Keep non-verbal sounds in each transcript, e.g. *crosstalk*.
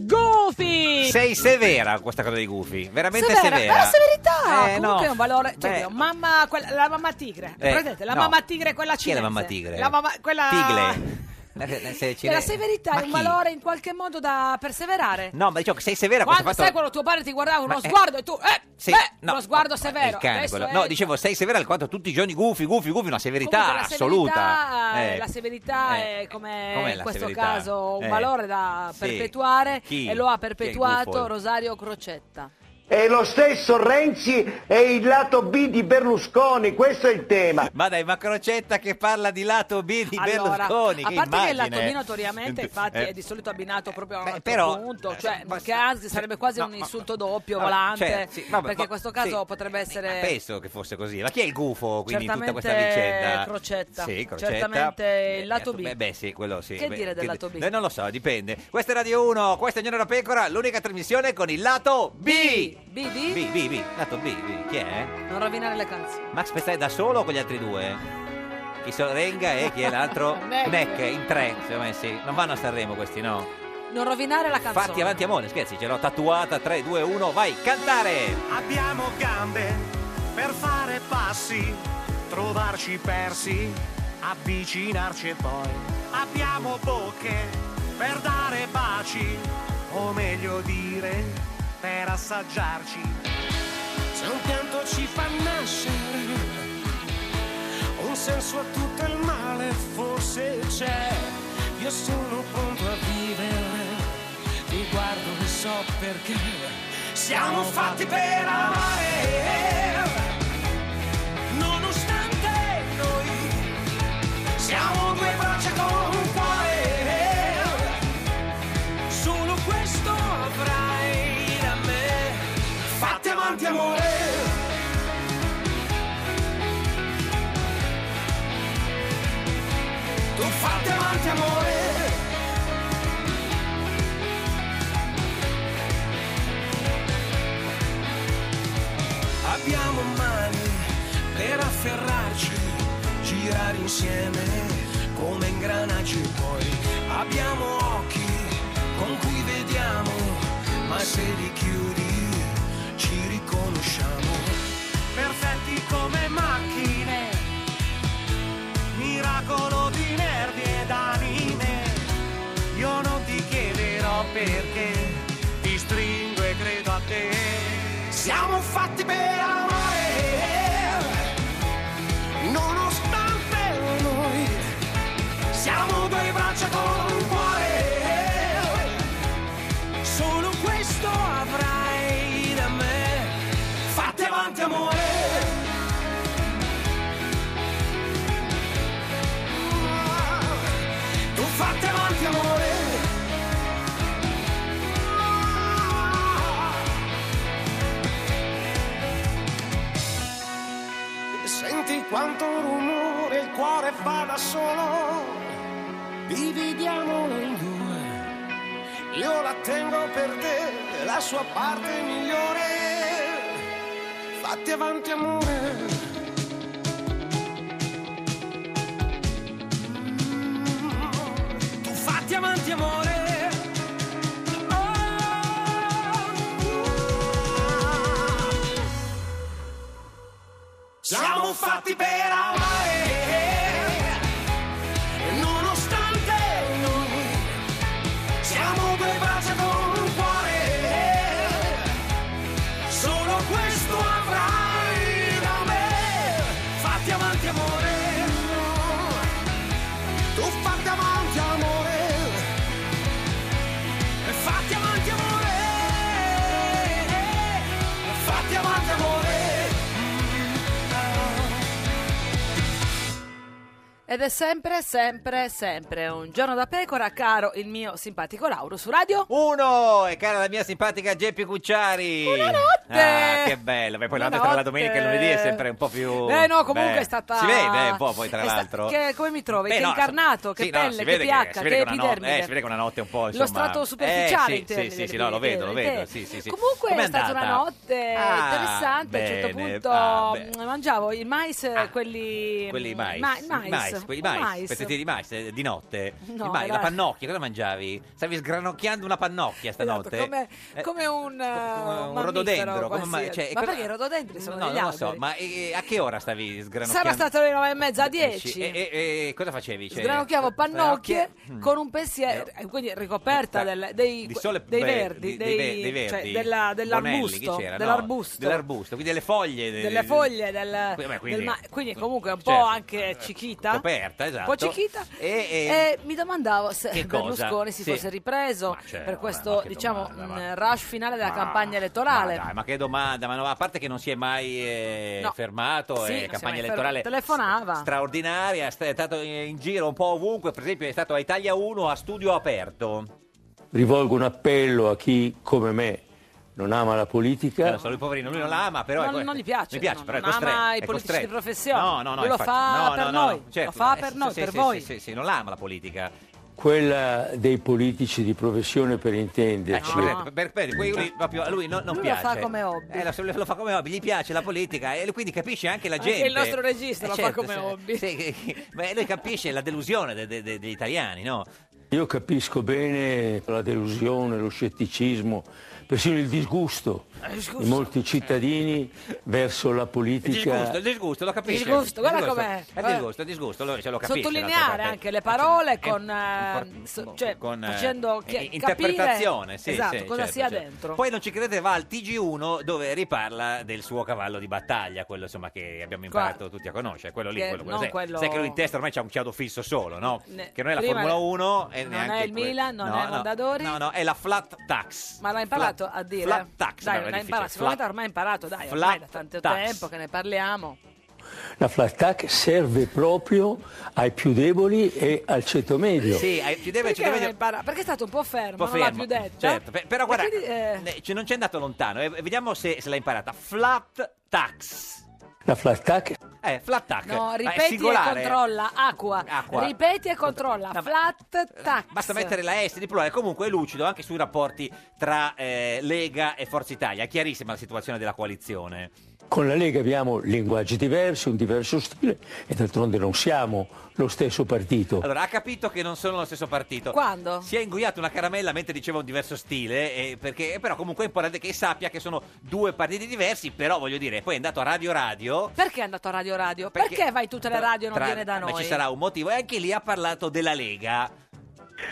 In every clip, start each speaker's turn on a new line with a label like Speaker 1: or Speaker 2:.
Speaker 1: Goofy!
Speaker 2: Sei severa con questa cosa dei gufi, veramente
Speaker 1: Severa,
Speaker 2: severa.
Speaker 1: ma la severità
Speaker 2: Eh,
Speaker 1: comunque
Speaker 2: no.
Speaker 1: è un valore. Cioè,
Speaker 2: Beh.
Speaker 1: oddio, mamma, quella- la mamma tigre.
Speaker 2: Eh,
Speaker 1: Guardate, la
Speaker 2: no.
Speaker 1: mamma tigre è quella
Speaker 2: Chi è
Speaker 1: cinese.
Speaker 2: la mamma tigre?
Speaker 1: La mamma, quella...
Speaker 2: Tigle. La, la- se-
Speaker 1: Cioè,
Speaker 2: cile-
Speaker 1: la severità
Speaker 2: Ma
Speaker 1: è un
Speaker 2: chi?
Speaker 1: valore in qualche modo da perseverare.
Speaker 2: No, ma diciamo che sei severa con
Speaker 1: quando
Speaker 2: questo fatto...
Speaker 1: sai quando tuo padre ti guardava con
Speaker 2: Ma
Speaker 1: uno
Speaker 2: è-
Speaker 1: sguardo e tu, eh,
Speaker 2: Sì,
Speaker 1: eh,
Speaker 2: no,
Speaker 1: uno sguardo
Speaker 2: È il
Speaker 1: severo.
Speaker 2: cane
Speaker 1: Adesso
Speaker 2: quello.
Speaker 1: è-
Speaker 2: No, dicevo, sei severa al quanto tutti i giorni gufi, gufi, gufi, una severità
Speaker 1: Comunque la
Speaker 2: assoluta.
Speaker 1: severità,
Speaker 2: Eh.
Speaker 1: la severità
Speaker 2: Eh.
Speaker 1: è come
Speaker 2: Com'è
Speaker 1: in
Speaker 2: la
Speaker 1: questo
Speaker 2: severità?
Speaker 1: caso un
Speaker 2: Eh.
Speaker 1: valore da
Speaker 2: Sì.
Speaker 1: perpetuare
Speaker 2: Chi?
Speaker 1: e lo ha
Speaker 2: Chi è il
Speaker 1: perpetuato
Speaker 2: gufo?
Speaker 1: Rosario Crocetta.
Speaker 3: E lo stesso Renzi è il lato B di Berlusconi, questo è il tema.
Speaker 2: Ma dai, ma Crocetta che parla di lato B di
Speaker 1: Allora,
Speaker 2: Berlusconi,
Speaker 1: a
Speaker 2: che
Speaker 1: parte che il
Speaker 2: immagine.
Speaker 1: lato B notoriamente infatti
Speaker 2: Eh.
Speaker 1: è di solito abbinato proprio a un altro
Speaker 2: però- eh,
Speaker 1: punto, cioè che anzi sarebbe quasi un insulto doppio,
Speaker 2: vabbè,
Speaker 1: volante,
Speaker 2: cioè, sì, vabbè,
Speaker 1: perché
Speaker 2: ma-
Speaker 1: in questo caso
Speaker 2: sì.
Speaker 1: potrebbe essere...
Speaker 2: *laughs* Penso che fosse così. Ma chi è il gufo quindi in tutta
Speaker 1: Certamente
Speaker 2: questa vicenda?
Speaker 1: Crocetta.
Speaker 2: Sì, Crocetta.
Speaker 1: Certamente il lato
Speaker 2: Eh, Beh,
Speaker 1: B.
Speaker 2: beh, sì, quello sì.
Speaker 1: Che
Speaker 2: Beh,
Speaker 1: dire del lato B?
Speaker 2: Eh, non lo so, dipende. Questa è Radio 1, questa è Giorno da Pecora, l'unica trasmissione con il lato B.
Speaker 1: B
Speaker 2: B,
Speaker 1: di
Speaker 2: B, B, lato B, B. Chi è?
Speaker 1: non rovinare le canzoni.
Speaker 2: Max Pestai da solo o con gli altri due? Chi sono Renga e chi è l'altro?
Speaker 1: *laughs* Neck.
Speaker 2: Neck, in tre, secondo me sì. Non vanno a Sanremo questi, no?
Speaker 1: Non rovinare la canzone.
Speaker 2: Fatti avanti amore, scherzi, ce l'ho tatuata, 3, 2, 1, vai, cantare!
Speaker 4: Abbiamo gambe per fare passi, trovarci persi, avvicinarci e poi. Abbiamo bocche per dare baci, o meglio dire, per assaggiarci. Se un pianto ci fa nascere, un senso a tutto il male forse c'è. Io sono pronto a vivere, ti guardo e so perché. Siamo fatti per amare, nonostante noi siamo due braccia con un cuore. Solo questo avrai da me, fatti avanti amore. Tu fatti avanti amore. Abbiamo mani per afferrarci, girare insieme come ingranaggi poi. Abbiamo occhi con cui vediamo, ma se li chiudi ci riconosciamo. Perfetti come macchine, miracolo di nervi ed anime. Io non ti chiederò perché, ti stringo e credo a te. Siamo fatti per amare, nonostante noi. Siamo due braccia con un cuore. Solo questo avrai da me. Fatti avanti, amore. Tu fatti avanti, amore. Senti quanto rumore il cuore fa da solo. Dividiamolo in due. Io la tengo per te, la sua parte migliore. Fatti avanti, amore. Mm. Tu fatti avanti, amore. Siamo fatti per amare, nonostante noi siamo due braccia con un cuore, solo questo avrai da me. Fatti avanti amore, tu fatti avanti amore,
Speaker 1: Ed è sempre, sempre, sempre un giorno da pecora, caro il mio simpatico Lauro su radio.
Speaker 2: Uno! E cara la mia simpatica Geppi Cucciari. Ah, che bello. Beh, poi la tra la
Speaker 1: Buonanotte.
Speaker 2: domenica e il lunedì è sempre un po' più.
Speaker 1: Eh no, comunque
Speaker 2: beh,
Speaker 1: è stata...
Speaker 2: Si vede eh, un po' poi, tra
Speaker 1: è sta-
Speaker 2: l'altro.
Speaker 1: Che, come mi trovi?
Speaker 2: Beh,
Speaker 1: che
Speaker 2: no,
Speaker 1: incarnato, Esatto, che
Speaker 2: sì, no,
Speaker 1: pelle,
Speaker 2: si
Speaker 1: che
Speaker 2: vede
Speaker 1: pH,
Speaker 2: si
Speaker 1: che,
Speaker 2: vede una notte,
Speaker 1: epidermide.
Speaker 2: eh, si vede che una notte un po'
Speaker 1: Lo
Speaker 2: insomma...
Speaker 1: strato superficiale,
Speaker 2: eh, sì,
Speaker 1: intendi,
Speaker 2: sì, sì, sì,
Speaker 1: delle-
Speaker 2: no, lo vedo, lo
Speaker 1: delle-
Speaker 2: vedo, sì, sì, sì.
Speaker 1: Comunque
Speaker 2: Com'è
Speaker 1: è stata una
Speaker 2: andata?
Speaker 1: notte
Speaker 2: Ah,
Speaker 1: interessante, a un
Speaker 2: bene.
Speaker 1: certo punto
Speaker 2: Ah, beh.
Speaker 1: mh, mangiavo il mais, quelli...
Speaker 2: quelli
Speaker 1: mh,
Speaker 2: mais,
Speaker 1: ma-
Speaker 2: il
Speaker 1: mais,
Speaker 2: mais, quelli
Speaker 1: il
Speaker 2: mais,
Speaker 1: mais.
Speaker 2: pezzettini di mais eh, di notte.
Speaker 1: No,
Speaker 2: il mais,
Speaker 1: era-
Speaker 2: la pannocchia, cosa mangiavi? Stavi sgranocchiando una pannocchia stanotte?
Speaker 1: Esatto, Come,
Speaker 2: Eh,
Speaker 1: come un, eh,
Speaker 2: un
Speaker 1: mammifero
Speaker 2: rododendro, come ma-
Speaker 1: qualsiasi.
Speaker 2: cioè,
Speaker 1: ma
Speaker 2: cosa-
Speaker 1: perché i rododendri sono
Speaker 2: No,
Speaker 1: degli
Speaker 2: non lo so,
Speaker 1: alberi?
Speaker 2: ma eh, a che ora stavi sgranocchiando?
Speaker 1: Sarà stato alle 9 e
Speaker 2: Eh,
Speaker 1: mezza, 10.
Speaker 2: E, e- e cosa facevi? Cioè,
Speaker 1: Sgranocchiavo pannocchie
Speaker 2: Mm.
Speaker 1: con un pensiero, eh, quindi ricoperta
Speaker 2: Eh,
Speaker 1: del- dei,
Speaker 2: di sole
Speaker 1: dei
Speaker 2: beh,
Speaker 1: verdi,
Speaker 2: di- dei,
Speaker 1: dei-
Speaker 2: dei
Speaker 1: cioè
Speaker 2: verdi.
Speaker 1: della-
Speaker 2: Bonelli, chi
Speaker 1: dell'arbusto,
Speaker 2: c'era? No,
Speaker 1: dell'arbusto,
Speaker 2: dell'arbusto, quindi delle foglie. de-
Speaker 1: delle foglie, del,
Speaker 2: Beh,
Speaker 1: del
Speaker 2: quindi-
Speaker 1: ma- quindi comunque un po'
Speaker 2: certo.
Speaker 1: anche cichita,
Speaker 2: Coperta, esatto.
Speaker 1: un po' cichita,
Speaker 2: E-
Speaker 1: e,
Speaker 2: e-
Speaker 1: mi domandavo
Speaker 2: Che
Speaker 1: se
Speaker 2: cosa?
Speaker 1: Berlusconi si
Speaker 2: Sì.
Speaker 1: fosse ripreso
Speaker 2: certo,
Speaker 1: per
Speaker 2: ma-
Speaker 1: questo
Speaker 2: ma che
Speaker 1: diciamo
Speaker 2: domanda,
Speaker 1: mh,
Speaker 2: ma-
Speaker 1: rush finale della
Speaker 2: ma-
Speaker 1: campagna
Speaker 2: Ma
Speaker 1: elettorale.
Speaker 2: dai, Ah, ma che domanda, ma no, a parte che non si è mai eh,
Speaker 1: No.
Speaker 2: fermato,
Speaker 1: Sì,
Speaker 2: eh,
Speaker 1: non si è
Speaker 2: campagna
Speaker 1: mai fermato.
Speaker 2: elettorale
Speaker 1: Telefonava.
Speaker 2: s- straordinaria, sta- è stato in giro un po' ovunque, per esempio è stato a Italia 1 a studio aperto.
Speaker 3: Rivolgo un appello a chi, come me, non ama la politica.
Speaker 2: Lo so, lui poverino, lui non la ama, però è
Speaker 1: non,
Speaker 2: questo.
Speaker 1: non gli piace,
Speaker 2: Mi piace,
Speaker 1: no,
Speaker 2: però è
Speaker 1: non
Speaker 2: costretto.
Speaker 1: ama
Speaker 2: è
Speaker 1: i politici
Speaker 2: costretto.
Speaker 1: di professione,
Speaker 2: No, no, no,
Speaker 1: lui lo
Speaker 2: infatti,
Speaker 1: fa
Speaker 2: no,
Speaker 1: per
Speaker 2: no, no,
Speaker 1: noi,
Speaker 2: certo,
Speaker 1: lo fa
Speaker 2: eh,
Speaker 1: per
Speaker 2: sì,
Speaker 1: noi,
Speaker 2: sì,
Speaker 1: per
Speaker 2: sì,
Speaker 1: voi.
Speaker 2: Sì, sì, sì, non la ama la politica.
Speaker 3: Quella dei politici di professione, per intenderci.
Speaker 2: Per, Eh, per, per- quei- lui, proprio, a lui no- non
Speaker 1: Lui lo
Speaker 2: piace.
Speaker 1: fa come hobby.
Speaker 2: Eh, lo, lo fa come hobby, gli piace la politica e quindi capisce anche la
Speaker 1: Anche
Speaker 2: gente.
Speaker 1: il nostro regista
Speaker 2: Eh,
Speaker 1: lo fa
Speaker 2: certo,
Speaker 1: come
Speaker 2: sì,
Speaker 1: hobby.
Speaker 2: sì, che- che- ma lui capisce la delusione de- de- de- degli italiani, no?
Speaker 3: Io capisco bene la delusione, lo scetticismo, persino il disgusto di molti cittadini verso la
Speaker 2: Il disgusto,
Speaker 3: politica.
Speaker 2: il disgusto, lo capisce.
Speaker 1: Disgusto, guarda com'è.
Speaker 2: È il disgusto, il disgusto, lo, cioè, lo capisce. d'altra
Speaker 1: sottolineare
Speaker 2: parte.
Speaker 1: anche le parole con,
Speaker 2: import-
Speaker 1: eh, so- cioè,
Speaker 2: con, eh,
Speaker 1: facendo chi-
Speaker 2: eh,
Speaker 1: capire
Speaker 2: interpretazione, sì,
Speaker 1: esatto,
Speaker 2: sì,
Speaker 1: cosa
Speaker 2: certo,
Speaker 1: sia
Speaker 2: certo.
Speaker 1: dentro.
Speaker 2: Poi non ci credete, va al TG1 dove riparla del suo cavallo di battaglia, quello insomma che abbiamo
Speaker 1: Qua-
Speaker 2: imparato tutti a conoscere, quello lì,
Speaker 1: Che
Speaker 2: quello, quello,
Speaker 1: non
Speaker 2: sai,
Speaker 1: quello-
Speaker 2: sai che lui in testa ormai c'ha un chiodo fisso solo, no?
Speaker 1: Ne-
Speaker 2: Che non è la
Speaker 1: prima-
Speaker 2: Formula 1 e
Speaker 1: non
Speaker 2: neanche
Speaker 1: è il
Speaker 2: que-
Speaker 1: Milan, non
Speaker 2: no,
Speaker 1: è Mondadori.
Speaker 2: No, no, no, è la flat tax.
Speaker 1: ma l'ha imparato
Speaker 2: Flat-
Speaker 1: a dire?
Speaker 2: Flat tax,
Speaker 1: dai,
Speaker 2: no,
Speaker 1: non
Speaker 2: è
Speaker 1: l'ha imparato,
Speaker 2: difficile.
Speaker 1: sicuramente
Speaker 2: Flat-
Speaker 1: ormai ha imparato, dai, ormai da
Speaker 2: flat
Speaker 1: tanto
Speaker 2: tax.
Speaker 1: tempo che ne parliamo.
Speaker 3: La flat tax serve proprio ai più deboli e al ceto medio.
Speaker 2: Sì, hai- ci deve,
Speaker 1: Perché,
Speaker 2: ci deve
Speaker 1: non l'ha impara- perché è stato un po' fermo,
Speaker 2: un po'
Speaker 1: non l'ha
Speaker 2: fermo.
Speaker 1: più detta.
Speaker 2: Certo, pe- però
Speaker 1: E
Speaker 2: guarda,
Speaker 1: quindi, eh,
Speaker 2: ne- ci- non c'è andato lontano. eh, vediamo se, se l'ha imparata. Flat tax.
Speaker 3: La flat tax
Speaker 2: Eh, flat tax.
Speaker 1: no,
Speaker 2: Ma è
Speaker 1: ripeti e
Speaker 2: singolare.
Speaker 1: controlla, acqua.
Speaker 2: Acqua.
Speaker 1: Ripeti e controlla,
Speaker 2: No, ma-
Speaker 1: flat tax.
Speaker 2: Basta mettere la S di plurale, comunque è lucido anche sui rapporti tra eh, Lega e Forza Italia. È chiarissima la situazione della coalizione.
Speaker 3: Con la Lega abbiamo linguaggi diversi, un diverso stile e d'altronde non siamo lo stesso partito.
Speaker 2: Allora, ha capito che non sono lo stesso partito.
Speaker 1: Quando?
Speaker 2: Si è ingoiato una caramella mentre diceva un diverso stile, eh, perché, però comunque è importante che sappia che sono due partiti diversi, però voglio dire, poi è andato a Radio Radio.
Speaker 1: Perché è andato a Radio Radio? Perché, vai in tutte le
Speaker 2: tra-
Speaker 1: radio e non
Speaker 2: tra-
Speaker 1: viene da noi?
Speaker 2: Ma ci sarà un motivo, e anche lì ha parlato della Lega.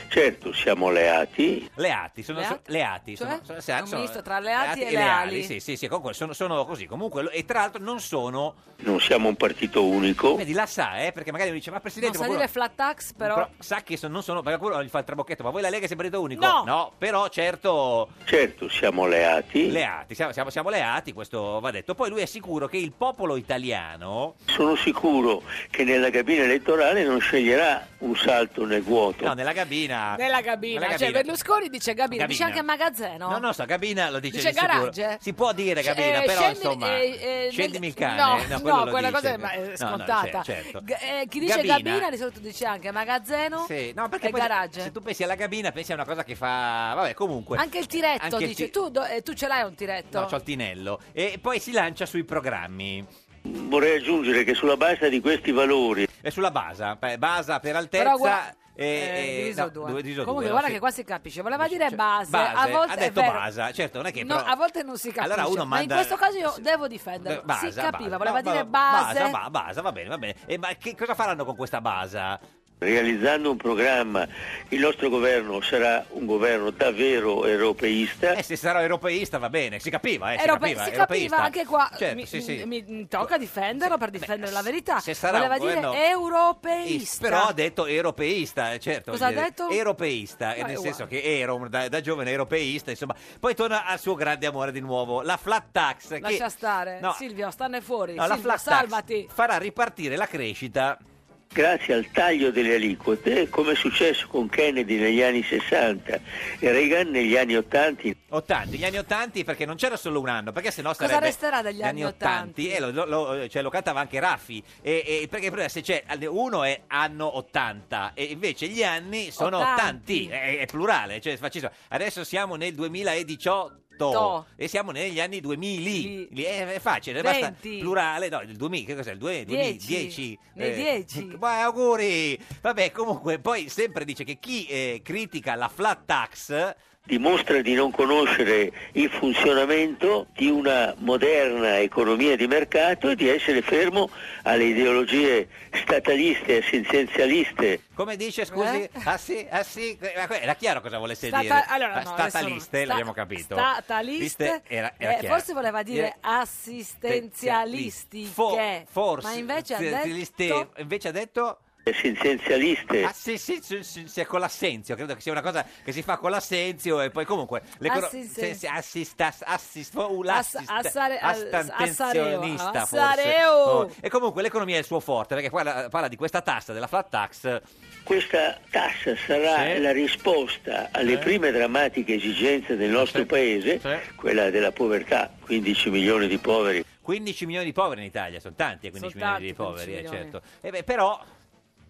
Speaker 5: Certo, siamo alleati.
Speaker 2: Leati, sono
Speaker 1: Leati?
Speaker 2: so- leati,
Speaker 1: Cioè?
Speaker 2: sono, sono, sono-
Speaker 1: È un
Speaker 2: sono-
Speaker 1: misto tra leati e leali.
Speaker 2: Sì, sì, sì, comunque sono, sono così. Comunque, lo- e tra l'altro non sono.
Speaker 5: Non siamo un partito unico.
Speaker 2: Vedi, la sa, eh, perché magari mi dice, ma
Speaker 1: Non
Speaker 2: presidente,
Speaker 1: sa
Speaker 2: ma
Speaker 1: dire
Speaker 2: quello-
Speaker 1: flat tax, però...
Speaker 2: però sa che sono- non sono. Perché qualcuno gli fa il trabocchetto, ma voi la Lega siete partito unico?
Speaker 1: No!
Speaker 2: però certo.
Speaker 5: Certo, siamo alleati.
Speaker 2: Leati, siamo, siamo- siamo leati, questo va detto. Poi lui è sicuro che il popolo italiano.
Speaker 5: Sono sicuro che nella cabina elettorale non sceglierà un salto nel vuoto.
Speaker 2: No, nella Ah, cabina.
Speaker 1: Nella gabina.
Speaker 2: Nella
Speaker 1: Cioè,
Speaker 2: gabina.
Speaker 1: Berlusconi dice gabina, dice
Speaker 2: Gabina.
Speaker 1: anche magazzino.
Speaker 2: No, no, so, Gabina lo dice,
Speaker 1: Dice
Speaker 2: di sicuro.
Speaker 1: garage?
Speaker 2: Si può dire Gabina,
Speaker 1: Eh,
Speaker 2: però
Speaker 1: scendi-
Speaker 2: insomma,
Speaker 1: eh, eh,
Speaker 2: scendimi il
Speaker 1: nel-
Speaker 2: cane.
Speaker 1: No,
Speaker 2: quello
Speaker 1: no,
Speaker 2: lo
Speaker 1: quella cosa
Speaker 2: dice.
Speaker 1: è ma- è
Speaker 2: No, no,
Speaker 1: scontata.
Speaker 2: cer- certo.
Speaker 1: G- eh, chi dice gabina, di solito dice anche magazzino
Speaker 2: Sì, no, perché
Speaker 1: e
Speaker 2: poi
Speaker 1: garage.
Speaker 2: se tu pensi alla gabina pensi a una cosa che fa vabbè, comunque.
Speaker 1: Anche il tiretto
Speaker 2: Anche il
Speaker 1: dice,
Speaker 2: ti-
Speaker 1: tu, do- eh, tu ce l'hai un tiretto?
Speaker 2: No, c'ho il tinello e poi si lancia sui programmi.
Speaker 5: Vorrei aggiungere che sulla base di questi valori
Speaker 2: E sulla basa, eh, basa per altezza
Speaker 1: Però guarda-
Speaker 2: e
Speaker 1: eh,
Speaker 2: e-
Speaker 1: diviso
Speaker 2: no,
Speaker 1: due.
Speaker 2: due, diviso
Speaker 1: Comunque
Speaker 2: due, no,
Speaker 1: guarda
Speaker 2: sì.
Speaker 1: che qua si capisce, voleva dire
Speaker 2: Cioè,
Speaker 1: base, a volte
Speaker 2: ha
Speaker 1: è
Speaker 2: detto
Speaker 1: vero.
Speaker 2: basa, certo, non è che
Speaker 1: No,
Speaker 2: però-
Speaker 1: a volte non si capisce.
Speaker 2: Allora uno
Speaker 1: ma in
Speaker 2: manda-
Speaker 1: questo caso io devo difenderlo.
Speaker 2: Basa,
Speaker 1: si capiva,
Speaker 2: basa.
Speaker 1: voleva
Speaker 2: No,
Speaker 1: dire
Speaker 2: ba-
Speaker 1: base.
Speaker 2: Basa, ba- basa, va bene, va bene. E ma che cosa faranno con questa basa?
Speaker 5: Realizzando un programma, il nostro governo sarà un governo davvero europeista.
Speaker 2: Eh, se sarò europeista va bene, si capiva, eh, si
Speaker 1: Europe-
Speaker 2: capiva,
Speaker 1: si
Speaker 2: europeista.
Speaker 1: capiva anche qua.
Speaker 2: Certo,
Speaker 1: mi,
Speaker 2: sì, sì.
Speaker 1: mi- mi tocca difenderlo per difendere la verità.
Speaker 2: se sarà
Speaker 1: Voleva
Speaker 2: un
Speaker 1: dire
Speaker 2: governo- Is-
Speaker 1: europeista.
Speaker 2: Però ha detto europeista, eh, certo.
Speaker 1: Cosa
Speaker 2: voglio
Speaker 1: ha
Speaker 2: dire,
Speaker 1: detto?
Speaker 2: Europeista,
Speaker 1: Ma
Speaker 2: eh,
Speaker 1: è
Speaker 2: nel
Speaker 1: uguale.
Speaker 2: senso che era un- da, da giovane europeista, insomma. Poi torna al suo grande amore di nuovo, la flat tax. che-
Speaker 1: Lascia stare,
Speaker 2: no,
Speaker 1: Silvio, stanne fuori.
Speaker 2: no, la
Speaker 1: Silvio,
Speaker 2: flat tax
Speaker 1: salvati.
Speaker 2: farà ripartire la crescita
Speaker 5: grazie al taglio delle aliquote, come è successo con Kennedy negli anni 60 e Reagan negli anni 80.
Speaker 2: 80, gli anni 80 perché non c'era solo un anno, perché sennò
Speaker 1: Cosa
Speaker 2: sarebbe
Speaker 1: resterà dagli
Speaker 2: gli
Speaker 1: anni
Speaker 2: anni 80, e lo, lo- lo- cioè, lo cantava anche Raffi, e, e perché il problema è se c'è uno è anno 80 e invece gli anni sono
Speaker 1: Ottanti.
Speaker 2: tanti, è, è plurale, cioè, facissimo. adesso siamo nel 2018
Speaker 1: To.
Speaker 2: e siamo negli anni 2000 Lì è, è facile, basta
Speaker 1: Venti.
Speaker 2: plurale, no, il 2000, che cos'è? Il 2,
Speaker 1: Dieci.
Speaker 2: 10,
Speaker 1: Nei dieci.
Speaker 2: Eh, *laughs* ma auguri! Vabbè, comunque, poi sempre dice che chi eh, critica la flat tax
Speaker 5: dimostra di non conoscere il funzionamento di una moderna economia di mercato e di essere fermo alle ideologie stataliste e assistenzialiste.
Speaker 2: Come dice,
Speaker 1: Eh?
Speaker 2: scusi? Ah sì, ah sì, que- ma que- era chiaro cosa volesse
Speaker 1: Stata-
Speaker 2: dire.
Speaker 1: allora,
Speaker 2: Ah,
Speaker 1: no, adesso
Speaker 2: stataliste,
Speaker 1: no.
Speaker 2: l'abbiamo
Speaker 1: Sta-
Speaker 2: capito.
Speaker 1: Stataliste,
Speaker 2: Liste era, era
Speaker 1: eh,
Speaker 2: chiaro.
Speaker 1: forse voleva dire
Speaker 2: Eh,
Speaker 1: assistenzialisti,
Speaker 2: fo-
Speaker 1: che-
Speaker 2: forse.
Speaker 1: ma invece ha
Speaker 2: Stataliste-
Speaker 1: detto
Speaker 2: invece ha detto...
Speaker 5: Essenzialiste.
Speaker 2: Ah sì, sì, sì, sì, sì, con l'assenzio, credo che sia una cosa che si fa con l'assenzio e poi comunque... l'econo-
Speaker 1: Assistenza.
Speaker 2: se- se- assista- assist- un
Speaker 1: Ass-
Speaker 2: assist-
Speaker 1: assare- al-
Speaker 2: astantenzionista,
Speaker 1: assareo,
Speaker 2: forse.
Speaker 1: assareo.
Speaker 2: Oh, E comunque l'economia è il suo forte, perché parla, parla di questa tassa, della flat tax...
Speaker 5: Questa tassa sarà
Speaker 2: Sì. Eh.
Speaker 5: la risposta alle
Speaker 2: Sì.
Speaker 5: prime drammatiche esigenze del nostro paese,
Speaker 2: Sì.
Speaker 5: quella della povertà, 15 milioni di poveri.
Speaker 2: 15 milioni di poveri in Italia, sono tanti eh, 15
Speaker 5: Sono
Speaker 2: milioni di
Speaker 5: tanti,
Speaker 2: poveri,
Speaker 5: 15
Speaker 2: eh,
Speaker 5: milioni.
Speaker 2: certo. Eh beh, però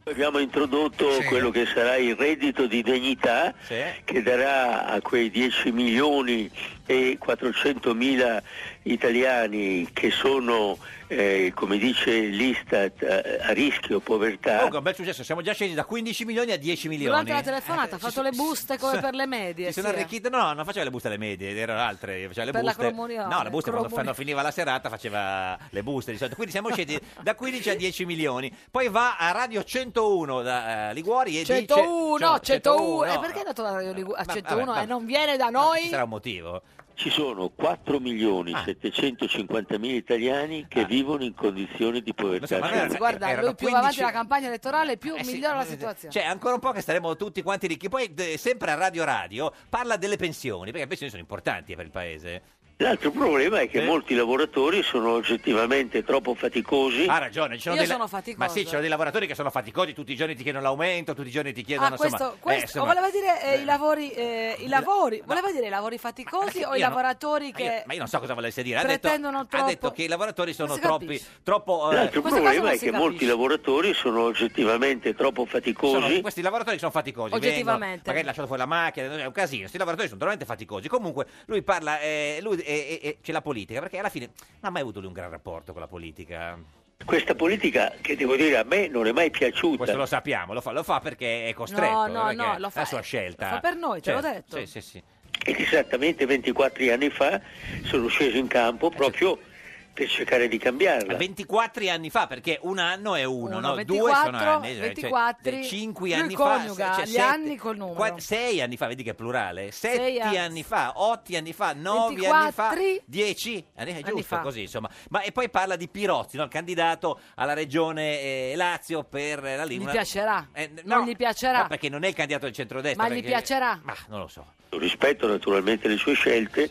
Speaker 5: Abbiamo introdotto quello che sarà il reddito di degnità che darà a quei 10 milioni e 400 mila italiani che sono, eh, come dice l'Istat, eh, a rischio povertà.
Speaker 2: comunque è un bel successo, siamo già scesi da 15 milioni a 10 milioni. Eh,
Speaker 1: durante la telefonata ha fatto le buste come
Speaker 2: sono-
Speaker 1: per le medie.
Speaker 2: Si sono
Speaker 1: sì. eh.
Speaker 2: arricchite, no, non faceva le buste alle medie, erano altre, faceva le
Speaker 1: Per la
Speaker 2: buste.
Speaker 1: cromunione,
Speaker 2: no, le buste quando,
Speaker 1: cromunione.
Speaker 2: quando finiva la serata faceva le buste di solito. Quindi siamo
Speaker 1: *laughs*
Speaker 2: scesi da 15 a 10 milioni. Poi va a Radio 101 da eh, Liguori e Cioè,
Speaker 1: 101,
Speaker 2: dice
Speaker 1: 101. E
Speaker 2: no,
Speaker 1: eh, perché è andato a Radio Ligu- a
Speaker 2: Ma-
Speaker 1: 101
Speaker 2: vabbè,
Speaker 1: e
Speaker 2: ma-
Speaker 1: non viene da noi?
Speaker 2: Sarà un motivo. Ah.
Speaker 5: Ci sono 4 milioni 750 mila italiani che vivono in condizioni di povertà.
Speaker 1: Anzi, guarda,
Speaker 2: erano
Speaker 1: lui più va avanti
Speaker 2: 15
Speaker 1: la campagna elettorale, più
Speaker 2: Eh
Speaker 1: migliora la situazione.
Speaker 2: Cioè, ancora un po' che staremo tutti quanti ricchi. Poi, d- sempre a Radio Radio, parla delle pensioni, perché le pensioni sono importanti per il paese.
Speaker 5: L'altro problema è che
Speaker 2: Eh.
Speaker 5: molti lavoratori sono oggettivamente troppo faticosi.
Speaker 2: Ha ragione, ci sono
Speaker 1: Io
Speaker 2: dei la-
Speaker 1: sono faticosa.
Speaker 2: Ma sì, ci sono dei lavoratori che sono faticosi, tutti i giorni ti chiedono l'aumento, tutti i giorni ti chiedono
Speaker 1: Ah, questo,
Speaker 2: insomma, eh,
Speaker 1: questo- o
Speaker 2: insomma,
Speaker 1: voleva dire eh, i lavori, eh, i lavori, voleva dire i lavori faticosi
Speaker 2: perché
Speaker 1: o i
Speaker 2: io non-
Speaker 1: lavoratori
Speaker 2: Ma io,
Speaker 1: che...
Speaker 2: ma io non so cosa volesse dire. Ha detto,
Speaker 1: pretendono
Speaker 2: ha
Speaker 1: troppo-
Speaker 2: detto che i lavoratori sono
Speaker 1: si
Speaker 2: troppi, troppo. eh,
Speaker 5: L'altro problema è che molti lavoratori sono oggettivamente troppo
Speaker 2: sono-
Speaker 5: faticosi.
Speaker 2: questi lavoratori sono faticosi
Speaker 5: Oggettivamente.
Speaker 2: vengono, magari lasciato fuori la macchina è un casino questi lavoratori sono veramente faticosi comunque lui parla eh, lui, eh, eh, eh, c'è la politica perché alla fine non ha mai avuto lui un gran rapporto con la politica
Speaker 5: Questa politica che devo dire a me non è mai piaciuta.
Speaker 2: questo lo sappiamo lo fa, lo fa perché è costretto
Speaker 1: No, no,
Speaker 2: perché
Speaker 1: no, lo
Speaker 2: è la sua scelta
Speaker 1: lo fa per noi, te l'ho detto.
Speaker 2: sì, sì, sì.
Speaker 5: Ed esattamente 24 anni fa sono sceso in campo
Speaker 2: Eh,
Speaker 5: proprio
Speaker 2: certo.
Speaker 5: per cercare di cambiarla.
Speaker 2: 24 anni fa perché un anno è uno,
Speaker 1: Uno,
Speaker 2: no? due
Speaker 1: 24,
Speaker 2: sono anni cioè,
Speaker 1: 24,
Speaker 2: 5
Speaker 1: lui
Speaker 2: anni
Speaker 1: coniuga
Speaker 2: fa cioè,
Speaker 1: gli
Speaker 2: sette-
Speaker 1: anni col numero.
Speaker 2: 6 anni fa, vedi che è plurale. 7
Speaker 1: Sei anni-
Speaker 2: anni fa, 8 anni fa, 9 anni fa, 10 anni, è giusto
Speaker 1: fa.
Speaker 2: così, insomma. Ma e poi parla di Pirozzi, no? il candidato alla regione eh, Lazio per eh, la
Speaker 1: Gli
Speaker 2: lingua.
Speaker 1: piacerà,
Speaker 2: Eh, n-
Speaker 1: non
Speaker 2: no,
Speaker 1: gli piacerà,
Speaker 2: no, perché non è il candidato del centrodestra,
Speaker 1: ma gli
Speaker 2: perché-
Speaker 1: piacerà.
Speaker 2: Ma non lo so.
Speaker 5: Rispetto naturalmente le sue scelte,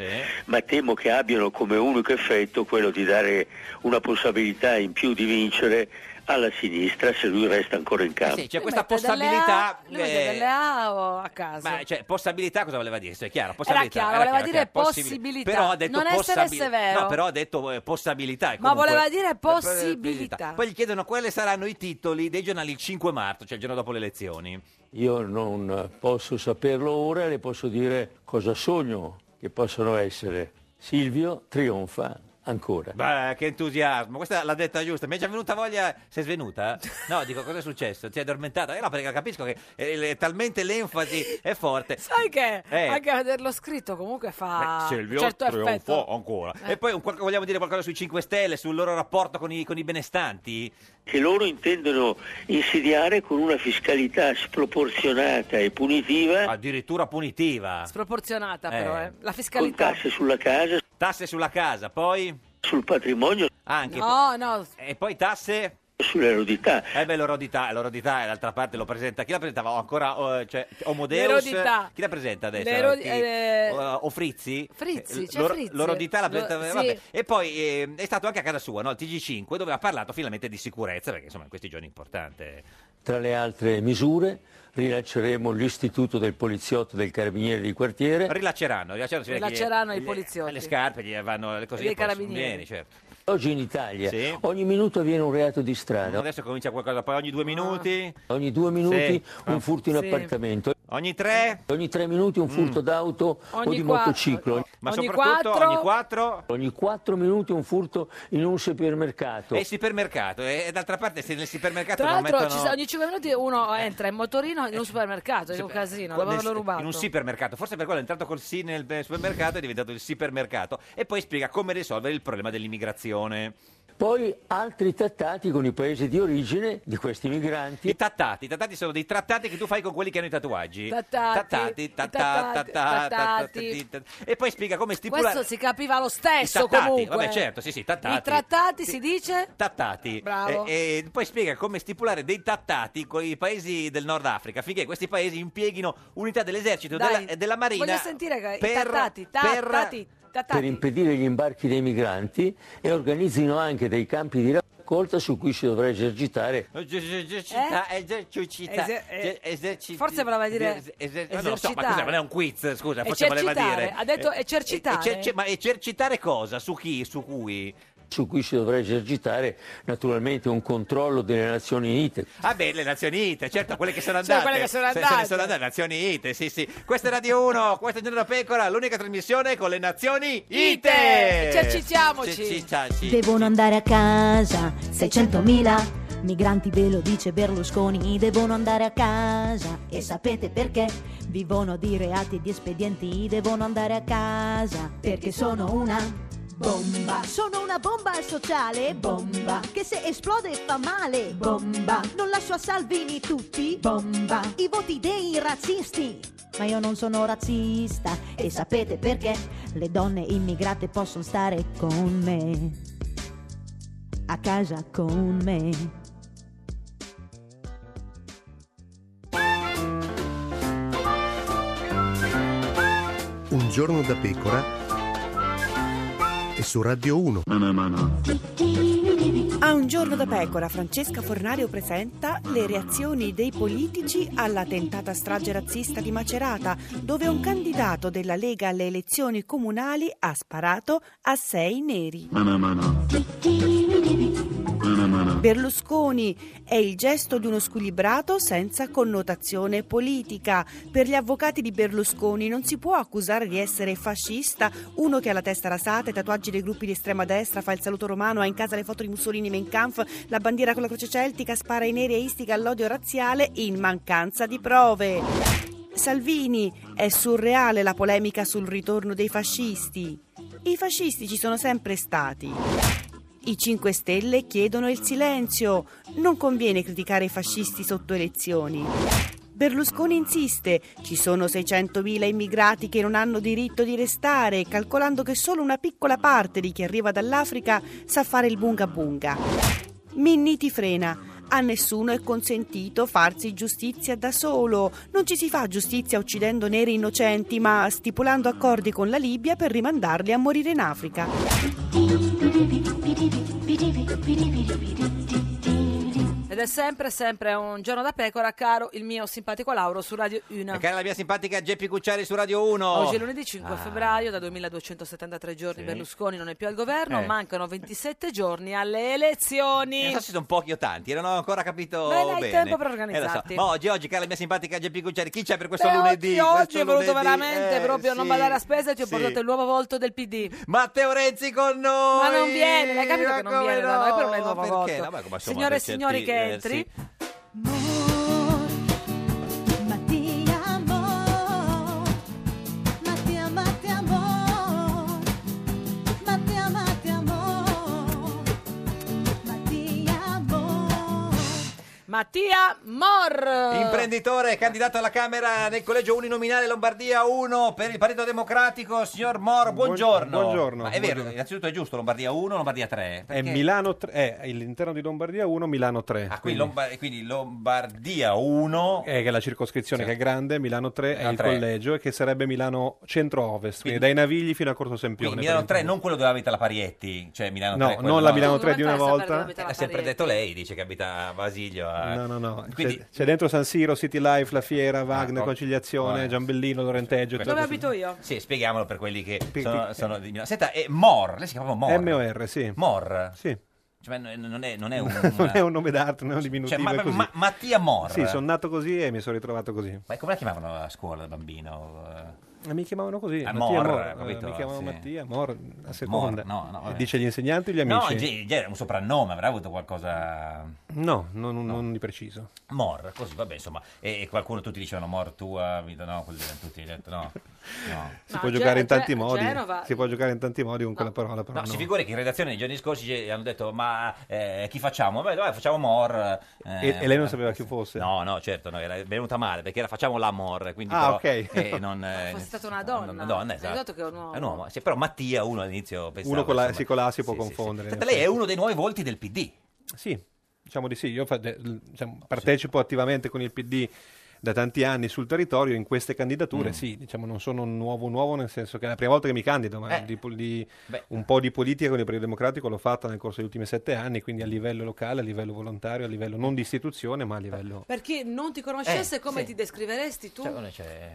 Speaker 5: ma temo che abbiano come unico effetto quello di dare una possibilità in più di vincere alla sinistra se lui resta ancora in campo.
Speaker 2: Eh Sì, c'è
Speaker 3: Eh
Speaker 2: questa
Speaker 1: Mette delle
Speaker 2: possibilità
Speaker 1: A- lui mette
Speaker 2: eh,
Speaker 1: delle A o a caso.
Speaker 2: Ma cioè, possibilità cosa voleva dire? Cioè, è chiaro,
Speaker 1: Era
Speaker 2: possibilità.
Speaker 1: chiaro, voleva dire
Speaker 2: possibili-
Speaker 1: possibilità.
Speaker 2: Però ha detto
Speaker 1: Non essere
Speaker 2: possibili-
Speaker 1: severo.
Speaker 2: No, però ha detto eh, possibilità. e
Speaker 1: Ma
Speaker 2: comunque-
Speaker 1: voleva dire
Speaker 2: eh,
Speaker 1: possibilità.
Speaker 2: Poi gli chiedono quali saranno i titoli dei giornali il 5 marzo, cioè il giorno dopo le elezioni.
Speaker 3: Io non posso saperlo ora, le posso dire cosa sogno che possano essere. Silvio trionfa ancora.
Speaker 2: Beh, che entusiasmo, questa l'ha detta giusta. Mi è già venuta voglia. Sei svenuta? No, dico, cosa è successo? Ti è addormentata? Eh no, perché capisco che eh, talmente l'enfasi è
Speaker 1: *laughs*
Speaker 2: forte.
Speaker 1: Sai che
Speaker 2: Eh.
Speaker 1: anche a vederlo scritto comunque fa
Speaker 2: Beh, Silvio
Speaker 1: un certo
Speaker 2: trionfò
Speaker 1: effetto.
Speaker 2: ancora.
Speaker 1: Eh.
Speaker 2: E poi un qualche- vogliamo dire qualcosa sui 5 Stelle, sul loro rapporto con i, con i benestanti?
Speaker 5: che loro intendono insidiare con una fiscalità sproporzionata e punitiva.
Speaker 2: Addirittura punitiva.
Speaker 1: Proporzionata
Speaker 2: Eh.
Speaker 1: però, eh. La
Speaker 5: Con
Speaker 1: fiscalità.
Speaker 5: tasse sulla casa.
Speaker 2: Tasse sulla casa, poi?
Speaker 5: Sul patrimonio.
Speaker 2: Anche.
Speaker 1: No, no,
Speaker 2: E poi tasse?
Speaker 5: sull'erodità.
Speaker 2: Eh beh, l'orodità, l'orodità, eh, d'altra parte lo presenta. Chi la presentava? Oh, ancora, eh, cioè, Omodeus?
Speaker 1: L'erodità.
Speaker 2: Chi la presenta adesso?
Speaker 1: L'ero-
Speaker 2: Chi-
Speaker 1: eh,
Speaker 2: o, o Frizzi?
Speaker 1: Frizzi,
Speaker 2: Eh,
Speaker 1: c'è Frizzi.
Speaker 2: L'orodità la
Speaker 1: Lo-
Speaker 2: presenta...
Speaker 1: sì.
Speaker 2: vabbè. E poi eh, è stato anche a casa sua, no? Il TG5, dove ha parlato finalmente di sicurezza, perché insomma in questi giorni è importante.
Speaker 3: Tra le altre misure rilasceremo l'istituto del poliziotto e del carabiniere di quartiere.
Speaker 2: Rilacceranno, rilacceranno, si vede che-
Speaker 1: Rilacceranno i
Speaker 2: le-
Speaker 1: poliziotti.
Speaker 2: Le scarpe, gli vanno le cose.
Speaker 1: E i
Speaker 2: gli possono-
Speaker 1: carabinieri.
Speaker 2: vieni, certo.
Speaker 3: Oggi in Italia
Speaker 2: Sì.
Speaker 3: ogni minuto avviene un reato di strada,
Speaker 2: Adesso comincia qualcosa, poi ogni
Speaker 1: Ah.
Speaker 2: due minuti,
Speaker 3: ogni due minuti
Speaker 2: Sì.
Speaker 3: un furto in
Speaker 2: Sì.
Speaker 3: appartamento,
Speaker 2: Ah. ogni tre,
Speaker 3: ogni tre minuti un furto d'auto o
Speaker 2: Ogni
Speaker 3: di
Speaker 2: qua-
Speaker 3: motociclo.
Speaker 2: ma soprattutto ogni quattro.
Speaker 3: Ogni quattro minuti un furto in un supermercato.
Speaker 2: E il supermercato, eh, e, e d'altra parte se nel supermercato
Speaker 1: Tra
Speaker 2: non
Speaker 1: l'altro
Speaker 2: mettono... Eh.
Speaker 1: ci sa- ogni 5 minuti uno entra in motorino in un supermercato, in un casino, dopo
Speaker 2: nel-
Speaker 1: averlo rubato.
Speaker 2: In un supermercato, forse per quello è entrato col sì nel eh, supermercato è diventato il supermercato e poi spiega come risolvere il problema dell'immigrazione.
Speaker 3: Poi altri trattati con i paesi di origine di questi migranti.
Speaker 2: I tattati, i tattati sono dei trattati che tu fai con quelli che hanno i tatuaggi.
Speaker 1: Tattati,
Speaker 2: tattati, tattati,
Speaker 1: tattati,
Speaker 2: tattati, tattati. E poi spiega come stipulare
Speaker 1: Questo si capiva lo
Speaker 2: i
Speaker 1: stesso
Speaker 2: tattati,
Speaker 1: comunque. eh.
Speaker 2: vabbè certo, sì sì,
Speaker 1: I
Speaker 2: tattati.
Speaker 1: trattati si dice?
Speaker 2: tattati.
Speaker 1: Bravo.
Speaker 2: E, e poi spiega come stipulare dei tattati con i paesi del Nord Africa affinché questi paesi impieghino unità dell'esercito e
Speaker 1: Dai,
Speaker 2: della, e della marina.
Speaker 1: Voglio sentire che- i
Speaker 2: per-
Speaker 1: tattati,
Speaker 2: per-
Speaker 1: tattati,
Speaker 3: per
Speaker 1: tattati.
Speaker 3: impedire gli imbarchi dei migranti e organizzino anche dei campi di raccolta su cui si dovrà esercitare
Speaker 2: Esercita, esercita,
Speaker 1: Eser- eh,
Speaker 2: esercita.
Speaker 1: forse voleva dire
Speaker 2: eser- eser- ma non lo so, ma
Speaker 1: esercitare.
Speaker 2: scusa, non è un quiz, scusa, forse voleva
Speaker 1: Esercitare,
Speaker 2: dire.
Speaker 1: ha detto
Speaker 2: Eh,
Speaker 1: esercitare.
Speaker 2: eserci- ma esercitare cosa? Su chi? Su cui?
Speaker 3: su cui si dovrà esercitare naturalmente un controllo delle Nazioni Unite.
Speaker 2: Ah beh, le Nazioni Unite, certo, quelle che sono
Speaker 1: Cioè,
Speaker 2: andate.
Speaker 1: quelle che sono
Speaker 2: Se- se ne
Speaker 1: andate.
Speaker 2: sono andate, Nazioni Unite, sì, sì. Questa è Radio 1, questa è Giorno da Pecora, l'unica trasmissione con le Nazioni Unite.
Speaker 1: Ite! Esercitiamoci.
Speaker 2: Esercitaci.
Speaker 6: Devono andare a casa 600.000 migranti, ve lo dice Berlusconi. Devono andare a casa e sapete perché? Vivono di reati e di espedienti. Devono andare a casa perché sono una bomba. Sono una bomba sociale, bomba. Che se esplode fa male, bomba. Non lascio a Salvini tutti, bomba. I voti dei razzisti. Ma io non sono razzista e sapete perché? Le donne immigrate possono stare con me a casa con me.
Speaker 7: Un giorno da pecora e su Radio 1.
Speaker 8: A un giorno da pecora, Francesca Fornario presenta le reazioni dei politici alla tentata strage razzista di Macerata, dove un candidato della Lega alle elezioni comunali ha sparato a sei neri. Berlusconi è il gesto di uno squilibrato senza connotazione politica. Per gli avvocati di Berlusconi non si può accusare di essere fascista uno che ha la testa rasata, i tatuaggi dei gruppi di estrema destra, fa il saluto romano, ha in casa le foto di Mussolini Mein Kampf, la bandiera con la croce celtica, spara ai neri e istica all'odio razziale in mancanza di prove. Salvini, è surreale la polemica sul ritorno dei fascisti. I fascisti ci sono sempre stati. I 5 Stelle chiedono il silenzio. Non conviene criticare i fascisti sotto elezioni. Berlusconi insiste, ci sono 600.000 immigrati che non hanno diritto di restare, calcolando che solo una piccola parte di chi arriva dall'Africa sa fare il bunga bunga. Minniti frena. A nessuno è consentito farsi giustizia da solo. Non ci si fa giustizia uccidendo neri innocenti, ma stipulando accordi con la Libia per rimandarli a morire in Africa.
Speaker 1: Ed è sempre, sempre un giorno da pecora, caro il mio simpatico Lauro su Radio 1.
Speaker 2: E cara la mia simpatica Geppi Cucciari su Radio 1.
Speaker 1: Oggi è lunedì 5
Speaker 2: Ah.
Speaker 1: febbraio, da 2273 giorni
Speaker 2: Sì.
Speaker 1: Berlusconi non è più al governo,
Speaker 2: Eh.
Speaker 1: mancano 27 giorni alle elezioni.
Speaker 2: Eh, Non so se sono pochi o tanti, non ho ancora capito
Speaker 1: Beh, dai,
Speaker 2: bene.
Speaker 1: tempo per
Speaker 2: Eh, lo so.
Speaker 1: organizzarti.
Speaker 2: Ma oggi, oggi, cara la mia simpatica Geppi Cucciari, chi c'è per questo
Speaker 1: Beh,
Speaker 2: lunedì?
Speaker 1: Eh, Oggi, oggi
Speaker 2: Questo
Speaker 1: è venuto
Speaker 2: lunedì,
Speaker 1: veramente
Speaker 2: eh,
Speaker 1: proprio a non
Speaker 2: sì,
Speaker 1: badare a spesa e ti ho
Speaker 2: sì.
Speaker 1: portato il nuovo volto del PD.
Speaker 2: Matteo Renzi con noi!
Speaker 1: Ma non viene, l'hai capito
Speaker 2: Ma
Speaker 1: che non
Speaker 2: come
Speaker 1: viene da noi, però non è il nuovo
Speaker 2: Perché?
Speaker 1: volto.
Speaker 2: Vabbè, come, insomma,
Speaker 1: Signore e
Speaker 2: per
Speaker 1: signori
Speaker 2: certi eh,
Speaker 1: che
Speaker 2: versi.
Speaker 1: entri,
Speaker 6: Amor, ma ti amo, ma ti amo, ti amo, ma ti amo, ti amo, ma ti amo.
Speaker 1: Mattia, ma, Mor.
Speaker 2: Imprenditore, candidato alla Camera nel collegio uninominale Lombardia 1 per il Partito Democratico, signor Moro, buongiorno.
Speaker 9: buongiorno,
Speaker 2: Ma è vero,
Speaker 9: buongiorno.
Speaker 2: innanzitutto è giusto, Lombardia 1, Lombardia 3.
Speaker 9: È Milano 3, è all'interno di Lombardia 1, Milano 3.
Speaker 2: Ah, qui Lomba- quindi Lombardia 1.
Speaker 9: È Eh, che è la circoscrizione che è grande, Milano 3 è
Speaker 2: Milano
Speaker 9: il
Speaker 2: 3.
Speaker 9: collegio e che sarebbe Milano centro-ovest, quindi,
Speaker 2: Quindi-
Speaker 9: dai Navigli fino a Corso Sempione.
Speaker 2: Quindi Milano
Speaker 9: per
Speaker 2: 3, non quello dove abita la Parietti, cioè Milano
Speaker 9: No,
Speaker 2: 3. quello
Speaker 9: non la Milano
Speaker 2: no.
Speaker 9: 3 di una volta.
Speaker 2: Ha sempre detto lei, dice che abita a Basilio. a-
Speaker 9: No, no, no. C'è-
Speaker 2: Quindi
Speaker 9: C'è, dentro San Siro, City Life, La Fiera, Wagner,
Speaker 2: ok.
Speaker 9: Conciliazione,
Speaker 2: Vabbè.
Speaker 9: Giambellino, Lorenteggio.
Speaker 2: Dove
Speaker 9: tutto questo.
Speaker 1: abito io?
Speaker 2: Sì, spieghiamolo per quelli che
Speaker 9: cioè Pi-
Speaker 2: sono,
Speaker 9: pi- eh.
Speaker 2: sono di Milano. Senta, e Mor, lei si chiamava Mor.
Speaker 9: M.O.R., sì.
Speaker 2: Mor.
Speaker 9: Sì.
Speaker 2: Cioè, ma n- non è, non è un...
Speaker 9: *laughs* non è un nome d'arte, non è un
Speaker 2: Cioè,
Speaker 9: diminutivo.
Speaker 2: ma-
Speaker 9: è
Speaker 2: ma-
Speaker 9: così.
Speaker 2: ma- Mattia Mor.
Speaker 9: Sì, sono nato così e mi sono ritrovato così.
Speaker 2: Ma come la chiamavano a scuola da bambino?
Speaker 9: Eh, Mi chiamavano così,
Speaker 2: Ah,
Speaker 9: Mattia
Speaker 2: Mor,
Speaker 9: Mor, eh,
Speaker 2: capito?
Speaker 9: mi chiamavano
Speaker 2: Sì.
Speaker 9: Mattia Mor a seconda.
Speaker 2: no, no, vabbè.
Speaker 9: Dice gli insegnanti o gli
Speaker 2: No,
Speaker 9: amici?
Speaker 2: gli- gli era un soprannome, avrà avuto qualcosa...
Speaker 9: No, non, non- non di preciso.
Speaker 2: Mor, così, vabbè, insomma. E, e qualcuno tutti dicevano Mor tua, vita", no, quelli erano tutti, detto, no,
Speaker 9: *laughs*
Speaker 2: no.
Speaker 9: Si può giocare in tanti modi.
Speaker 1: Genova-
Speaker 9: Si può giocare in tanti modi con quella parola, però
Speaker 2: No,
Speaker 9: no.
Speaker 2: si figuri che in redazione nei giorni scorsi ci hanno detto ma eh, chi facciamo? Beh, dai, facciamo Mor. eh,
Speaker 9: E, e lei non sapeva chi fosse.
Speaker 2: No, no, certo, no, era venuta male perché era facciamo la Mor. Quindi
Speaker 9: Ah,
Speaker 2: però,
Speaker 9: ok.
Speaker 2: eh, non, eh,
Speaker 1: Fosse stata una donna.
Speaker 2: una donna, esatto.
Speaker 1: Hai detto che è un uomo.
Speaker 2: è un uomo. Sì, però Mattia uno all'inizio pensava.
Speaker 9: Uno con la,
Speaker 2: insomma.
Speaker 9: sì, con la si può confondere.
Speaker 2: Tanto lei è uno dei nuovi volti del PD.
Speaker 9: Sì, diciamo di sì. Io fa- de- l- diciamo, partecipo attivamente con il PD da tanti anni sul territorio in queste candidature.
Speaker 2: Mm.
Speaker 9: Sì, diciamo, non sono un nuovo nuovo nel senso che è la prima volta che mi candido, ma
Speaker 2: Eh.
Speaker 9: di pol- di-
Speaker 2: Beh.
Speaker 9: un po' di politica con il Partito Democratico l'ho fatta nel corso degli ultimi sette anni, quindi a livello locale, a livello volontario, a livello non di istituzione, ma a livello...
Speaker 1: Per chi non ti conoscesse,
Speaker 2: Eh,
Speaker 1: come
Speaker 2: sì.
Speaker 1: ti descriveresti tu?
Speaker 2: Cioè, non c'è-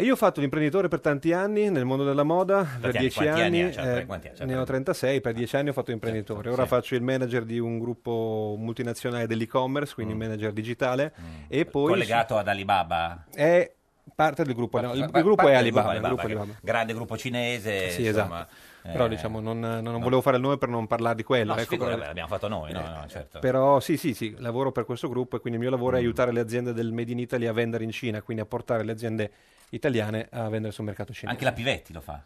Speaker 9: Io ho fatto l'imprenditore per tanti anni nel mondo della moda, per
Speaker 2: anni?
Speaker 9: dieci
Speaker 2: Quanti
Speaker 9: anni,
Speaker 2: anni ha? Cioè, per
Speaker 9: eh,
Speaker 2: quanti anni? Cioè,
Speaker 9: ne ho
Speaker 2: per- Cioè,
Speaker 9: 36, per dieci anni ho fatto imprenditore, ora
Speaker 2: sì.
Speaker 9: faccio il manager di un gruppo multinazionale dell'e-commerce, quindi un manager digitale, e poi...
Speaker 2: Mm. Collegato ad Alibaba.
Speaker 9: è parte del gruppo. no, il, il
Speaker 2: Fa- fa-
Speaker 9: gruppo
Speaker 2: parte
Speaker 9: è
Speaker 2: del
Speaker 9: Alibaba. il
Speaker 2: Alibaba,
Speaker 9: gruppo
Speaker 2: che-
Speaker 9: Alibaba.
Speaker 2: Grande gruppo cinese.
Speaker 9: Sì,
Speaker 2: insomma,
Speaker 9: esatto. Però
Speaker 2: eh,
Speaker 9: diciamo, non, non volevo fare il nome per non parlare di quello.
Speaker 2: No, si
Speaker 9: ecco,
Speaker 2: figuri,
Speaker 9: però-
Speaker 2: vabbè, l'abbiamo fatto noi, no, no, certo.
Speaker 9: però sì, sì, sì, lavoro per questo gruppo e quindi il mio
Speaker 2: Mm.
Speaker 9: lavoro è aiutare le aziende del Made in Italy a vendere in Cina, quindi a portare le aziende italiane a vendere sul mercato cinese.
Speaker 2: Anche la Pivetti lo fa.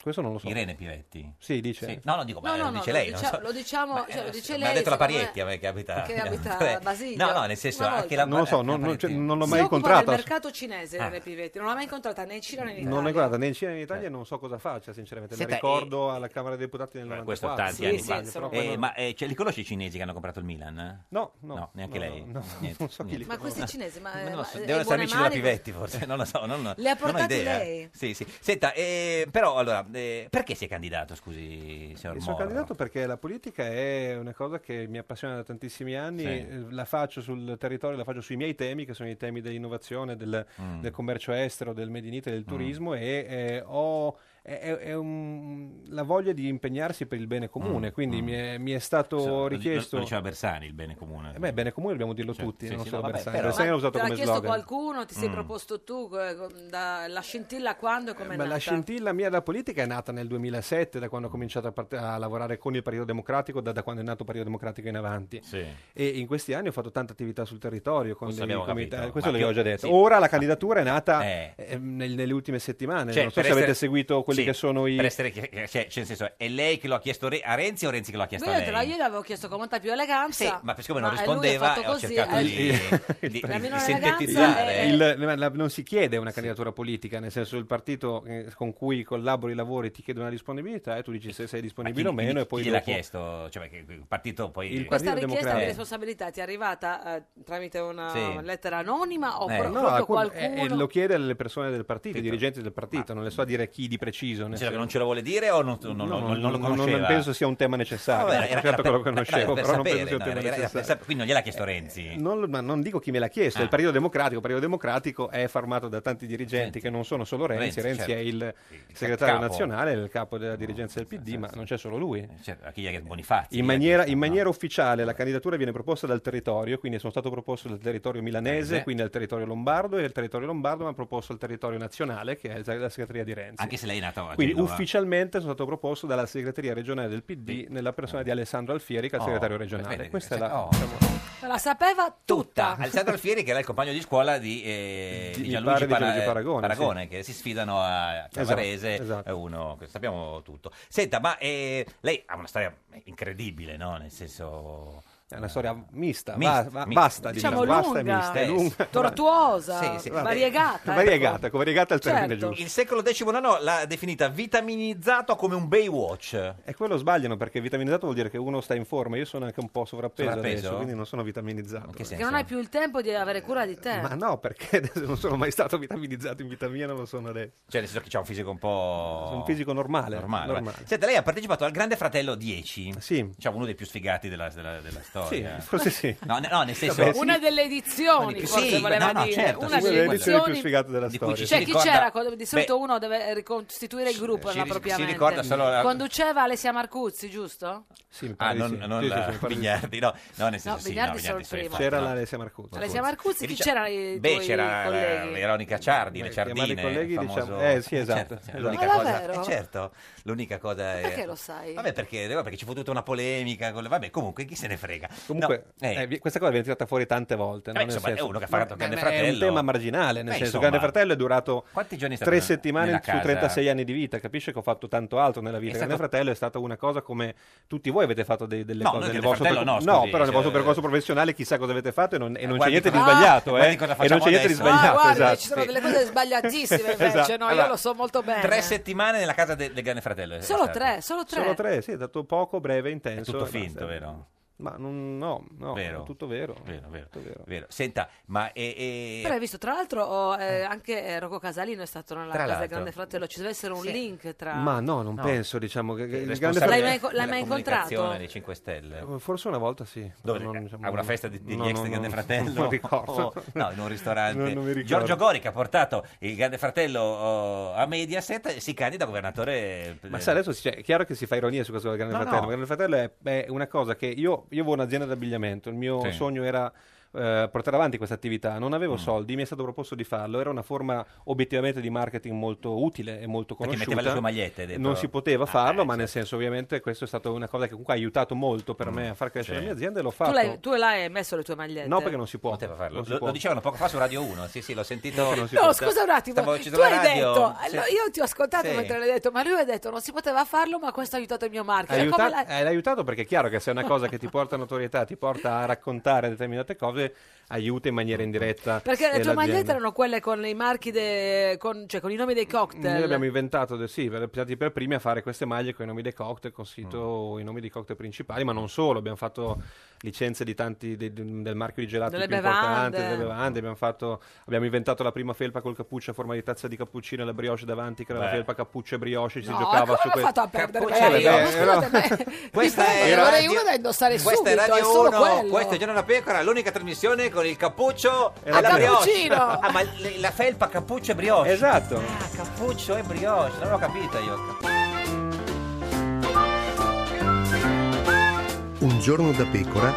Speaker 9: Questo non lo so.
Speaker 2: Irene Pivetti.
Speaker 9: Sì, dice.
Speaker 2: Sì. No, no, dico, ma
Speaker 1: No, no,
Speaker 2: lo
Speaker 1: no,
Speaker 2: dice
Speaker 1: lo
Speaker 2: lei.
Speaker 1: dicia-
Speaker 2: non so.
Speaker 1: lo diciamo-
Speaker 2: Ma,
Speaker 1: cioè, lo
Speaker 2: eh,
Speaker 1: dice
Speaker 2: mi
Speaker 1: lei,
Speaker 2: ha detto la
Speaker 1: secondo
Speaker 2: Parietti,
Speaker 1: me-
Speaker 2: a me che abita... *laughs*
Speaker 1: che abita
Speaker 2: Vabbè.
Speaker 1: a Basilio.
Speaker 2: No, no, nel senso
Speaker 1: Una
Speaker 2: anche la...
Speaker 9: Non lo so, non, non-
Speaker 2: Parietti-
Speaker 9: cioè, non l'ho
Speaker 1: si
Speaker 9: mai
Speaker 1: occupa
Speaker 9: incontrata.
Speaker 1: del mercato cinese,
Speaker 2: Ah.
Speaker 1: Irene Pivetti. Non l'ha mai incontrata né in Cina né in Italia. Eh.
Speaker 9: Non l'ho incontrata né in Cina né in Italia e non so cosa faccia, sinceramente.
Speaker 2: Senta,
Speaker 9: la
Speaker 2: e-
Speaker 9: ricordo alla Camera dei Deputati nel
Speaker 2: Beh, Eh, Questo
Speaker 9: 94.
Speaker 2: tanti
Speaker 1: Sì,
Speaker 2: anni
Speaker 1: sì,
Speaker 2: fa.
Speaker 1: insomma,
Speaker 2: Eh,
Speaker 9: quello-
Speaker 2: ma eh, cioè, li conosci i cinesi che hanno comprato il Milan?
Speaker 9: No, no.
Speaker 2: neanche
Speaker 9: no,
Speaker 2: lei.
Speaker 9: no, no,
Speaker 2: Niente,
Speaker 9: non so chi
Speaker 2: niente.
Speaker 9: li
Speaker 1: Ma questi cinesi, ma,
Speaker 2: Non
Speaker 1: eh,
Speaker 2: lo
Speaker 1: ma
Speaker 2: so,
Speaker 1: è
Speaker 2: devono
Speaker 1: in
Speaker 2: essere
Speaker 1: buone
Speaker 2: amici della
Speaker 1: mani?
Speaker 2: Pivetti, forse, non lo so.
Speaker 1: *laughs*
Speaker 2: Non,
Speaker 1: Le ha
Speaker 2: non ho
Speaker 1: portati
Speaker 2: idea.
Speaker 1: lei?
Speaker 2: Sì, sì. Senta, eh, però allora, eh, perché si è candidato, scusi, signor
Speaker 9: Mi
Speaker 2: Moro?
Speaker 9: sono candidato perché la politica è una cosa che mi appassiona da tantissimi anni,
Speaker 2: Sì.
Speaker 9: eh, la faccio sul territorio, la faccio sui miei temi, che sono i temi dell'innovazione, del,
Speaker 2: Mm.
Speaker 9: del commercio estero, del Made in Italy, del turismo e eh, ho è- è- è un- la voglia di impegnarsi per il bene comune,
Speaker 2: Mm,
Speaker 9: quindi
Speaker 2: mm.
Speaker 9: mi è, mi è
Speaker 2: Lo- lo-
Speaker 9: stato
Speaker 2: Lo,
Speaker 9: richiesto...
Speaker 2: diceva Bersani, il bene comune.
Speaker 9: Eh beh, bene comune dobbiamo dirlo
Speaker 2: Cioè,
Speaker 9: tutti,
Speaker 2: sì,
Speaker 9: non
Speaker 2: sì,
Speaker 9: solo
Speaker 2: no, vabbè,
Speaker 9: Bersani.
Speaker 2: però-
Speaker 9: Bersani l'ha
Speaker 1: Ma
Speaker 9: usato
Speaker 1: te l'ha
Speaker 9: come
Speaker 1: chiesto
Speaker 9: slogan.
Speaker 1: qualcuno, ti sei
Speaker 2: Mm.
Speaker 1: proposto tu, eh, da- la scintilla quando e come è
Speaker 9: Ma
Speaker 1: nata?
Speaker 9: la scintilla mia della politica è nata nel 2007, da quando ho cominciato a, parte- a lavorare con il Partito Democratico, da, da quando è nato il Partito Democratico in avanti.
Speaker 2: Sì.
Speaker 9: E in questi anni ho fatto tanta attività sul territorio. Con
Speaker 2: Questo
Speaker 9: dei
Speaker 2: abbiamo
Speaker 9: comitati-
Speaker 2: capito.
Speaker 9: questo
Speaker 2: Ma
Speaker 9: l'avevo
Speaker 2: più-
Speaker 9: già detto.
Speaker 2: sì.
Speaker 9: Ora la candidatura è nata
Speaker 2: Eh.
Speaker 9: ehm, nel- nelle ultime settimane.
Speaker 2: Cioè,
Speaker 9: Eh, non so
Speaker 2: per
Speaker 9: se
Speaker 2: essere-
Speaker 9: avete seguito quelli
Speaker 2: sì,
Speaker 9: che sono i.
Speaker 2: Per essere, chi- cioè, cioè, nel senso, è lei che lo ha chiesto Re- a Renzi o Renzi che lo ha chiesto
Speaker 1: Io,
Speaker 2: a
Speaker 1: te la-
Speaker 2: lei?
Speaker 1: io gli avevo chiesto con molta più eleganza.
Speaker 2: Sì, ma siccome non
Speaker 1: e lui ha
Speaker 2: rispondeva,
Speaker 1: fatto
Speaker 2: ho
Speaker 1: così,
Speaker 2: cercato
Speaker 1: eh.
Speaker 2: di- di- di-
Speaker 9: La
Speaker 1: minore
Speaker 2: di
Speaker 1: eleganza
Speaker 2: sintetizzare.
Speaker 1: è-
Speaker 9: Il- il- la- non si chiede una candidatura politica, nel senso il partito eh, con cui collabori i lavori ti chiede una disponibilità e tu dici se sei
Speaker 2: Eh, Ma
Speaker 9: disponibile o meno.
Speaker 2: chi
Speaker 9: e poi
Speaker 2: gliel'ha
Speaker 9: dopo-
Speaker 2: chiesto? Cioè, perché il partito poi...
Speaker 9: Il
Speaker 1: Questa
Speaker 9: Partito
Speaker 1: richiesta di
Speaker 9: Democratico.
Speaker 1: responsabilità ti è arrivata eh, tramite una
Speaker 2: Sì.
Speaker 1: lettera anonima o
Speaker 2: Eh.
Speaker 1: pro-
Speaker 2: No,
Speaker 9: No,
Speaker 1: proprio
Speaker 9: alcun-
Speaker 1: qualcuno?
Speaker 9: eh, eh, lo chiede alle persone del partito, ai
Speaker 2: Capito.
Speaker 9: dirigenti del partito, non le so dire chi di preciso. nel
Speaker 2: Nel senso
Speaker 9: senso-
Speaker 2: che non ce lo vuole dire o non, non-
Speaker 9: No,
Speaker 2: non-
Speaker 9: no,
Speaker 2: non- non lo
Speaker 9: non- non
Speaker 2: conosceva?
Speaker 9: penso sia un tema necessario.
Speaker 2: No, era-
Speaker 9: Certo
Speaker 2: era per-
Speaker 9: che lo
Speaker 2: era-
Speaker 9: conoscevo,
Speaker 2: era
Speaker 9: però non
Speaker 2: per
Speaker 9: penso sia un tema
Speaker 2: sapere, no, era- era per
Speaker 9: necessario.
Speaker 2: sapere, quindi non gliel'ha chiesto Renzi?
Speaker 9: Non, lo- ma non dico chi me l'ha chiesto,
Speaker 2: Ah.
Speaker 9: il Partito Democratico. Il Partito Democratico è formato da tanti dirigenti
Speaker 2: Renzi.
Speaker 9: che non sono solo Renzi.
Speaker 2: Renzi,
Speaker 9: Renzi
Speaker 2: certo.
Speaker 9: è il
Speaker 2: Il
Speaker 9: segretario
Speaker 2: capo.
Speaker 9: nazionale, il capo della dirigenza del
Speaker 2: sì,
Speaker 9: PD,
Speaker 2: sì,
Speaker 9: ma
Speaker 2: sì.
Speaker 9: non c'è solo lui.
Speaker 2: Cioè, a chi gli ha chiesto Bonifazi?
Speaker 9: In
Speaker 2: gli ha
Speaker 9: maniera,
Speaker 2: chiesto,
Speaker 9: in
Speaker 2: no?
Speaker 9: maniera ufficiale la candidatura viene proposta dal territorio, quindi sono stato proposto dal territorio milanese,
Speaker 2: Milanese.
Speaker 9: quindi al territorio lombardo e il territorio lombardo mi ha proposto al territorio nazionale che è la segreteria di Renzi.
Speaker 2: Anche se lei è nata a
Speaker 9: Quindi
Speaker 2: Genova.
Speaker 9: ufficialmente sono stato proposto dalla segreteria regionale del PD nella persona di Alessandro Alfieri, che è il
Speaker 2: Oh,
Speaker 9: segretario regionale.
Speaker 2: vedi,
Speaker 9: Questa è
Speaker 2: se-
Speaker 9: la...
Speaker 2: oh.
Speaker 1: La sapeva
Speaker 2: Tutta.
Speaker 1: tutta.
Speaker 2: Alessandro Alfieri, che era Ah, il compagno di scuola di, eh,
Speaker 9: Di-
Speaker 2: di
Speaker 9: mi
Speaker 2: Gianluigi
Speaker 9: pare di Gianluigi
Speaker 2: Para-
Speaker 9: Paragone,
Speaker 2: che si sfidano a Cavarese
Speaker 9: Esatto, esatto.
Speaker 2: eh, uno, che sappiamo tutto. Senta, ma eh, lei ha una storia incredibile, no? Nel senso,
Speaker 9: È una storia mista,
Speaker 2: Mista,
Speaker 9: va- va-
Speaker 2: mista.
Speaker 9: basta,
Speaker 1: Diciamo
Speaker 9: basta,
Speaker 1: lunga,
Speaker 9: mista, è
Speaker 1: eh,
Speaker 9: lunga. *laughs*
Speaker 1: tortuosa,
Speaker 2: Sì, sì, vabbè.
Speaker 1: variegata.
Speaker 9: variegata, ecco, variegata è il termine
Speaker 1: Ah, Certo.
Speaker 9: giusto.
Speaker 2: Il secolo XIX l'ha definita vitaminizzato come un Baywatch.
Speaker 9: E quello sbagliano perché vitaminizzato vuol dire che uno sta in forma, io sono anche un po' sovrappeso,
Speaker 2: Sovrappeso?
Speaker 9: adesso, quindi non sono vitaminizzato. Che
Speaker 1: ecco, Che non hai più il tempo di avere cura di te.
Speaker 9: Ma no, perché *laughs* adesso non sono mai stato vitaminizzato in vita mia, non lo sono adesso.
Speaker 2: Cioè, nel senso che c'ha un fisico un po'.
Speaker 9: Un fisico normale, normale.
Speaker 2: Senta, lei ha partecipato al Grande Fratello 10.
Speaker 9: Sì.
Speaker 2: Cioè, uno dei più sfigati della, della- della storia.
Speaker 9: Sì, forse sì.
Speaker 2: No, ne- no, nel senso.
Speaker 1: Una delle edizioni,
Speaker 2: Sì,
Speaker 1: forse
Speaker 2: beh,
Speaker 1: voleva
Speaker 2: no, no,
Speaker 1: dire.
Speaker 2: certo,
Speaker 1: una
Speaker 2: sì,
Speaker 1: delle
Speaker 2: quella.
Speaker 9: L'edizione più
Speaker 1: edizioni.
Speaker 9: sfigata della
Speaker 2: Di cui
Speaker 9: storia.
Speaker 2: ci
Speaker 1: Cioè,
Speaker 2: si
Speaker 1: chi
Speaker 2: ricorda-
Speaker 1: c'era? Co- Di solito
Speaker 2: Beh,
Speaker 1: uno deve ricostituire il gruppo,
Speaker 2: si
Speaker 1: no,
Speaker 2: ri- si
Speaker 1: propriamente.
Speaker 2: ricorda solo la-
Speaker 1: Conduceva Alessia Marcuzzi, giusto?
Speaker 9: Sì, mi
Speaker 2: Ah,
Speaker 9: pare di
Speaker 2: non,
Speaker 9: sì.
Speaker 2: non
Speaker 9: Sì, sì,
Speaker 2: la-
Speaker 9: sì, mi pare di sì.
Speaker 2: Bignardi, no, no, nel senso
Speaker 1: No, Bignardi solo
Speaker 2: sì, no, Bignardi,
Speaker 1: il
Speaker 2: solo
Speaker 1: primo.
Speaker 2: fatto,
Speaker 9: C'era
Speaker 2: no.
Speaker 9: l'Alessia Marcuzzi.
Speaker 1: Alessia Marcuzzi,
Speaker 2: E
Speaker 1: chi
Speaker 2: dicia-
Speaker 1: c'era? I
Speaker 2: Beh,
Speaker 1: tuoi
Speaker 2: c'era eh,
Speaker 1: colleghi?
Speaker 2: l'Eronica Ciardi, le
Speaker 9: Beh, chiamare i
Speaker 2: Ciardine,
Speaker 9: colleghi,
Speaker 2: il famoso-
Speaker 9: diciamo- eh, sì, esatto,
Speaker 2: certo,
Speaker 9: esatto.
Speaker 2: L'unica
Speaker 1: Ma
Speaker 2: cosa,
Speaker 1: davvero?
Speaker 2: eh, certo, l'unica cosa è...
Speaker 1: Perché lo sai?
Speaker 2: Vabbè, perché, vabbè, perché ci fu tutta una polemica, con le- vabbè, comunque chi se ne frega.
Speaker 9: Comunque,
Speaker 2: No, eh,
Speaker 9: eh, vi- questa cosa viene tirata fuori tante volte. no?
Speaker 2: Beh,
Speaker 9: Nel
Speaker 2: insomma,
Speaker 9: senso-
Speaker 2: è uno che ha fatto
Speaker 9: Ma-
Speaker 2: Grande
Speaker 9: ma È un
Speaker 2: Fratello.
Speaker 9: tema marginale, nel
Speaker 2: Beh,
Speaker 9: senso,
Speaker 2: insomma,
Speaker 9: Grande Fratello è durato
Speaker 2: quanti giorni è stato
Speaker 9: tre
Speaker 2: nel-
Speaker 9: settimane
Speaker 2: nella
Speaker 9: su
Speaker 2: casa?
Speaker 9: 36 anni di vita. Capisce che ho fatto tanto altro nella vita.
Speaker 2: È
Speaker 9: Grande
Speaker 2: stato-
Speaker 9: Fratello è stata una cosa come tutti voi avete fatto dei- delle
Speaker 2: No,
Speaker 9: cose.
Speaker 2: noi
Speaker 9: nel
Speaker 2: Grande
Speaker 9: vostro
Speaker 2: Fratello no, scusi,
Speaker 9: però nel vostro
Speaker 2: cioè- Eh,
Speaker 9: percorso professionale chissà cosa avete fatto e non, e non c'è
Speaker 2: guardi
Speaker 9: niente di
Speaker 1: cosa-
Speaker 9: sbagliato.
Speaker 2: guardi
Speaker 9: eh.
Speaker 2: cosa
Speaker 9: e non
Speaker 2: facciamo
Speaker 9: c'è niente di
Speaker 2: adesso. Eh,
Speaker 1: Ah,
Speaker 9: sbagliato.
Speaker 1: guarda,
Speaker 9: esatto.
Speaker 1: ci sono delle cose sbagliatissime
Speaker 2: *laughs*
Speaker 1: invece,
Speaker 9: Esatto.
Speaker 1: no?
Speaker 9: Allora,
Speaker 1: Io lo so molto bene.
Speaker 2: Tre settimane nella casa de- del Grande Fratello. è
Speaker 1: Solo
Speaker 2: stato.
Speaker 1: tre, solo tre.
Speaker 9: Solo tre, sì, è stato poco, breve,
Speaker 2: esatto. È
Speaker 9: intenso.
Speaker 2: tutto
Speaker 9: e basta.
Speaker 2: finto, vero?
Speaker 9: Ma non- no, no,
Speaker 2: Vero.
Speaker 9: è tutto vero.
Speaker 2: Vero, vero,
Speaker 9: Tutto vero.
Speaker 2: vero. Senta, ma... E, e-
Speaker 1: Però hai visto, tra l'altro, oh, eh, anche eh, Rocco Casalino è stato nella
Speaker 2: Tra
Speaker 1: casa del
Speaker 2: l'altro.
Speaker 1: Grande Fratello. Ci deve essere un link tra...
Speaker 9: Ma no, non
Speaker 2: No.
Speaker 9: penso, diciamo che, che
Speaker 2: il
Speaker 9: il grande
Speaker 2: responsabile
Speaker 1: L'hai mai- l'hai
Speaker 2: della
Speaker 1: mai
Speaker 2: comunicazione
Speaker 1: incontrato?
Speaker 2: dei 5 Stelle.
Speaker 9: Forse una volta sì.
Speaker 2: Dove?
Speaker 9: però non- diciamo,
Speaker 2: a una festa di- degli
Speaker 9: no,
Speaker 2: ex
Speaker 9: no,
Speaker 2: del Grande
Speaker 9: no,
Speaker 2: Fratello?
Speaker 9: Non ricordo.
Speaker 2: Oh, no, in un ristorante.
Speaker 9: *laughs* Non- non mi ricordo.
Speaker 2: Giorgio Gori che ha portato il Grande Fratello oh, a Mediaset e si candida a governatore. eh,
Speaker 9: Ma sai, adesso cioè, è chiaro che si fa ironia su questo del Grande
Speaker 2: No,
Speaker 9: Fratello.
Speaker 2: no.
Speaker 9: ma Il Grande Fratello è, è una cosa che io, io avevo un'azienda d'abbigliamento, il mio
Speaker 2: Sì. Mm.
Speaker 9: sogno era eh, portare avanti questa attività, non avevo soldi, mi è stato proposto di farlo, era una forma obiettivamente di marketing molto utile e molto
Speaker 2: Perché
Speaker 9: conosciuta.
Speaker 2: metteva le sue magliette dentro.
Speaker 9: Non si poteva
Speaker 2: Ah,
Speaker 9: farlo,
Speaker 2: eh,
Speaker 9: ma
Speaker 2: certo. Mm.
Speaker 9: nel senso ovviamente questa è stata una cosa che comunque ha aiutato molto per me a far crescere
Speaker 2: Sì.
Speaker 9: la mia azienda e l'ho
Speaker 1: Tu,
Speaker 9: fatto.
Speaker 1: l'hai, tu l'hai messo le tue magliette?
Speaker 9: No, perché non si può.
Speaker 2: Poteva farlo.
Speaker 9: Non si
Speaker 2: Lo, diciamo
Speaker 9: può.
Speaker 2: lo dicevano poco fa su Radio 1. Sì, sì, l'ho sentito.
Speaker 9: Non si
Speaker 1: No,
Speaker 9: può.
Speaker 1: scusa un attimo,
Speaker 2: Stavo- ci
Speaker 1: tu
Speaker 2: sono
Speaker 1: hai
Speaker 2: la radio.
Speaker 1: detto,
Speaker 2: Sì.
Speaker 1: allora, io ti ho ascoltato
Speaker 2: Sì.
Speaker 1: mentre l'hai detto, ma lui ha detto non si poteva farlo, ma questo ha aiutato il mio marchio. Era
Speaker 9: Aiuta-
Speaker 1: Cioè, come la-
Speaker 9: eh, l'ha aiutato perché è chiaro che se è una cosa che ti porta a notorietà, ti porta a raccontare determinate cose, aiuta in maniera indiretta.
Speaker 1: Perché le
Speaker 9: eh,
Speaker 1: tue magliette
Speaker 9: l'azienda.
Speaker 1: erano quelle con i marchi, de- con, cioè con i nomi dei
Speaker 9: Noi
Speaker 1: cocktail.
Speaker 9: abbiamo inventato, de- sì, per, stati per primi a fare queste maglie con i nomi dei cocktail, con scritto i nomi dei cocktail principali, ma non solo, abbiamo fatto licenze di tanti de- de- del marchio di gelato
Speaker 1: Delle
Speaker 9: più importante,
Speaker 1: bevande.
Speaker 9: delle bevande, abbiamo, fatto, abbiamo inventato la prima felpa col cappuccio a forma di tazza di cappuccino e la brioche davanti, che era la
Speaker 2: Beh.
Speaker 9: felpa cappuccio e brioche, si
Speaker 1: No,
Speaker 9: giocava
Speaker 1: come
Speaker 9: su
Speaker 1: l'ho
Speaker 9: questo.
Speaker 1: fatto a perdere
Speaker 2: Cappuccio,
Speaker 1: cioè,
Speaker 9: eh,
Speaker 1: io,
Speaker 9: vabbè,
Speaker 1: ma scusate me,
Speaker 2: Questa
Speaker 1: *laughs* mi
Speaker 2: è
Speaker 1: vorrei
Speaker 2: Radio-
Speaker 1: uno da indossare
Speaker 2: questa
Speaker 1: subito,
Speaker 2: è Radio
Speaker 1: solo
Speaker 2: 1,
Speaker 1: quello.
Speaker 2: questo è Giorno la Pecora, l'unica trasmissione con il cappuccio
Speaker 9: E
Speaker 2: e
Speaker 9: la
Speaker 2: la brioche.
Speaker 1: cappuccino.
Speaker 2: Ah, ma le- la felpa cappuccio e brioche.
Speaker 9: Esatto.
Speaker 2: Ah, cappuccio e brioche, non l'ho capita io.
Speaker 7: Un giorno da pecora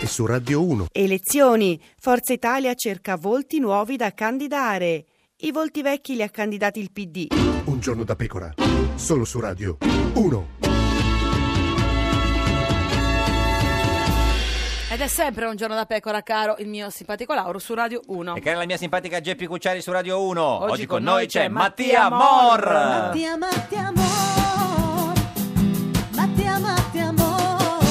Speaker 7: e su Radio 1.
Speaker 8: Elezioni. Forza Italia cerca volti nuovi da candidare. I volti vecchi li ha candidati il PD.
Speaker 7: Un giorno da pecora, solo su Radio 1.
Speaker 1: Ed è sempre un giorno da pecora, caro il mio simpatico Lauro su Radio 1.
Speaker 2: E cara la mia simpatica Geppi Cucciari su Radio 1.
Speaker 1: Oggi
Speaker 2: Oggi,
Speaker 1: con
Speaker 2: con,
Speaker 1: noi
Speaker 2: noi c'è
Speaker 1: c'è
Speaker 2: Mattia
Speaker 1: Mor.
Speaker 2: Mor.
Speaker 6: Matti, amatti, amor. Matti, amatti, amor.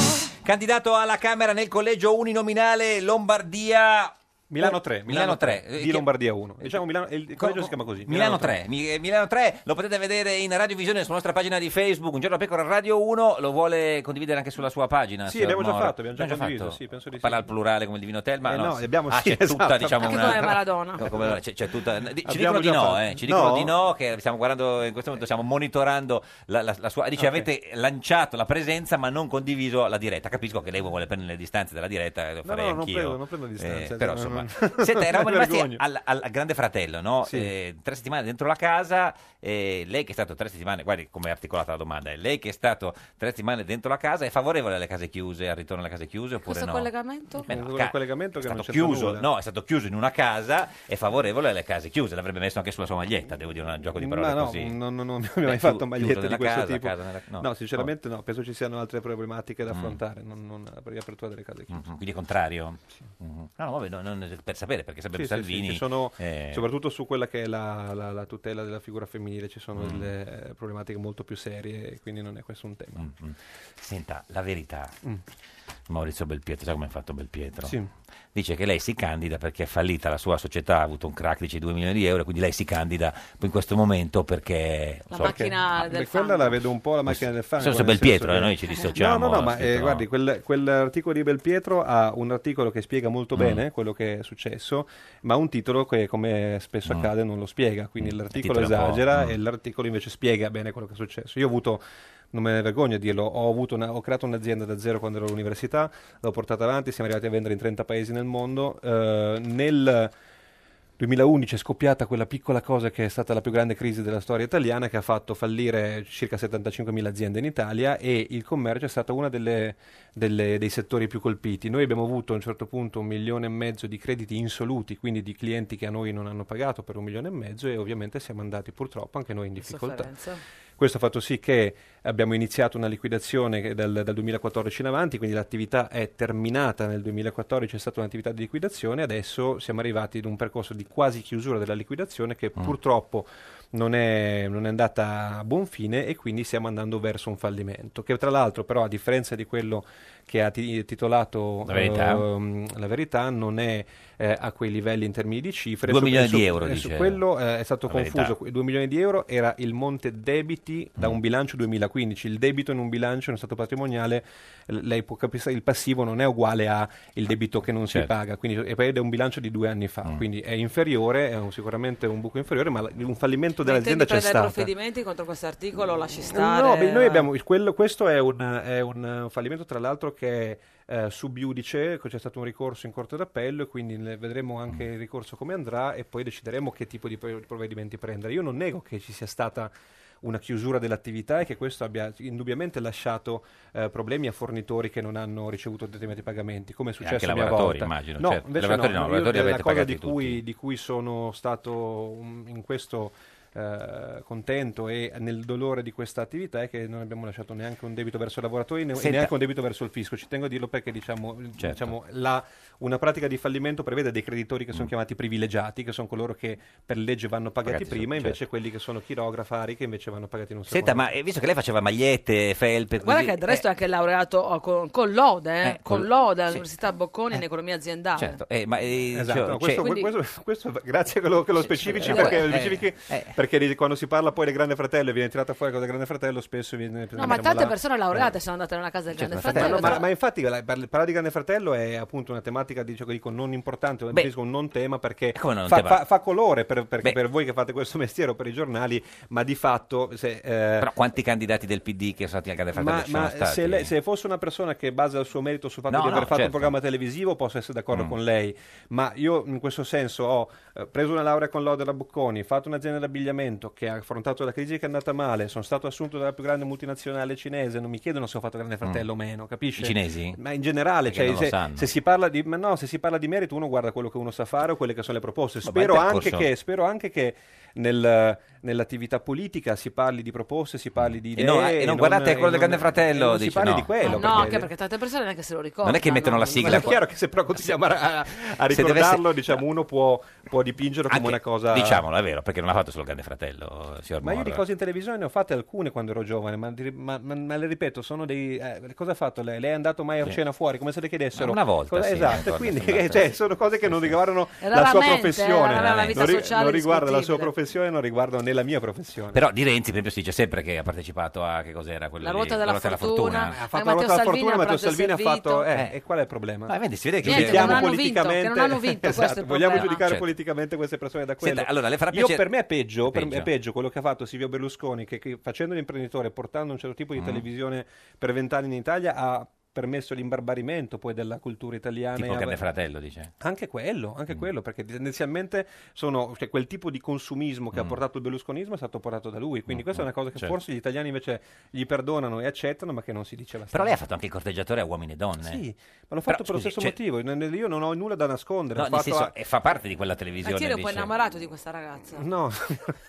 Speaker 2: Candidato alla Camera nel collegio uninominale Lombardia.
Speaker 9: Milano 3,
Speaker 2: Milano 3. Eh,
Speaker 9: di
Speaker 2: che-
Speaker 9: Lombardia 1. Diciamo Milano, il collegio si chiama così.
Speaker 2: Milano 3. Mi- eh, Milano 3 lo potete vedere in radiovisione sulla nostra pagina di Facebook. Un giorno da pecora Radio 1 lo vuole condividere anche sulla sua pagina.
Speaker 9: Sì,
Speaker 2: signor
Speaker 9: l'abbiamo già
Speaker 2: Moro?
Speaker 9: fatto, abbiamo già condiviso,
Speaker 2: fatto?
Speaker 9: sì, penso di sì.
Speaker 2: Parla al plurale come il divino Telma.
Speaker 9: Eh no, abbiamo-
Speaker 2: ah,
Speaker 9: sì,
Speaker 2: c'è
Speaker 9: esatto.
Speaker 2: tutta, diciamo,
Speaker 1: Anche
Speaker 2: una-
Speaker 1: come Maradona.
Speaker 2: No, come- c'è- c'è tutta- di- ci
Speaker 9: Abbiamo
Speaker 2: dicono di
Speaker 9: già
Speaker 2: no,
Speaker 9: fatto.
Speaker 2: eh, ci dicono
Speaker 9: No? Eh.
Speaker 2: di no, che stiamo guardando in questo momento, stiamo monitorando la, la- la sua. Dice:
Speaker 9: Ok.
Speaker 2: Avete lanciato la presenza, ma non condiviso la diretta. Capisco che lei vuole prendere le distanze dalla diretta, lo farei
Speaker 9: no, non
Speaker 2: anch'io. Eh,
Speaker 9: prendo- non prendo distanze,
Speaker 2: però,
Speaker 9: no,
Speaker 2: insomma,
Speaker 9: no.
Speaker 2: senta,
Speaker 9: *laughs*
Speaker 2: eravamo
Speaker 9: Mi
Speaker 2: rimasti
Speaker 9: vergogno.
Speaker 2: al, al Grande Fratello, no?
Speaker 9: Sì.
Speaker 2: Eh, tre settimane dentro la casa. eh, lei che è stato tre settimane, guardi come è articolata la domanda. eh, lei che è stato tre settimane dentro la casa, è favorevole alle case chiuse, al ritorno alle case chiuse oppure
Speaker 1: Questo
Speaker 2: no?
Speaker 1: collegamento?
Speaker 2: Beh, no,
Speaker 9: Con
Speaker 2: ca-
Speaker 9: un collegamento
Speaker 2: è
Speaker 9: che non
Speaker 2: stato
Speaker 9: c'entra
Speaker 2: chiuso,
Speaker 9: nulla.
Speaker 2: no, è stato chiuso in una casa e favorevole alle case chiuse. L'avrebbe messo anche sulla sua maglietta, devo dire, un gioco di parole
Speaker 9: Ma no,
Speaker 2: così.
Speaker 9: non, non- non mi
Speaker 2: *laughs* Beh,
Speaker 9: abbiamo mai
Speaker 2: chiu-
Speaker 9: fatto
Speaker 2: chiuso
Speaker 9: magliette di
Speaker 2: nella
Speaker 9: questo
Speaker 2: casa,
Speaker 9: tipo.
Speaker 2: casa nella- no.
Speaker 9: no. sinceramente no, penso ci siano altre
Speaker 2: Oh, mm-hmm,
Speaker 9: problematiche da affrontare, non, non la riapertura delle case. chiuse.
Speaker 2: Mm, Quindi contrario. Mm. No, no, vabbè, no, non- per sapere, perché sapere
Speaker 9: Sì, sì,
Speaker 2: Salvini...
Speaker 9: sì, ci sono,
Speaker 2: eh,
Speaker 9: soprattutto su quella che è la, la- la tutela della figura femminile, ci
Speaker 2: Mm.
Speaker 9: sono delle eh, problematiche molto più serie, quindi non è questo un tema.
Speaker 2: mm-hmm. Senta, la verità.
Speaker 9: Mm.
Speaker 2: Maurizio Belpietro, sai come ha fatto Belpietro?
Speaker 9: Sì.
Speaker 2: Dice che lei si candida perché è fallita la sua società, ha avuto un crack di 2 milioni di euro, quindi lei si candida in questo momento perché...
Speaker 1: La
Speaker 2: so-
Speaker 1: macchina
Speaker 9: Ah,
Speaker 1: del
Speaker 9: beh, quella la vedo un po' la macchina del fango.
Speaker 2: Sono
Speaker 9: nel
Speaker 2: Belpietro,
Speaker 9: senso
Speaker 2: eh, noi ci dissociamo,
Speaker 9: No, no, no, ma eh,
Speaker 2: scritto-
Speaker 9: guardi, quel- quell'articolo di Belpietro ha un articolo che spiega molto
Speaker 2: Mm.
Speaker 9: bene quello che è successo, ma un titolo che, come spesso accade, non lo spiega. Quindi l'articolo
Speaker 2: Mm. Il titolo è un po',
Speaker 9: esagera
Speaker 2: mm.
Speaker 9: e l'articolo invece spiega bene quello che è successo. Io ho avuto. Non me ne vergogno a dirlo, ho, avuto una- ho creato un'azienda da zero quando ero all'università, l'ho portata avanti, siamo arrivati a vendere in 30 paesi nel mondo. Eh, nel 2011 è scoppiata quella piccola cosa che è stata la più grande crisi della storia italiana che ha fatto fallire circa 75.000 aziende in Italia e il commercio è stato uno delle- delle- dei settori più colpiti. Noi abbiamo avuto a un certo punto un milione e mezzo di crediti insoluti, quindi di clienti che a noi non hanno pagato per un milione e mezzo e ovviamente siamo andati purtroppo anche noi in difficoltà.
Speaker 1: sofferenza.
Speaker 9: Questo ha fatto sì che abbiamo iniziato una liquidazione che dal, dal 2014 in avanti, quindi l'attività è terminata nel 2014, è stata un'attività di liquidazione, adesso siamo arrivati ad un percorso di quasi chiusura della liquidazione che
Speaker 2: Mm.
Speaker 9: purtroppo non è, non è andata a buon fine e quindi stiamo andando verso un fallimento, che tra l'altro però a differenza di quello che ha ti- titolato
Speaker 2: La verità.
Speaker 9: ehm, La verità, non è eh, a quei livelli in termini di cifre.
Speaker 2: Due
Speaker 9: Su-
Speaker 2: milioni
Speaker 9: su-
Speaker 2: di euro,
Speaker 9: eh, su
Speaker 2: dice
Speaker 9: quello eh, è stato
Speaker 2: La
Speaker 9: confuso,
Speaker 2: verità.
Speaker 9: que- 2 milioni di euro era il monte debiti da un bilancio 2015. Il debito in un bilancio, in uno stato patrimoniale, l- lei può capire, il passivo non è uguale al debito che non si
Speaker 2: Certo.
Speaker 9: paga. Quindi, e poi ed è un bilancio di due anni fa, quindi è inferiore, è un- sicuramente un buco inferiore, ma l- un fallimento dell'azienda
Speaker 1: Intendi
Speaker 9: c'è
Speaker 1: prendere
Speaker 9: stato.
Speaker 1: provvedimenti contro questo articolo, lasci stare.
Speaker 9: Eh,
Speaker 1: eh.
Speaker 9: No, beh, noi abbiamo, quello- questo è un, è un, eh, un fallimento tra l'altro che è eh, sub iudice, c'è stato un ricorso in corte d'appello e quindi ne- vedremo anche il ricorso come andrà e poi decideremo che tipo di pro- provvedimenti prendere. Io non nego che ci sia stata una chiusura dell'attività e che questo abbia indubbiamente lasciato eh, problemi a fornitori che non hanno ricevuto determinati pagamenti, come è
Speaker 2: anche
Speaker 9: successo a mia
Speaker 2: lavoratori,
Speaker 9: volta.
Speaker 2: immagino,
Speaker 9: No,
Speaker 2: certo.
Speaker 9: invece
Speaker 2: Lavoratori no,
Speaker 9: io
Speaker 2: lavoratori
Speaker 9: della
Speaker 2: avete
Speaker 9: cosa
Speaker 2: pagati
Speaker 9: di cui, di cui sono stato um, in questo eh, contento e nel dolore di questa attività è che non abbiamo lasciato neanche un debito verso i lavoratori né- e
Speaker 2: Senta.
Speaker 9: neanche un debito verso il fisco. Ci tengo a dirlo perché diciamo,
Speaker 2: Certo.
Speaker 9: diciamo, la- una pratica di fallimento prevede dei creditori che sono chiamati privilegiati, che sono coloro che per legge vanno pagati,
Speaker 2: Mm. Pagati
Speaker 9: prima,
Speaker 2: su-
Speaker 9: invece quelli che sono chirografari che invece vanno pagati in un secondo.
Speaker 2: Senta, ma eh, visto che lei faceva magliette, felpe...
Speaker 1: Guarda
Speaker 2: così-
Speaker 1: che del resto è anche laureato eh, con, con lode, eh,
Speaker 2: Eh,
Speaker 1: con,
Speaker 2: con-
Speaker 1: lode
Speaker 2: sì. Eh,
Speaker 1: all'Università Bocconi in economia aziendale.
Speaker 2: Certo, eh, ma... eh,
Speaker 9: Esatto,
Speaker 2: cioè-
Speaker 9: no, questo,
Speaker 2: cioè-
Speaker 9: questo- questo- grazie che lo, che lo specifici
Speaker 2: eh,
Speaker 9: perché,
Speaker 2: eh,
Speaker 9: lo specifichi,
Speaker 2: eh.
Speaker 9: perché di- quando si parla poi del Grande Fratello e viene tirata fuori cosa del Grande Fratello spesso viene...
Speaker 1: No, ma tante
Speaker 9: la-
Speaker 1: persone laureate sono andate nella casa del
Speaker 9: Certo,
Speaker 1: Grande
Speaker 9: ma,
Speaker 1: Fratello.
Speaker 9: ma- ma infatti la- par- parlare di Grande Fratello è appunto una tematica di- dico, dico, non importante, non dico un non tema perché
Speaker 2: come no, un
Speaker 9: fa,
Speaker 2: tema?
Speaker 9: fa- fa colore per, perché per voi che fate questo *laughs* mestiere o per i giornali, ma di fatto se, eh,
Speaker 2: Però quanti candidati del PD che sono stati al Grande Fratello
Speaker 9: ma,
Speaker 2: ci sono
Speaker 9: ma
Speaker 2: stati?
Speaker 9: se, lei- se fosse una persona che basa il suo merito sul fatto
Speaker 2: No,
Speaker 9: di aver
Speaker 2: no,
Speaker 9: fatto
Speaker 2: certo.
Speaker 9: un programma televisivo, posso essere d'accordo
Speaker 2: Mm.
Speaker 9: con lei, ma io in questo senso ho eh, preso una laurea con lode da Bocconi, fatto un'azienda di abbigliamento che ha affrontato la crisi che è andata male, sono stato assunto dalla più grande multinazionale cinese, non mi chiedono se ho fatto Grande Fratello o meno, capisci?
Speaker 2: Mm. I cinesi?
Speaker 9: Ma in generale,
Speaker 2: Perché
Speaker 9: cioè,
Speaker 2: non lo
Speaker 9: se,
Speaker 2: sanno.
Speaker 9: se si parla di, ma no, se si parla di merito, uno guarda quello che uno sa fare o quelle che sono le proposte.
Speaker 2: Ma il
Speaker 9: Spero anche
Speaker 2: percorso-
Speaker 9: che, spero anche che nel- nell'attività politica si parli di proposte, si parli di
Speaker 2: E
Speaker 9: idee.
Speaker 2: non- e non guardate quello del Grande
Speaker 9: e
Speaker 2: Fratello,
Speaker 9: non si
Speaker 2: dice,
Speaker 9: parli
Speaker 2: Ah, no.
Speaker 9: di quello.
Speaker 1: no, anche perché tante persone neanche se lo ricordano.
Speaker 2: Non è che mettono la
Speaker 1: no.
Speaker 2: sigla.
Speaker 9: Ma è chiaro che se però continuiamo a, a
Speaker 2: Se deve
Speaker 9: ricordarlo, diciamo, uno può, può dipingerlo come una cosa.
Speaker 2: Diciamolo, è vero, perché non ha fatto solo il Grande Fratello, signor
Speaker 9: Ma io di
Speaker 2: Morra.
Speaker 9: cose in televisione ne ho fatte alcune quando ero giovane, ma, di- ma- ma- ma le ripeto, sono dei. eh, cosa ha fatto lei? Lei è andato mai a
Speaker 2: Sì.
Speaker 9: cena fuori? Come se le chiedessero?
Speaker 2: Ma una volta,
Speaker 9: Cosa-
Speaker 2: sì,
Speaker 9: esatto,
Speaker 2: una volta,
Speaker 9: quindi
Speaker 2: sì, una volta,
Speaker 9: *laughs* cioè,
Speaker 2: sì.
Speaker 9: sono cose che non riguardano la sua
Speaker 1: Raramente, eh,
Speaker 9: professione.
Speaker 1: raramente. La vita
Speaker 9: non,
Speaker 1: sociale
Speaker 9: non riguarda la sua
Speaker 1: discutibile.
Speaker 9: professione, non riguardano né la mia professione.
Speaker 2: Però di Renzi, per esempio, si dice sempre che ha partecipato a che cos'era quello
Speaker 1: La
Speaker 2: lì?
Speaker 1: ruota della fortuna.
Speaker 9: ha
Speaker 1: Eh,
Speaker 9: fatto la
Speaker 1: Matteo
Speaker 9: ruota alla
Speaker 1: Salvini
Speaker 9: fortuna,
Speaker 1: ha
Speaker 9: Matteo
Speaker 1: preso il
Speaker 9: Salvini ha fatto.
Speaker 1: servito.
Speaker 9: eh, E qual è il problema?
Speaker 2: Ma vedi, si vede che
Speaker 1: Niente,
Speaker 2: Giuliano-
Speaker 1: non hanno vinto,
Speaker 9: politicamente.
Speaker 1: che non hanno vinto,
Speaker 9: *laughs*
Speaker 1: questo è il
Speaker 9: esatto, vogliamo
Speaker 1: problema.
Speaker 9: giudicare
Speaker 2: Certo.
Speaker 9: politicamente queste persone da quello.
Speaker 2: Senta, allora, le farà
Speaker 9: Io
Speaker 2: piacere-
Speaker 9: per me è peggio, per me è
Speaker 2: Peggio.
Speaker 9: peggio quello che ha fatto Silvio Berlusconi, che, che facendo l'imprenditore, portando un certo tipo di
Speaker 2: Mm.
Speaker 9: televisione per vent'anni in Italia, ha permesso l'imbarbarimento poi della cultura italiana.
Speaker 2: Tipo
Speaker 9: e ha-
Speaker 2: Grande Fratello, dice.
Speaker 9: anche quello,
Speaker 2: Mm.
Speaker 9: anche quello, perché tendenzialmente sono, cioè, quel tipo di consumismo che ha portato il berlusconismo è stato portato da lui, quindi questa è una cosa che
Speaker 2: Mm. certo.
Speaker 9: forse gli italiani invece gli perdonano e accettano, ma che non si diceva
Speaker 2: Però lei ha fatto anche il corteggiatore a uomini e donne.
Speaker 9: Sì, ma l'ho fatto
Speaker 2: Però,
Speaker 9: per lo
Speaker 2: scusi,
Speaker 9: stesso
Speaker 2: cioè-
Speaker 9: motivo, non- io non ho nulla da nascondere.
Speaker 2: No,
Speaker 9: ho
Speaker 2: nel
Speaker 9: fatto
Speaker 2: senso,
Speaker 9: a-
Speaker 2: eh, fa parte di quella
Speaker 1: Ma
Speaker 2: televisione.
Speaker 1: ti eri un po'
Speaker 2: dice.
Speaker 1: innamorato di questa ragazza?
Speaker 9: No,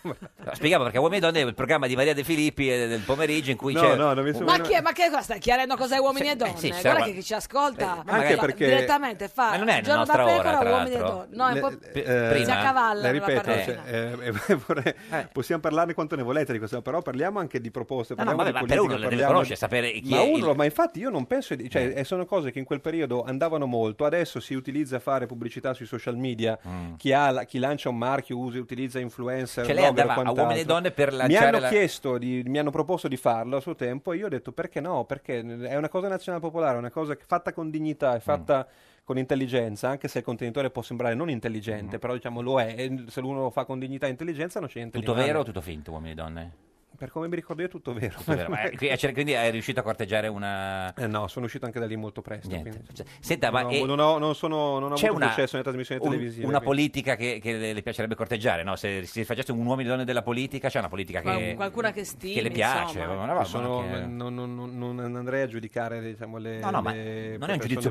Speaker 2: No, Spiegavo perché Uomini e Donne è il programma di Maria De Filippi eh, del pomeriggio in cui
Speaker 9: No,
Speaker 2: c'è...
Speaker 9: no, non mi sembra-
Speaker 1: Ma, chi è, ma che cosa? Stai chiarendo cos'è uomini e donne? donne.
Speaker 2: eh, sì, ci sarà
Speaker 1: Guarda
Speaker 2: qual-
Speaker 1: che chi ci ascolta
Speaker 2: Eh, ma anche
Speaker 1: fa-
Speaker 2: perché-
Speaker 1: direttamente fa
Speaker 2: Ma non è
Speaker 1: il giorno
Speaker 2: nostra
Speaker 1: da pecora,
Speaker 2: ora, tra
Speaker 1: uomini e
Speaker 2: l'altro.
Speaker 1: donne. No, è un po'
Speaker 9: Le- eh,
Speaker 1: si accavalla
Speaker 9: le
Speaker 1: nella
Speaker 9: ripeto,
Speaker 1: partenza.
Speaker 9: cioè, eh, *laughs* eh, vorrei- possiamo parlarne quanto ne volete di questo, però parliamo anche di proposte.
Speaker 2: No, no,
Speaker 9: parliamo
Speaker 2: vabbè,
Speaker 9: di
Speaker 2: ma per
Speaker 9: politica,
Speaker 2: uno le deve
Speaker 9: parliamo
Speaker 2: conoscere,
Speaker 9: di-
Speaker 2: sapere chi
Speaker 9: ma
Speaker 2: è il-
Speaker 9: uno, ma infatti io non penso, di- cioè, eh, sono cose che in quel periodo andavano molto, adesso si utilizza a fare pubblicità sui social media, chi, ha la- chi lancia un marchio usa, utilizza influencer,
Speaker 2: Mm. Cioè, lei
Speaker 9: blogger,
Speaker 2: andava a
Speaker 9: quant'altro.
Speaker 2: Uomini e Donne per
Speaker 9: Mi
Speaker 2: lanciare
Speaker 9: hanno
Speaker 2: la-
Speaker 9: chiesto, di- mi hanno proposto di farlo a suo tempo e io ho detto perché no, perché è una cosa nazionale popolare, è una cosa che- fatta con
Speaker 2: Mm.
Speaker 9: dignità, è fatta con intelligenza, anche se il contenitore può sembrare non
Speaker 2: Mm.
Speaker 9: intelligente, però diciamo lo è, e se uno lo fa con dignità e intelligenza non c'è niente
Speaker 2: Tutto
Speaker 9: di male.
Speaker 2: vero o tutto finto, uomini e donne?
Speaker 9: Per come mi ricordo io è tutto vero. Eh,
Speaker 2: Tutto
Speaker 9: *laughs*
Speaker 2: vero. Ma, eh, qui- eh, cioè, quindi è riuscito a corteggiare una...
Speaker 9: no, sono uscito anche da lì molto presto.
Speaker 2: Niente.
Speaker 9: quindi-
Speaker 2: Cioè, Senta,
Speaker 9: non
Speaker 2: ma...
Speaker 9: ho-
Speaker 2: e-
Speaker 9: non ho- non sono- non ho
Speaker 2: c'è
Speaker 9: avuto
Speaker 2: una,
Speaker 9: successo nelle trasmissioni
Speaker 2: un-
Speaker 9: televisive,
Speaker 2: Una
Speaker 9: quindi.
Speaker 2: politica che, che le, le piacerebbe corteggiare, no? Se si facesse un uomini e donne della politica, c'è una politica che...
Speaker 1: Qual- qualcuna che stimi,
Speaker 2: eh, che le piace,
Speaker 1: insomma.
Speaker 2: una roba
Speaker 9: Sono-
Speaker 2: che-
Speaker 9: non, non- non- non andrei a giudicare diciamo, le,
Speaker 2: No, no, ma
Speaker 9: le
Speaker 2: non è un
Speaker 9: persone
Speaker 2: giudizio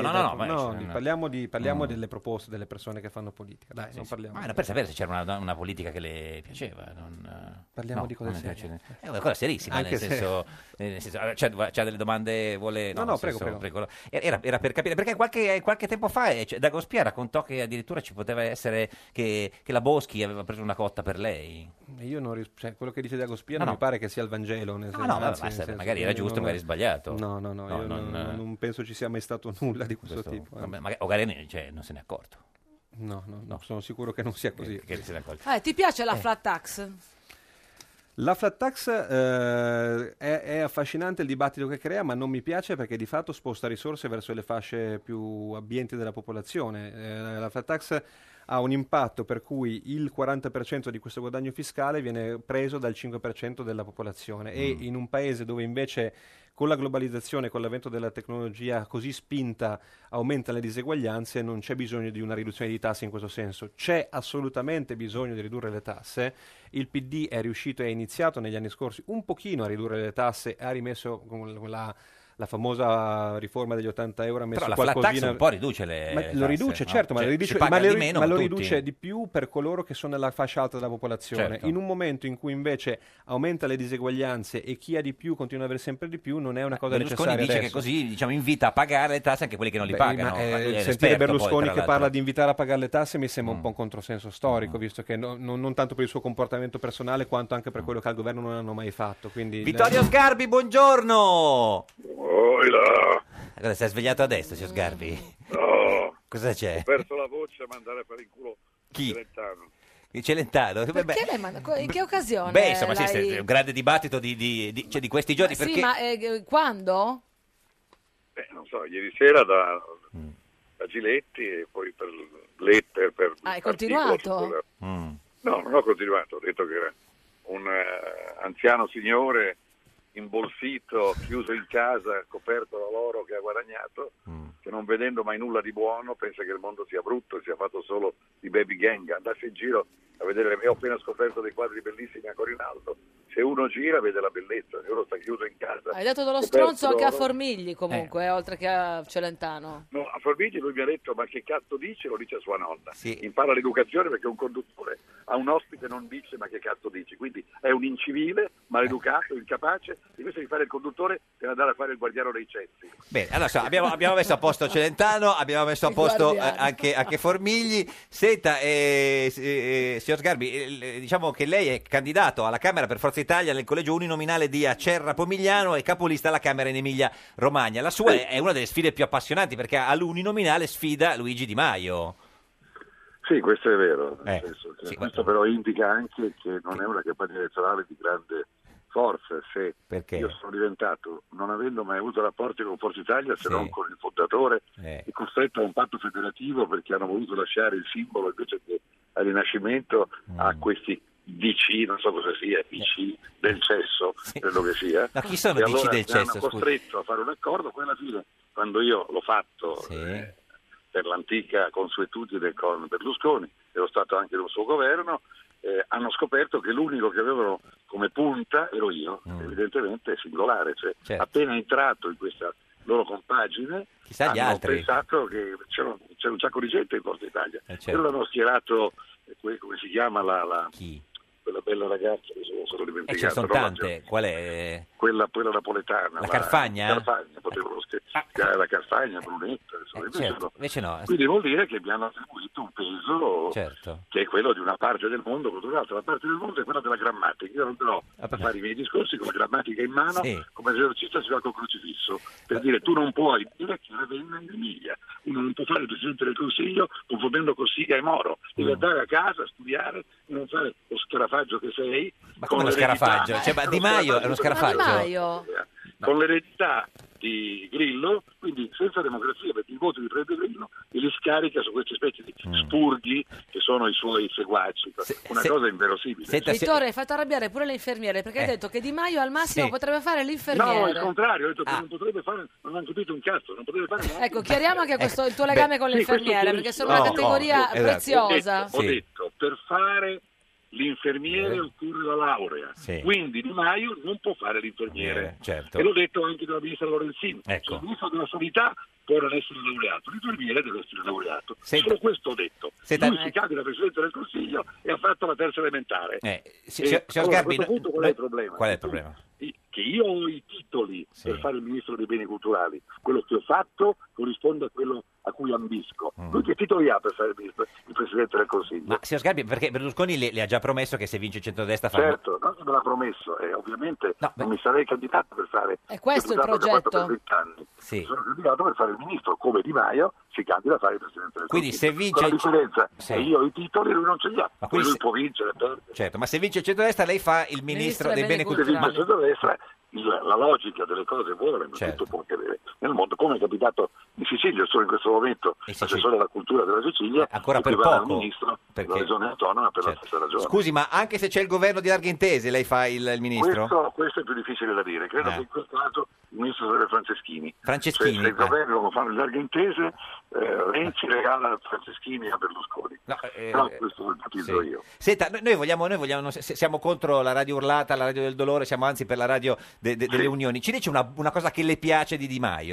Speaker 9: politiche,
Speaker 2: no, no, no,
Speaker 9: le-
Speaker 2: ma-
Speaker 9: di- parliamo, di- parliamo
Speaker 2: Mm.
Speaker 9: delle proposte delle persone che fanno politica dai non parliamo
Speaker 2: Ma era Ah, per sapere se c'era una, don- una politica che le piaceva. non, eh,
Speaker 9: Parliamo
Speaker 2: no,
Speaker 9: di cose
Speaker 2: non le
Speaker 9: serie.
Speaker 2: piace. È una cosa serissima,
Speaker 9: Anche
Speaker 2: nel
Speaker 9: se-
Speaker 2: senso... eh, nel senso, allora, c'è, c'ha delle domande, vuole...
Speaker 9: No, no,
Speaker 2: nel
Speaker 9: prego,
Speaker 2: senso,
Speaker 9: prego.
Speaker 2: Era, era per capire, perché qualche, qualche tempo fa eh, cioè, Dago Spia raccontò che addirittura ci poteva essere che, che la Boschi aveva preso una cotta per lei.
Speaker 9: E io non ris- cioè, quello che dice Diago Spia
Speaker 2: No,
Speaker 9: non
Speaker 2: no.
Speaker 9: mi pare che sia il Vangelo nel
Speaker 2: No,
Speaker 9: senso-
Speaker 2: no,
Speaker 9: anzi,
Speaker 2: ma basta,
Speaker 9: nel senso,
Speaker 2: magari era
Speaker 9: quindi
Speaker 2: giusto,
Speaker 9: non-
Speaker 2: magari sbagliato.
Speaker 9: no no no,
Speaker 2: No,
Speaker 9: io
Speaker 2: non-
Speaker 9: non, non penso ci sia mai stato nulla di questo,
Speaker 2: Questo-
Speaker 9: tipo eh.
Speaker 2: vabbè, magari- o magari cioè, non se n'è accorto.
Speaker 9: no, no no sono sicuro che non sia così
Speaker 2: Che se n'è accorto.
Speaker 1: Eh, ti piace la
Speaker 9: Eh.
Speaker 1: flat tax?
Speaker 9: La flat tax eh, è, è affascinante il dibattito che crea, ma non mi piace perché di fatto sposta risorse verso le fasce più abbienti della popolazione. Eh, la flat tax ha un impatto per cui il 40% di questo guadagno fiscale viene preso dal 5% della popolazione e
Speaker 2: Mm.
Speaker 9: in un paese dove invece con la globalizzazione, con l'avvento della tecnologia così spinta, aumentano le diseguaglianze, non c'è bisogno di una riduzione di tasse in questo senso. C'è assolutamente bisogno di ridurre le tasse. Il PD è riuscito e ha iniziato negli anni scorsi un pochino a ridurre le tasse, ha rimesso con la, la famosa riforma degli 80 euro, ha messo
Speaker 2: Però la flat
Speaker 9: qualcosina...
Speaker 2: tax un po' riduce le
Speaker 9: Ma
Speaker 2: tasse,
Speaker 9: lo riduce,
Speaker 2: no?
Speaker 9: certo, ma,
Speaker 2: Cioè,
Speaker 9: lo
Speaker 2: si
Speaker 9: riduce,
Speaker 2: paga
Speaker 9: ma le-
Speaker 2: di meno,
Speaker 9: ma lo
Speaker 2: tutti.
Speaker 9: riduce di più per coloro che sono nella fascia alta della popolazione.
Speaker 2: Certo.
Speaker 9: In un momento in cui invece aumenta le diseguaglianze e chi ha di più continua ad avere sempre di più, non è una cosa
Speaker 2: Berlusconi
Speaker 9: necessaria
Speaker 2: dice
Speaker 9: adesso.
Speaker 2: che così diciamo, invita a pagare le tasse anche quelli che non li
Speaker 9: Beh,
Speaker 2: pagano.
Speaker 9: ma, eh,
Speaker 2: Ma lui è
Speaker 9: sentire
Speaker 2: l'esperto, poi,
Speaker 9: Berlusconi
Speaker 2: tra
Speaker 9: che
Speaker 2: l'altro. Mm.
Speaker 9: parla di invitare a pagare le tasse mi sembra un po' un controsenso storico, visto che no- non, non tanto per il suo comportamento personale quanto anche per quello che al governo non hanno mai fatto. Quindi
Speaker 2: Mm. Vittorio Sgarbi, buongiorno! Cosa, si è svegliato adesso, signor Sgarbi?
Speaker 10: No.
Speaker 2: Cosa c'è?
Speaker 10: Oh, Ho perso la voce a mandare a fare in culo
Speaker 2: Chi?
Speaker 10: Celentano.
Speaker 2: Celentano? Beh,
Speaker 1: Perché l'hai mandato? Co- In che occasione?
Speaker 2: Beh, insomma, sì,
Speaker 1: l'hai-
Speaker 2: è un grande dibattito di, di- di- cioè, di questi giorni.
Speaker 1: Sì,
Speaker 2: perché...
Speaker 1: ma eh, quando?
Speaker 10: Beh, Eh, non so, ieri sera da, da Giletti e poi per letter, per...
Speaker 1: Ah, hai
Speaker 10: articolo
Speaker 1: continuato?
Speaker 10: sulla- No, non ho continuato, ho detto che era un eh, anziano signore imbolsito, chiuso in casa, coperto da loro che ha guadagnato, che non vedendo mai nulla di buono pensa che il mondo sia brutto, sia fatto solo di baby gang, andasse in giro a vedere, e ho appena scoperto dei quadri bellissimi a Corinaldo, se uno gira vede la bellezza, se uno sta chiuso in casa...
Speaker 1: Hai dato dello
Speaker 10: coperto
Speaker 1: stronzo anche a
Speaker 10: d'oro-
Speaker 1: Formigli comunque, eh, oltre che a Celentano.
Speaker 10: No, a Formigli lui mi ha detto ma che cazzo dice? Lo dice a sua nonna. Impara l'educazione perché un conduttore a un ospite non dice ma che cazzo dici. Quindi è un incivile, maleducato, incapace. Invece di fare il conduttore deve andare a fare il guardiano dei cessi.
Speaker 2: Bene, allora so, abbiamo, abbiamo messo a posto Celentano, abbiamo messo a posto eh,
Speaker 10: guardiano.
Speaker 2: anche, anche Formigli. Senta, eh, s- eh, signor Sgarbi, eh, l- diciamo che lei è candidato alla Camera per Forza Italia nel collegio uninominale di Acerra Pomigliano e capolista alla Camera in Emilia Romagna. La sua è una delle sfide più appassionanti perché all'uninominale sfida Luigi Di Maio.
Speaker 10: Sì, questo è vero. nel senso che questo però indica anche che non è una campagna elettorale di grande forza. Se
Speaker 2: Perché?
Speaker 10: io sono diventato, non avendo mai avuto rapporti con Forza Italia se non con il fondatore,
Speaker 2: Eh.
Speaker 10: è costretto a un patto federativo perché hanno voluto lasciare il simbolo invece che al Rinascimento a
Speaker 2: Mm.
Speaker 10: questi DC, non so cosa sia, DC del cesso, credo che sia.
Speaker 2: Ma chi sono
Speaker 10: E
Speaker 2: DC
Speaker 10: allora
Speaker 2: del
Speaker 10: mi
Speaker 2: cesso,
Speaker 10: Hanno
Speaker 2: scusi?
Speaker 10: costretto a fare un accordo, poi alla fine, quando io l'ho fatto eh, per l'antica consuetudine con Berlusconi, ero stato anche nel suo governo, eh, hanno scoperto che l'unico che avevano come punta ero io, evidentemente è singolare, cioè,
Speaker 2: Mm. Certo.
Speaker 10: appena entrato in questa loro compagine
Speaker 2: Chissà Ah, gli
Speaker 10: hanno
Speaker 2: altri.
Speaker 10: pensato che c'era, c'era un sacco di gente in Forza Italia
Speaker 2: certo.
Speaker 10: eh, e loro hanno schierato eh, que- come si chiama la, la- quella bella ragazza che sono, sono
Speaker 2: E
Speaker 10: dimenticato.
Speaker 2: Eh, ce ne sono
Speaker 10: no?
Speaker 2: tante. Qual è?
Speaker 10: Quella, quella napoletana.
Speaker 2: La Carfagna? Eh, ah,
Speaker 10: Carfagna, potevano scherzare. La Carfagna, Brunetta, insomma, invece
Speaker 2: Certo,
Speaker 10: no.
Speaker 2: Invece no.
Speaker 10: Quindi vuol dire che mi hanno attribuito un peso
Speaker 2: Certo.
Speaker 10: che è quello di una parte del mondo contro l'altra. La parte del mondo è quella della grammatica. Io non andrò a fare i miei discorsi con la grammatica in mano,
Speaker 2: Ah, Sì. Eh.
Speaker 10: come esercista si fa col crocifisso, per dire tu non puoi dire che Ravenna è in Emilia, uno non può fare il Presidente del Consiglio confondendo Cossiga e Moro,
Speaker 2: Mm.
Speaker 10: devi andare a casa, studiare, non fare lo scarafaggio che sei.
Speaker 2: Ma
Speaker 10: con
Speaker 2: come lo
Speaker 10: l'eredità.
Speaker 2: scarafaggio? Cioè, ma Di Maio è uno
Speaker 1: Eh, Ma Di
Speaker 2: scarafaggio.
Speaker 1: Maio?
Speaker 10: Con l'eredità di Grillo, quindi senza democrazia, perché il voto li prende Grillo e li scarica su questi specie di spurghi che sono i suoi seguaci. Una
Speaker 2: Mm. se-
Speaker 10: cosa inverosimile.
Speaker 1: Vittore, hai fatto arrabbiare pure le infermiere perché hai
Speaker 10: Eh.
Speaker 1: detto che Di Maio al massimo
Speaker 10: Sì.
Speaker 1: potrebbe fare
Speaker 10: No,
Speaker 1: l'infermiere.
Speaker 10: il contrario, ho detto
Speaker 2: Ah,
Speaker 10: che non potrebbe fare, non hanno capito un cazzo, non potrebbe fare neanche
Speaker 1: Ecco, chiariamo
Speaker 2: Eh.
Speaker 1: anche questo, il tuo legame con
Speaker 10: Sì, questo
Speaker 1: l'infermiere
Speaker 10: chiarissimo.
Speaker 1: perché sono una
Speaker 10: No,
Speaker 1: categoria
Speaker 10: no, esatto.
Speaker 1: preziosa.
Speaker 10: Ho detto, ho detto, per fare l'infermiere occorre la laurea,
Speaker 2: Eh. Sì.
Speaker 10: quindi Di Maio non può fare l'infermiere.
Speaker 2: Certo.
Speaker 10: E l'ho detto anche dalla ministra Lorenzini.
Speaker 2: Ecco.
Speaker 10: Il ministro della sanità può non essere laureato, l'infermiere deve essere laureato.
Speaker 2: Senta-
Speaker 10: Solo questo ho detto.
Speaker 2: Senta-
Speaker 10: Lui si cambia da Presidente del Consiglio e ha fatto la terza elementare.
Speaker 2: Eh, si-
Speaker 10: E
Speaker 2: signor- signor
Speaker 10: allora,
Speaker 2: Sgarbi,
Speaker 10: a questo punto qual è
Speaker 2: noi-
Speaker 10: il problema?
Speaker 2: Qual è il problema?
Speaker 10: che io ho i titoli per fare il ministro dei beni culturali, quello che ho fatto corrisponde a quello a cui ambisco.
Speaker 2: Mm.
Speaker 10: Lui che titoli ha per fare il, ministro, il presidente del Consiglio?
Speaker 2: Ma signor Sgarbi, perché Berlusconi le, le ha già promesso che se vince il centrodestra fa...
Speaker 10: Certo, no, me l'ha promesso e ovviamente non mi sarei candidato per fare
Speaker 1: È questo il
Speaker 10: deputato che ho fatto
Speaker 1: progetto?
Speaker 10: per vent'anni.
Speaker 2: Sì.
Speaker 10: Sono candidato per fare il ministro, come Di Maio si candida a fare il presidente del
Speaker 2: Quindi se
Speaker 10: Consiglio.
Speaker 2: vince
Speaker 10: La
Speaker 2: il-
Speaker 10: differenza
Speaker 2: Sì.
Speaker 10: è che io ho i titoli e lui non ce li ha.
Speaker 2: Ma
Speaker 10: Lui
Speaker 2: quindi se-
Speaker 10: può vincere, perdere.
Speaker 2: Certo, ma se vince il centrodestra lei fa il ministro, dei beni
Speaker 10: Il
Speaker 2: culturali.
Speaker 10: ministro della destra, il- la logica delle cose vuole, ma
Speaker 2: Certo.
Speaker 10: tutto può accadere nel mondo, come è capitato in Sicilia, solo in questo momento l'assessore alla cultura della Sicilia,
Speaker 2: Eh, ancora
Speaker 10: che
Speaker 2: per
Speaker 10: privava il
Speaker 2: poco,
Speaker 10: ministro
Speaker 2: perché- Certo.
Speaker 10: della regione autonoma per la stessa ragione.
Speaker 2: Scusi, ma anche se c'è il governo di larghe intese lei fa il, il ministro?
Speaker 10: Questo, questo è più difficile da dire, credo
Speaker 2: Eh.
Speaker 10: che in questo caso il ministro sarebbe Franceschini.
Speaker 2: Franceschini,
Speaker 10: Se, se il
Speaker 2: eh.
Speaker 10: governo lo fa in larga intese, eh, Renzi regala Franceschini a Berlusconi.
Speaker 2: eh,
Speaker 10: Però questo lo ipotizzo io.
Speaker 2: Senta, noi- noi vogliamo, noi vogliamo, se- se- siamo contro la radio urlata, la radio del dolore, siamo anzi per la radio de- de- delle unioni. Ci dice una, una cosa che le piace di Di Maio?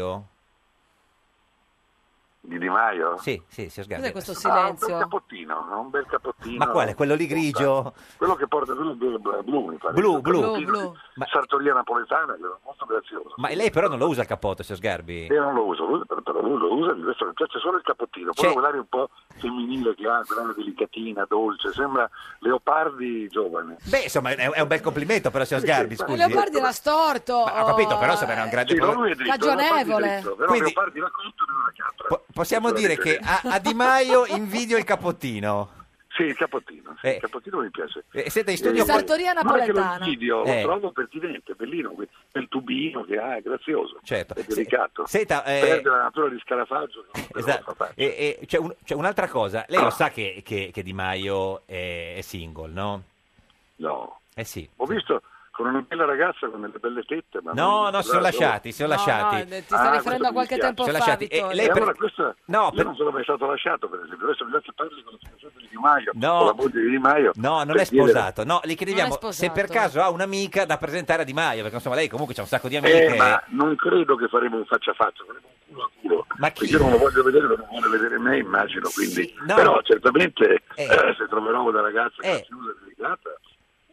Speaker 10: Di Di Maio?
Speaker 2: Sì, sì, si
Speaker 1: Cos'è
Speaker 2: sgarbi.
Speaker 1: questo
Speaker 10: Ah, un bel
Speaker 1: silenzio?
Speaker 10: capottino, no? un bel capottino.
Speaker 2: Ma quale? Quello lì grigio?
Speaker 10: Quello che porta quello blu, blu, blu, mi pare.
Speaker 2: Blu, blu.
Speaker 10: Quello
Speaker 2: Blu, blu.
Speaker 10: di Sartoria napoletana, che era molto grazioso.
Speaker 2: Ma lei però non lo usa il cappotto, signor Sgarbi?
Speaker 10: Io non lo uso, lo uso, però- però lui lo usa, di questo mi piace solo il cappottino, poi
Speaker 2: C'è-
Speaker 10: quell'aria un po' femminile che ha, quell'aria delicatina, dolce, sembra Leopardi giovane.
Speaker 2: Beh, insomma, è, è un bel complimento però, signor Sgarbi,
Speaker 1: Ma
Speaker 2: scusi.
Speaker 1: Leopardi era storto.
Speaker 2: Ma ho capito, però insomma, era un grande...
Speaker 10: Sì, no, lui è dritto,
Speaker 1: Ragionevole.
Speaker 10: Leopardi è dritto, però
Speaker 2: Quindi-
Speaker 10: Leopardi la conta della capra.
Speaker 2: Po- possiamo dire che a, a Di Maio invidio il cappottino.
Speaker 10: Sì, il cappottino, sì,
Speaker 2: Eh.
Speaker 10: il cappottino mi piace.
Speaker 2: Eh, senta, in studio-
Speaker 1: Sartoria
Speaker 10: no, è che
Speaker 1: napoletana.
Speaker 10: Lo, invidio,
Speaker 2: Eh.
Speaker 10: lo trovo pertinente, bellino, quel quel tubino che ha, è grazioso,
Speaker 2: Certo.
Speaker 10: è delicato.
Speaker 2: Senta, eh,
Speaker 10: Perde la natura di scarafaggio.
Speaker 2: Esatto. E, e c'è, un- c'è un'altra cosa. Lei lo sa che, che- che Di Maio è, è single, no?
Speaker 10: No.
Speaker 2: Eh sì.
Speaker 10: Ho visto con una bella ragazza con delle belle tette. Ma
Speaker 2: No,
Speaker 10: non- Ah,
Speaker 2: no, si sono lasciati, si sono No, lasciati. no,
Speaker 1: eh, ti stai riferendo
Speaker 10: questo
Speaker 1: a qualche
Speaker 10: mi dispiace.
Speaker 1: tempo Si sono fa, lasciati. E Vittorio. lei
Speaker 10: Eh,
Speaker 1: per-
Speaker 10: allora, questo-
Speaker 2: No,
Speaker 10: io
Speaker 2: per-
Speaker 10: non sono mai stato lasciato, per esempio. Adesso bisogna che parli con la situazione di Di Maio,
Speaker 2: No.
Speaker 10: con la moglie di Di Maio.
Speaker 2: No, non
Speaker 10: per
Speaker 2: è
Speaker 10: dire-
Speaker 2: sposato. No, le
Speaker 10: Non
Speaker 2: chiediamo
Speaker 10: è sposato.
Speaker 2: se per caso ha un'amica da presentare a Di Maio, perché insomma lei comunque c'ha un sacco di amiche.
Speaker 10: Eh, ma non credo che faremo un faccia a faccia, faremo un culo a culo.
Speaker 2: Ma chi-
Speaker 10: Perché Io non lo voglio vedere, non lo vuole vedere me, immagino. Quindi.
Speaker 2: no.
Speaker 10: Però certamente
Speaker 2: Eh.
Speaker 10: eh, se troverò una ragazza
Speaker 2: Eh.
Speaker 10: chiusa e delicata,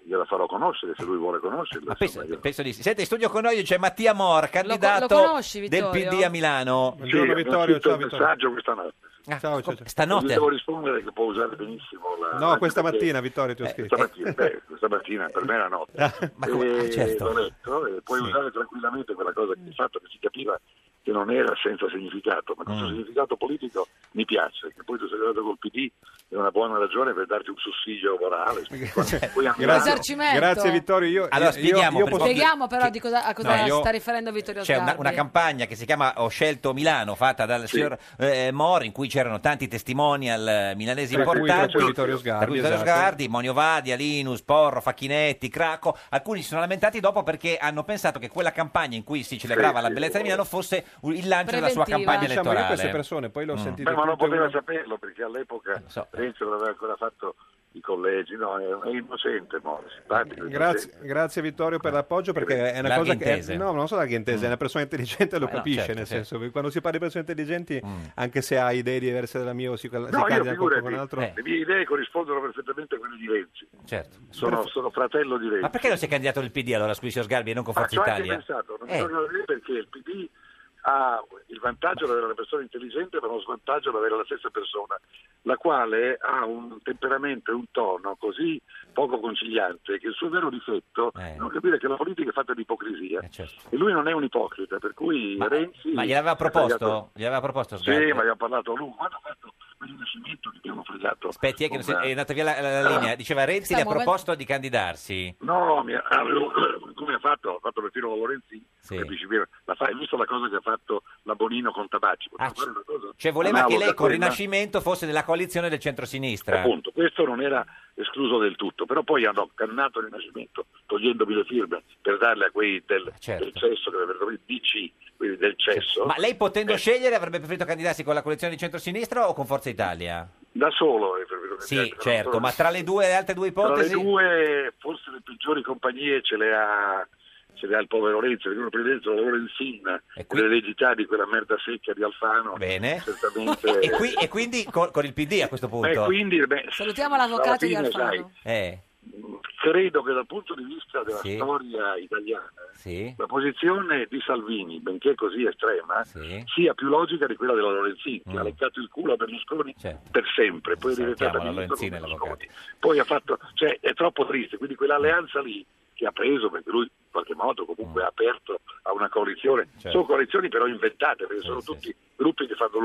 Speaker 10: gliela farò conoscere se lui vuole conoscerla.
Speaker 2: Ma penso, penso di sì. Sente, in studio con noi c'è Mattia Mor, candidato
Speaker 10: lo conosci,
Speaker 2: del
Speaker 10: Vittorio?
Speaker 2: PD a Milano.
Speaker 10: Sì, abbiamo scritto un messaggio questa notte.
Speaker 9: Ciao, ciao, ciao.
Speaker 10: Non devo rispondere che può usare benissimo la...
Speaker 9: No, questa
Speaker 10: perché-
Speaker 9: mattina, Vittorio, ti ho
Speaker 10: Eh,
Speaker 9: scritto.
Speaker 10: questa, mattina, beh, questa mattina per me è la notte.
Speaker 9: Ma come- ah,
Speaker 10: E
Speaker 9: certo.
Speaker 10: l'ho letto, e puoi usare tranquillamente quella cosa che hai fatto che si capiva che non era senza significato, ma questo
Speaker 2: Mm.
Speaker 10: significato politico mi piace, che poi tu sei arrivato col PD è una buona ragione per darti un sussidio
Speaker 9: *laughs*
Speaker 10: morale. Poi a Milano-
Speaker 9: Cioè, Grazie,
Speaker 1: Risarcimento.
Speaker 9: grazie Vittorio. Io,
Speaker 2: Allora,
Speaker 9: io-
Speaker 2: spieghiamo,
Speaker 9: io
Speaker 2: per
Speaker 9: posso-
Speaker 1: Spieghiamo però di cosa, a cosa
Speaker 2: No, io-
Speaker 1: sta riferendo Vittorio
Speaker 2: C'è una,
Speaker 1: Sgarbi.
Speaker 2: una campagna che si chiama Ho scelto Milano, fatta dal signor eh, Mor, in cui c'erano tanti testimonial eh, milanesi
Speaker 9: Tra cui-
Speaker 2: importanti.
Speaker 9: tra cui Vittorio Sgarbi,
Speaker 2: Tra cui Vittorio
Speaker 9: esatto.
Speaker 2: Sgarbi, Monio Vadia, Linus, Porro, Facchinetti, Craco. Alcuni si sono lamentati dopo perché hanno pensato che quella campagna in cui si celebrava
Speaker 10: Sì,
Speaker 2: la
Speaker 10: sì.
Speaker 2: bellezza di Milano fosse un- il lancio della sua
Speaker 10: Preventiva.
Speaker 9: Diciamo,
Speaker 2: campagna
Speaker 9: io
Speaker 2: elettorale. Mm.
Speaker 9: queste persone poi le ho sentite
Speaker 10: Beh, ma non
Speaker 9: tutte
Speaker 10: poteva
Speaker 9: una-
Speaker 10: saperlo perché all'epoca Renzi non aveva ancora fatto i collegi, no, è, è innocente, no, è simpatico.
Speaker 9: Eh, Grazie, grazie Vittorio
Speaker 10: Eh,
Speaker 9: per l'appoggio perché è una
Speaker 10: Larghe
Speaker 9: cosa che
Speaker 10: intese.
Speaker 9: no, non so la intese, è una persona intelligente lo
Speaker 10: Mm. Eh no,
Speaker 9: capisce,
Speaker 10: certo,
Speaker 9: nel
Speaker 10: certo.
Speaker 9: senso che quando si parla di persone intelligenti, anche se ha idee diverse dalla mia o si, si
Speaker 10: No, io
Speaker 9: candida contro
Speaker 10: figurati, Eh,
Speaker 9: un altro. Eh.
Speaker 10: le mie idee corrispondono perfettamente a quelle di Renzi.
Speaker 2: Certo.
Speaker 10: Sono, sono fratello di Renzi.
Speaker 2: Ma perché non si è candidato nel PD allora, scusi, signor Sgarbi, e non con
Speaker 10: Ma
Speaker 2: Forza
Speaker 10: Ah, ci ho anche
Speaker 2: Ecco, Italia?
Speaker 10: pensato, non
Speaker 2: Eh.
Speaker 10: sono lì perché il PD ha il vantaggio di avere una persona intelligente ma lo svantaggio di avere la stessa persona, la quale ha un temperamento e un tono così poco conciliante che il suo vero difetto
Speaker 2: Eh.
Speaker 10: è non capire che la politica è fatta di ipocrisia e lui non è un ipocrita, per cui Renzi...
Speaker 2: certo. Ma gliel'aveva
Speaker 10: ha tagliato-
Speaker 2: proposto? Gliel'aveva proposto
Speaker 10: Sì,
Speaker 2: Sgarbi?
Speaker 10: ma gli ha parlato a lungo, quando ha fatto quel riconoscimento che abbiamo fregato.
Speaker 2: Aspetti, è, che non si-
Speaker 10: Una-
Speaker 2: è andata via la, la- la
Speaker 10: Ah.
Speaker 2: linea. Diceva Renzi
Speaker 10: Sta
Speaker 2: gli ha
Speaker 10: muovendo-
Speaker 2: proposto di candidarsi.
Speaker 10: No, mi ha- avevo- *clears throat* come ha fatto? Ha fatto perfino la Lorenzini, capisci bene? La fa, hai visto la cosa che ha fatto la Bonino con Tabacci? Poteva fare una cosa
Speaker 2: Cioè voleva che
Speaker 10: analoga
Speaker 2: lei
Speaker 10: a
Speaker 2: con
Speaker 10: quella.
Speaker 2: Rinascimento fosse nella coalizione del centrosinistra.
Speaker 10: Appunto, questo non era escluso del tutto, però poi hanno cannato il Rinascimento togliendomi le firme per darle a quei del, del cesso, che avrebbero il DC, quindi del cesso.
Speaker 2: Eh, certo. Ma lei
Speaker 10: Eh.
Speaker 2: potendo scegliere avrebbe preferito candidarsi con la coalizione di centrosinistra o con Forza Italia?
Speaker 10: Da solo, eh,
Speaker 2: Sì, certo, ma tra le due le altre due
Speaker 10: Tra le
Speaker 2: ipotesi
Speaker 10: due, forse le peggiori compagnie ce le ha, ce le ha il povero Renzi, perché uno prende dentro la Lorenzin, l'eredità di quella merda secca di Alfano.
Speaker 2: Bene.
Speaker 10: Certamente.
Speaker 2: e, qui- e quindi con, con il PD a questo punto.
Speaker 10: Beh, quindi, beh,
Speaker 1: Salutiamo l'avvocato di
Speaker 10: alla fine,
Speaker 1: Alfano.
Speaker 2: Eh,
Speaker 10: sai, credo che dal punto di vista della
Speaker 2: Sì.
Speaker 10: storia italiana
Speaker 2: sì.
Speaker 10: la posizione di Salvini, benché così estrema, sia più logica di quella della Lorenzin,
Speaker 2: Mm.
Speaker 10: che ha leccato il culo a Berlusconi per sempre, poi è diventata
Speaker 2: Salutiamo Certo. la
Speaker 10: ministro con
Speaker 2: Lorenzina e l'avvocato.
Speaker 10: poi ha fatto, cioè è troppo triste, quindi quell'alleanza lì che ha preso, perché lui in qualche modo
Speaker 2: Mm.
Speaker 10: comunque ha aperto a una coalizione,
Speaker 11: Certo.
Speaker 10: sono coalizioni però inventate, perché sono tutti gruppi che fanno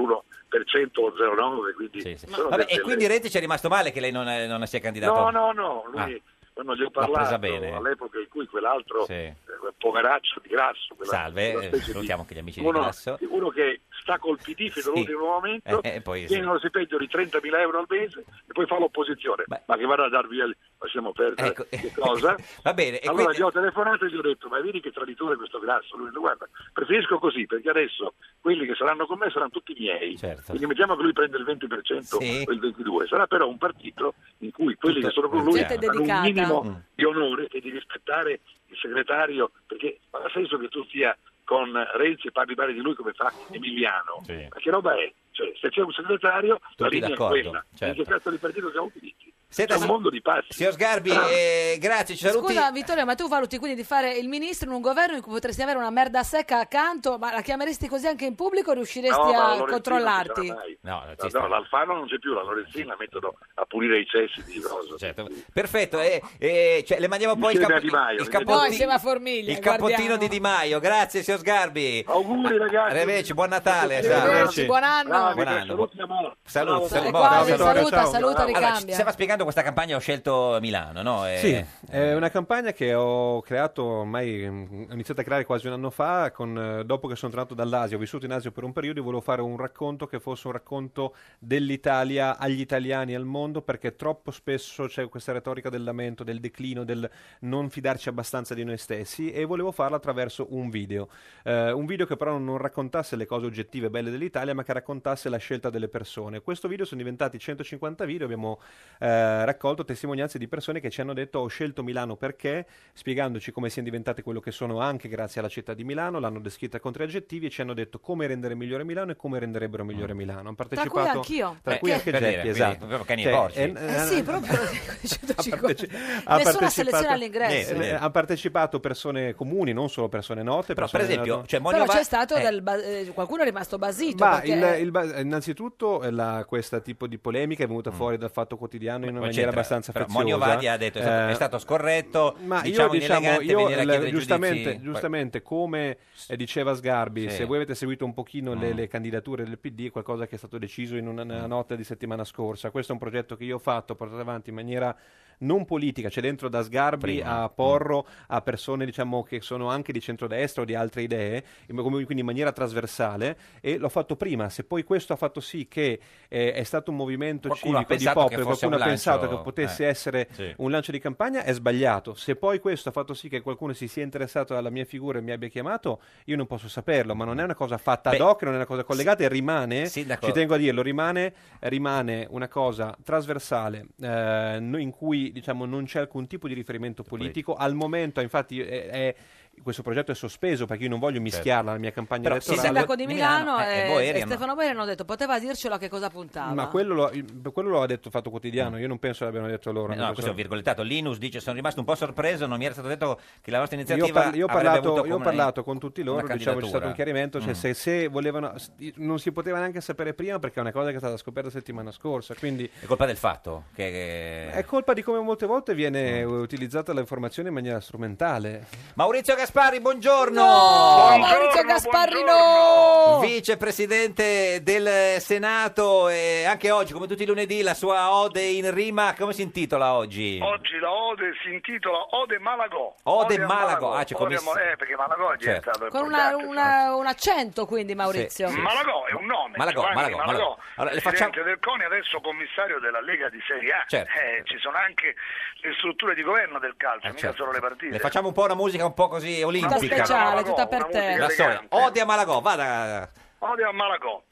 Speaker 10: l'1% o 0,9, quindi... sono
Speaker 2: Vabbè,
Speaker 10: delle-
Speaker 2: e quindi Renzi ci è rimasto male che lei non, eh, non si è candidato.
Speaker 10: No, no, no, lui
Speaker 2: Ah.
Speaker 10: quando gli ho
Speaker 2: presa
Speaker 10: parlato
Speaker 2: bene.
Speaker 10: all'epoca in cui quell'altro
Speaker 2: Sì.
Speaker 10: eh, quel poveraccio di grasso, quella-
Speaker 2: Salve,
Speaker 10: quella
Speaker 2: eh,
Speaker 10: specie di-
Speaker 2: salutiamo anche gli amici di
Speaker 10: uno,
Speaker 2: Grasso.
Speaker 10: uno che sta col PD fino
Speaker 2: Sì.
Speaker 10: all'ultimo momento,
Speaker 2: Eh, eh, poi sì.
Speaker 10: tiene uno stipendio di 30.000 euro al mese e poi fa l'opposizione, ma che vada a dar via, lasciamo perdere che cosa.
Speaker 2: Ecco. *laughs* Va bene, e
Speaker 10: allora
Speaker 2: quindi-
Speaker 10: gli ho telefonato e gli ho detto, ma vedi che traditore è questo grasso, lui mi ha detto, guarda, preferisco così perché adesso quelli che saranno con me saranno tutti miei,
Speaker 2: Certo.
Speaker 10: quindi mettiamo che lui prende il 20%
Speaker 2: Sì.
Speaker 10: o il 22%, sarà però un partito in cui quelli
Speaker 2: Tutto-
Speaker 10: che sono con lui
Speaker 2: Gente
Speaker 10: hanno un
Speaker 2: dedicata.
Speaker 10: minimo
Speaker 2: Mm.
Speaker 10: di onore e di rispettare il segretario, perché non ha senso che tu sia con Renzi e parli male di lui come fa Emiliano, ma che roba è? Cioè, se c'è un segretario, la
Speaker 2: Tutti
Speaker 10: linea
Speaker 2: d'accordo,
Speaker 10: è quella.
Speaker 2: certo.
Speaker 10: In che cazzo di partito siamo finiti?
Speaker 2: Senta,
Speaker 10: c'è un
Speaker 2: si-
Speaker 10: mondo di pazzi.
Speaker 2: Signor Sgarbi,
Speaker 10: Ah.
Speaker 2: eh, grazie, ci saluti.
Speaker 1: Scusa Vittorio, ma tu valuti quindi di fare il ministro in un governo in cui potresti avere una merda secca accanto, ma la chiameresti così anche in pubblico o riusciresti
Speaker 10: No, ma la
Speaker 1: a
Speaker 10: Lorenzin non ci
Speaker 1: controllarti?
Speaker 10: sarà mai.
Speaker 2: No,
Speaker 10: No, no, l'Alfano non c'è più, la Lorenzina la mettono a pulire i cessi di rosa.
Speaker 2: Perfetto, eh, eh, cioè, le mandiamo poi il,
Speaker 10: Insieme
Speaker 2: capo-
Speaker 10: a Di Maio,
Speaker 2: il
Speaker 10: insieme
Speaker 2: capotti-
Speaker 1: No, insieme a Formiglia,
Speaker 2: il capottino
Speaker 1: guardiamo.
Speaker 2: di Di Maio. Grazie, signor Sgarbi.
Speaker 10: Auguri, ragazzi.
Speaker 2: Arrivederci, buon Natale. salve.
Speaker 1: Arrivederci, buon anno. Bravi,
Speaker 2: Buon anno.
Speaker 10: saluti, amore.
Speaker 2: Saluti,
Speaker 10: Ciao.
Speaker 2: saluti.
Speaker 1: È qua,
Speaker 2: Buon-
Speaker 1: saluta,
Speaker 2: ciao.
Speaker 1: saluta,
Speaker 2: Allora, ci
Speaker 1: ricambia.
Speaker 2: stava spiegando questa campagna Ho scelto Milano, no? Eh,
Speaker 9: Sì, è una campagna che ho creato ormai, mm, ho iniziato a creare quasi un anno fa, con, eh, dopo che sono tornato dall'Asia, ho vissuto in Asia per un periodo e volevo fare un racconto che fosse un racconto dell'Italia agli italiani, al mondo, perché troppo spesso c'è questa retorica del lamento, del declino, del non fidarci abbastanza di noi stessi e volevo farla attraverso un video. Eh, un video che però non raccontasse le cose oggettive e belle dell'Italia, ma che raccontasse la scelta delle persone. Questo video sono diventati 150 video, abbiamo eh, raccolto testimonianze di persone che ci hanno detto ho scelto Milano perché, spiegandoci come siano diventate quello che sono anche grazie alla città di Milano, l'hanno descritta con tre aggettivi e ci hanno detto come rendere migliore Milano e come renderebbero migliore Milano. Hanno
Speaker 1: cui
Speaker 9: partecipato
Speaker 1: anch'io.
Speaker 9: Tra
Speaker 1: Eh,
Speaker 9: cui anche
Speaker 2: Mm. per
Speaker 9: Geppi,
Speaker 2: dire, quindi,
Speaker 9: esatto.
Speaker 2: proprio cani e
Speaker 9: Cioè,
Speaker 2: porci.
Speaker 9: eh,
Speaker 1: Eh sì,
Speaker 9: *laughs*
Speaker 1: proprio *laughs*
Speaker 9: ha
Speaker 1: Nessuna
Speaker 9: partecipato-
Speaker 1: selezione all'ingresso.
Speaker 9: Niente, eh, hanno partecipato persone comuni, non solo persone note.
Speaker 2: Però, per
Speaker 9: persone
Speaker 2: esempio,
Speaker 9: note-
Speaker 2: cioè,
Speaker 1: Però c'è stato del ba- eh, qualcuno è rimasto basito.
Speaker 9: Ma
Speaker 1: perché-
Speaker 9: il- il ba- innanzitutto eh, la- questa tipo di polemica è venuta fuori dal fatto quotidiano in una
Speaker 2: Mm. Ma
Speaker 9: maniera
Speaker 2: c'entra.
Speaker 9: abbastanza
Speaker 2: Però
Speaker 9: faziosa.
Speaker 2: Monio Vadi ha detto è stato,
Speaker 9: Eh,
Speaker 2: è stato scorretto,
Speaker 9: ma
Speaker 2: diciamo,
Speaker 9: io diciamo
Speaker 2: inelegante
Speaker 9: io,
Speaker 2: venire a
Speaker 9: l-
Speaker 2: chiedere
Speaker 9: giustamente,
Speaker 2: giudizi.
Speaker 9: giustamente, come eh, diceva Sgarbi
Speaker 2: Sì.
Speaker 9: se voi avete seguito un pochino le,
Speaker 2: Mm.
Speaker 9: le candidature del PD è qualcosa
Speaker 11: Mm.
Speaker 9: che è stato deciso in una, nella notte di settimana scorsa questo è un progetto che io ho fatto ho portato avanti in maniera non politica, c'è dentro da Sgarbi
Speaker 2: Prima.
Speaker 11: Mm.
Speaker 9: a Porro a persone diciamo che sono anche di centrodestra o di altre idee, in- come- quindi in maniera trasversale e l'ho fatto prima, se poi questo ha fatto sì che eh, è stato un movimento
Speaker 11: Qualcuno ha
Speaker 9: civico di
Speaker 11: pensato che
Speaker 9: popolo,
Speaker 11: fosse
Speaker 9: qualcuno
Speaker 11: un
Speaker 9: ha pensato
Speaker 11: lancio,
Speaker 9: che potesse
Speaker 11: eh,
Speaker 9: essere
Speaker 11: sì.
Speaker 9: un lancio di campagna, è sbagliato. Se poi questo ha fatto sì che qualcuno si sia interessato alla mia figura e mi abbia chiamato, io non posso saperlo, ma non è una cosa fatta ad
Speaker 11: Beh,
Speaker 9: hoc, non è una cosa collegata e rimane,
Speaker 11: Sindaco-
Speaker 9: ci tengo a dirlo, rimane, rimane una cosa trasversale eh, no- in cui diciamo, non c'è alcun tipo di riferimento politico. Al momento, infatti, è- è- questo progetto è sospeso perché io non voglio mischiarla alla mia campagna
Speaker 2: Però,
Speaker 9: elettorale.
Speaker 1: Il sindaco di Milano, e,
Speaker 9: eh, e
Speaker 1: e Stefano Boeri hanno detto poteva dircelo a che cosa puntava.
Speaker 9: Ma quello lo, quello lo ha detto Fatto Quotidiano, io non penso l'abbiano detto loro.
Speaker 2: Eh, No, questo è un virgolettato. Linus dice: Sono rimasto un po' sorpreso. Non mi era stato detto che la vostra
Speaker 9: Io,
Speaker 2: iniziativa.
Speaker 9: par- io ho
Speaker 2: avrebbe
Speaker 9: parlato,
Speaker 2: avuto
Speaker 9: io ho
Speaker 2: come-
Speaker 9: parlato con tutti loro,
Speaker 2: una
Speaker 9: diciamo c'è stato un
Speaker 2: candidatura.
Speaker 9: chiarimento, cioè
Speaker 2: Mm.
Speaker 9: se, se volevano, s- non si poteva neanche sapere prima perché è una cosa che è stata scoperta settimana scorsa, quindi
Speaker 2: È colpa del fatto che.
Speaker 9: è colpa di come molte volte viene
Speaker 2: Mm.
Speaker 9: utilizzata l'informazione in maniera strumentale.
Speaker 2: Maurizio Gasparri, buongiorno!
Speaker 1: No, Oh, Maurizio Gasparri no!
Speaker 2: Vicepresidente del Senato, e anche oggi, come tutti i lunedì, la sua ode in rima. Come si intitola oggi?
Speaker 12: Oggi la Ode si intitola Ode Malagò.
Speaker 2: Ode
Speaker 12: a
Speaker 2: Malagò. Ah, c'è
Speaker 12: Ode a
Speaker 2: commiss-
Speaker 12: Ma- eh, perché Malagò è
Speaker 2: Certo.
Speaker 12: diventato
Speaker 1: Con una-
Speaker 12: importante.
Speaker 1: una- un accento quindi Maurizio.
Speaker 12: Sì, sì. Malagò è un nome.
Speaker 2: Malagò,
Speaker 12: Giovanni
Speaker 2: Malagò, Malagò. Allora, le
Speaker 12: presidente
Speaker 2: facciamo-
Speaker 12: del CONI, adesso commissario della Lega di Serie A.
Speaker 2: Certo.
Speaker 12: Eh, ci sono anche le strutture di governo del calcio, mica
Speaker 2: certo.
Speaker 12: solo le partite.
Speaker 2: Le facciamo un po' una musica un po' così olimpica.
Speaker 12: speciale, tutta per te.
Speaker 2: La storia. Ode a Malagò, vada.
Speaker 12: Ode a Malagò.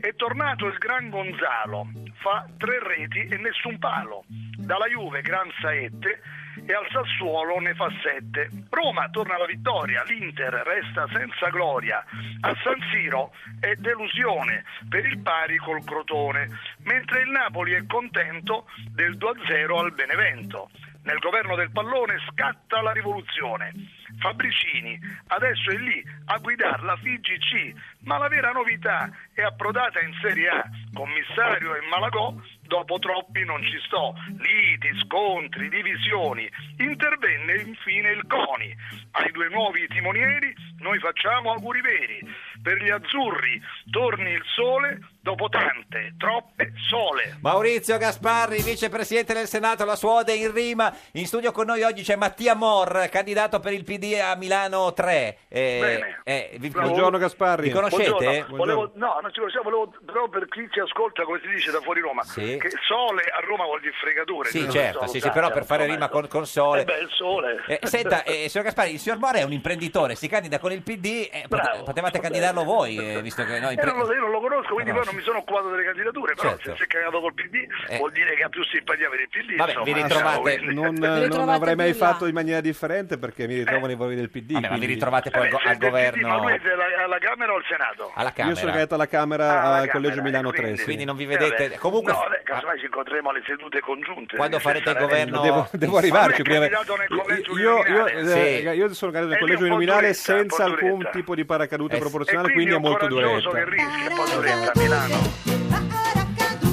Speaker 12: È tornato il gran Gonzalo, fa tre reti e nessun palo. Dalla Juve gran saette e al Sassuolo ne fa sette. Roma torna alla vittoria, l'Inter resta senza gloria. A San Siro è delusione per il pari col Crotone, mentre il Napoli è contento del 2-0 al Benevento. Nel governo del pallone scatta la rivoluzione. Fabricini adesso è lì a guidare la FIGC, ma la vera novità è approdata in Serie A. Commissario e Malagò, dopo troppi non ci sto. Liti, scontri, divisioni. Intervenne infine il CONI. Ai due nuovi timonieri noi facciamo auguri veri. Per gli azzurri torni il sole dopo tante, troppe sole.
Speaker 2: Maurizio Gasparri, vicepresidente del Senato, la sua ode in rima. In studio con noi oggi c'è Mattia Mor, candidato per il PD a Milano 3. Eh,
Speaker 12: Bene.
Speaker 2: eh, vi-
Speaker 9: Buongiorno, Gasparri.
Speaker 2: Vi conoscete?
Speaker 12: Buongiorno. Volevo- no, non ci conosciamo, volevo, però per chi ci ascolta, come si dice da fuori Roma,
Speaker 2: Sì.
Speaker 12: che sole a Roma vuol dire fregature.
Speaker 2: Sì,
Speaker 12: non
Speaker 2: certo,
Speaker 12: so,
Speaker 2: sì, sì,
Speaker 12: sai,
Speaker 2: però per fare
Speaker 12: insomma,
Speaker 2: rima
Speaker 12: ecco.
Speaker 2: con, con sole.
Speaker 12: Eh beh, il sole.
Speaker 2: Eh, senta, eh, signor Gasparri, il signor Mora è un imprenditore, si candida con il PD, eh, pote-
Speaker 12: Bravo.
Speaker 2: potevate
Speaker 12: Va bene.
Speaker 2: candidarlo voi, eh, visto che no,
Speaker 12: Eh,
Speaker 2: impre-
Speaker 12: non lo- io non lo conosco, quindi
Speaker 2: No,
Speaker 12: poi
Speaker 2: sì.
Speaker 12: non mi sono occupato delle candidature, però
Speaker 2: Certo.
Speaker 12: se si è cagato col PD
Speaker 2: Eh.
Speaker 12: vuol dire che ha più simpatia per il PD.
Speaker 2: Vabbè,
Speaker 12: insomma,
Speaker 2: vi
Speaker 12: diciamo,
Speaker 2: ritrovate,
Speaker 12: quindi-
Speaker 9: Non,
Speaker 2: Vi
Speaker 9: non
Speaker 12: ritrovate
Speaker 9: avrei mai
Speaker 12: più là.
Speaker 9: fatto in maniera differente perché mi ritrovo nei valori del PD.
Speaker 2: Vabbè, ma vi
Speaker 9: quindi-
Speaker 2: ritrovate
Speaker 12: Eh,
Speaker 2: poi al, go- al
Speaker 12: Sì, ma
Speaker 2: governo,
Speaker 12: lui Ah, è alla, alla Camera o al Senato?
Speaker 2: alla
Speaker 9: Io sono
Speaker 2: Camera.
Speaker 9: candidato alla Camera al Collegio Milano 3. sì.
Speaker 2: Quindi non vi
Speaker 12: Eh,
Speaker 2: vedete.
Speaker 12: vabbè.
Speaker 2: Comunque,
Speaker 12: No, beh, casomai ci incontremo alle sedute congiunte.
Speaker 2: Quando
Speaker 12: eh,
Speaker 2: farete il
Speaker 12: sarà-
Speaker 2: governo-
Speaker 9: Devo, devo arrivarci prima.
Speaker 12: candidato nel collegio
Speaker 9: Io, io,
Speaker 12: uninominale.
Speaker 9: eh, io sono candidato
Speaker 12: E
Speaker 9: al
Speaker 12: lì
Speaker 9: collegio
Speaker 12: un po'
Speaker 9: nominale
Speaker 12: duretta, un po'
Speaker 9: senza alcun
Speaker 12: duretta.
Speaker 9: tipo di paracadute
Speaker 2: Eh sì.
Speaker 9: proporzionale,
Speaker 12: E
Speaker 9: quindi è molto
Speaker 12: coraggioso
Speaker 9: duretta.
Speaker 12: che rischia, poi duretta a Milano.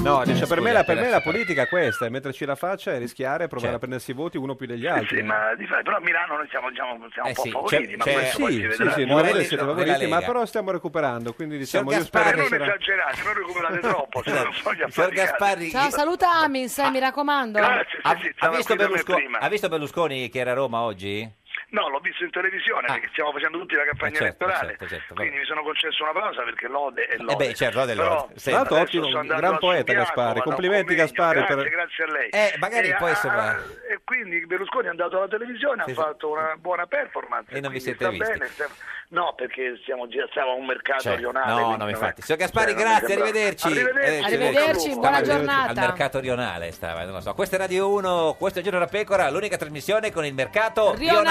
Speaker 9: No, dice, per, me
Speaker 2: Scusa,
Speaker 9: la, per me
Speaker 2: adesso
Speaker 9: la
Speaker 2: poi.
Speaker 9: politica è questa, è metterci la faccia e rischiare, provare
Speaker 2: Certo.
Speaker 9: a prendersi i voti uno più degli
Speaker 12: Eh
Speaker 9: altri. cioè,
Speaker 12: sì, ma di fatto- però a Milano noi siamo, diciamo, siamo
Speaker 2: Eh
Speaker 12: un po'
Speaker 2: sì,
Speaker 12: favoriti,
Speaker 2: c'è-
Speaker 12: ma
Speaker 2: c'è-
Speaker 12: questo poi
Speaker 9: sì,
Speaker 12: si
Speaker 9: sì,
Speaker 12: vedrà.
Speaker 9: sì,
Speaker 2: Morelli
Speaker 9: no, voi
Speaker 2: no,
Speaker 9: siete
Speaker 2: della
Speaker 9: favoriti, ma
Speaker 2: Lega.
Speaker 9: però stiamo recuperando, quindi diciamo io
Speaker 2: Gasparri,
Speaker 9: spero
Speaker 12: Eh,
Speaker 9: che
Speaker 12: non
Speaker 9: sarà...
Speaker 12: esagerate, non *laughs* recuperate troppo, se non voglio
Speaker 2: Signor Gasparri,
Speaker 1: Ciao,
Speaker 2: io-
Speaker 1: saluta Amins, eh, mi raccomando.
Speaker 12: Grazie,
Speaker 2: ha,
Speaker 12: sì, sì,
Speaker 2: ha
Speaker 12: stava
Speaker 2: visto
Speaker 12: qui da me
Speaker 2: Berlusconi,
Speaker 12: prima.
Speaker 2: ha visto Berlusconi che era a Roma oggi?
Speaker 12: No, l'ho visto in televisione perché stiamo facendo tutti la campagna
Speaker 2: Ah. Eh, certo,
Speaker 12: elettorale.
Speaker 2: certo, certo, vabbè.
Speaker 12: quindi mi sono concesso una pausa perché l'ode è l'ode.
Speaker 2: Eh beh, certo, l'ode è l'ode.
Speaker 12: Però
Speaker 2: Sì.
Speaker 9: Tra l'altro
Speaker 12: adesso
Speaker 9: ottimo,
Speaker 12: sono
Speaker 9: un
Speaker 12: andato
Speaker 9: gran
Speaker 12: a
Speaker 9: poeta
Speaker 12: Subiaco,
Speaker 9: Gasparri,
Speaker 12: vado a un
Speaker 9: complimenti
Speaker 12: convegno,
Speaker 9: Gasparri
Speaker 12: Grazie,
Speaker 9: per...
Speaker 12: grazie a lei.
Speaker 2: Eh, magari poi, insomma-
Speaker 12: e quindi Berlusconi è andato alla televisione, ha
Speaker 2: Sì, sì.
Speaker 12: fatto una buona performance.
Speaker 2: E non vi
Speaker 12: quindi
Speaker 2: siete
Speaker 12: sta
Speaker 2: visti.
Speaker 12: bene, sta- No, perché siamo già stiamo a un mercato
Speaker 2: Cioè,
Speaker 12: rionale.
Speaker 2: no,
Speaker 12: quindi
Speaker 2: no,
Speaker 12: non è-
Speaker 2: infatti. Signor Gasparri,
Speaker 12: Eh, non mi
Speaker 2: grazie,
Speaker 12: sembra-
Speaker 2: arrivederci. Eh,
Speaker 12: Arrivederci,
Speaker 1: Arrivederci,
Speaker 2: Stava
Speaker 1: buona
Speaker 2: al-
Speaker 1: giornata.
Speaker 2: Al mercato rionale stava, non lo so. Questa è Radio 1, questo è Giorno da Pecora, l'unica trasmissione con il mercato
Speaker 1: Rionale.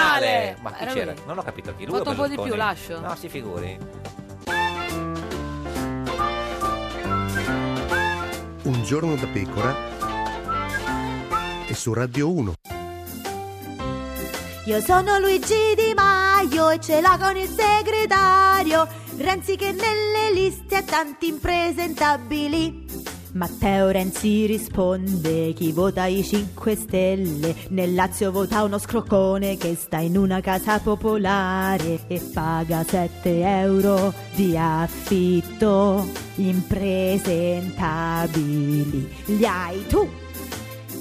Speaker 2: rionale. Ma chi
Speaker 1: Era
Speaker 2: c'era?
Speaker 1: lui.
Speaker 2: Non ho capito chi.
Speaker 1: Ho
Speaker 2: Lui o
Speaker 1: fatto un po' di
Speaker 2: Berlusconi?
Speaker 1: più, lascio.
Speaker 2: No, si figuri.
Speaker 7: Un giorno da pecora e su Radio 1.
Speaker 6: Io sono Luigi Di Maio e ce l'ha con il segretario Renzi che nelle liste ha tanti impresentabili. Matteo Renzi risponde chi vota i 5 Stelle. Nel Lazio vota uno scroccone che sta in una casa popolare e paga 7 euro di affitto. Impresentabili. Li hai tu!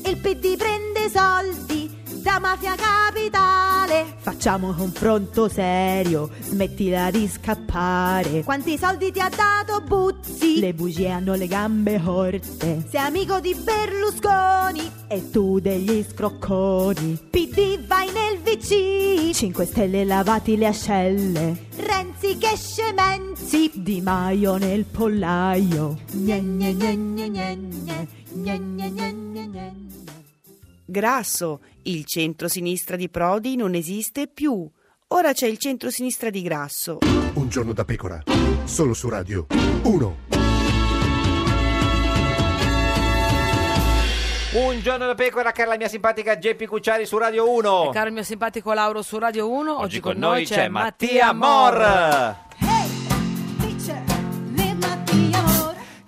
Speaker 11: Il PD prende soldi da mafia capitale.
Speaker 6: Facciamo un confronto serio, smettila di scappare.
Speaker 11: Quanti soldi ti ha dato Buzzi?
Speaker 6: Le bugie hanno le gambe corte.
Speaker 11: Sei amico di Berlusconi.
Speaker 6: E tu degli scrocconi.
Speaker 11: PD vai nel VC.
Speaker 6: 5 stelle lavati le ascelle.
Speaker 11: Renzi che scemenzi.
Speaker 6: Di Maio nel pollaio.
Speaker 11: Gne, gne, gne, gne, gne, gne, gne, gne, gne, gne, gne.
Speaker 8: Grasso, il centro-sinistra di Prodi non esiste più. Ora c'è il centro-sinistra di Grasso.
Speaker 7: Un giorno da pecora, solo su Radio 1.
Speaker 2: Un giorno da pecora, cara la mia simpatica Geppi Cucciari su Radio 1.
Speaker 1: E caro il mio simpatico Lauro su Radio 1, oggi,
Speaker 2: Oggi con noi c'è Mattia Mor.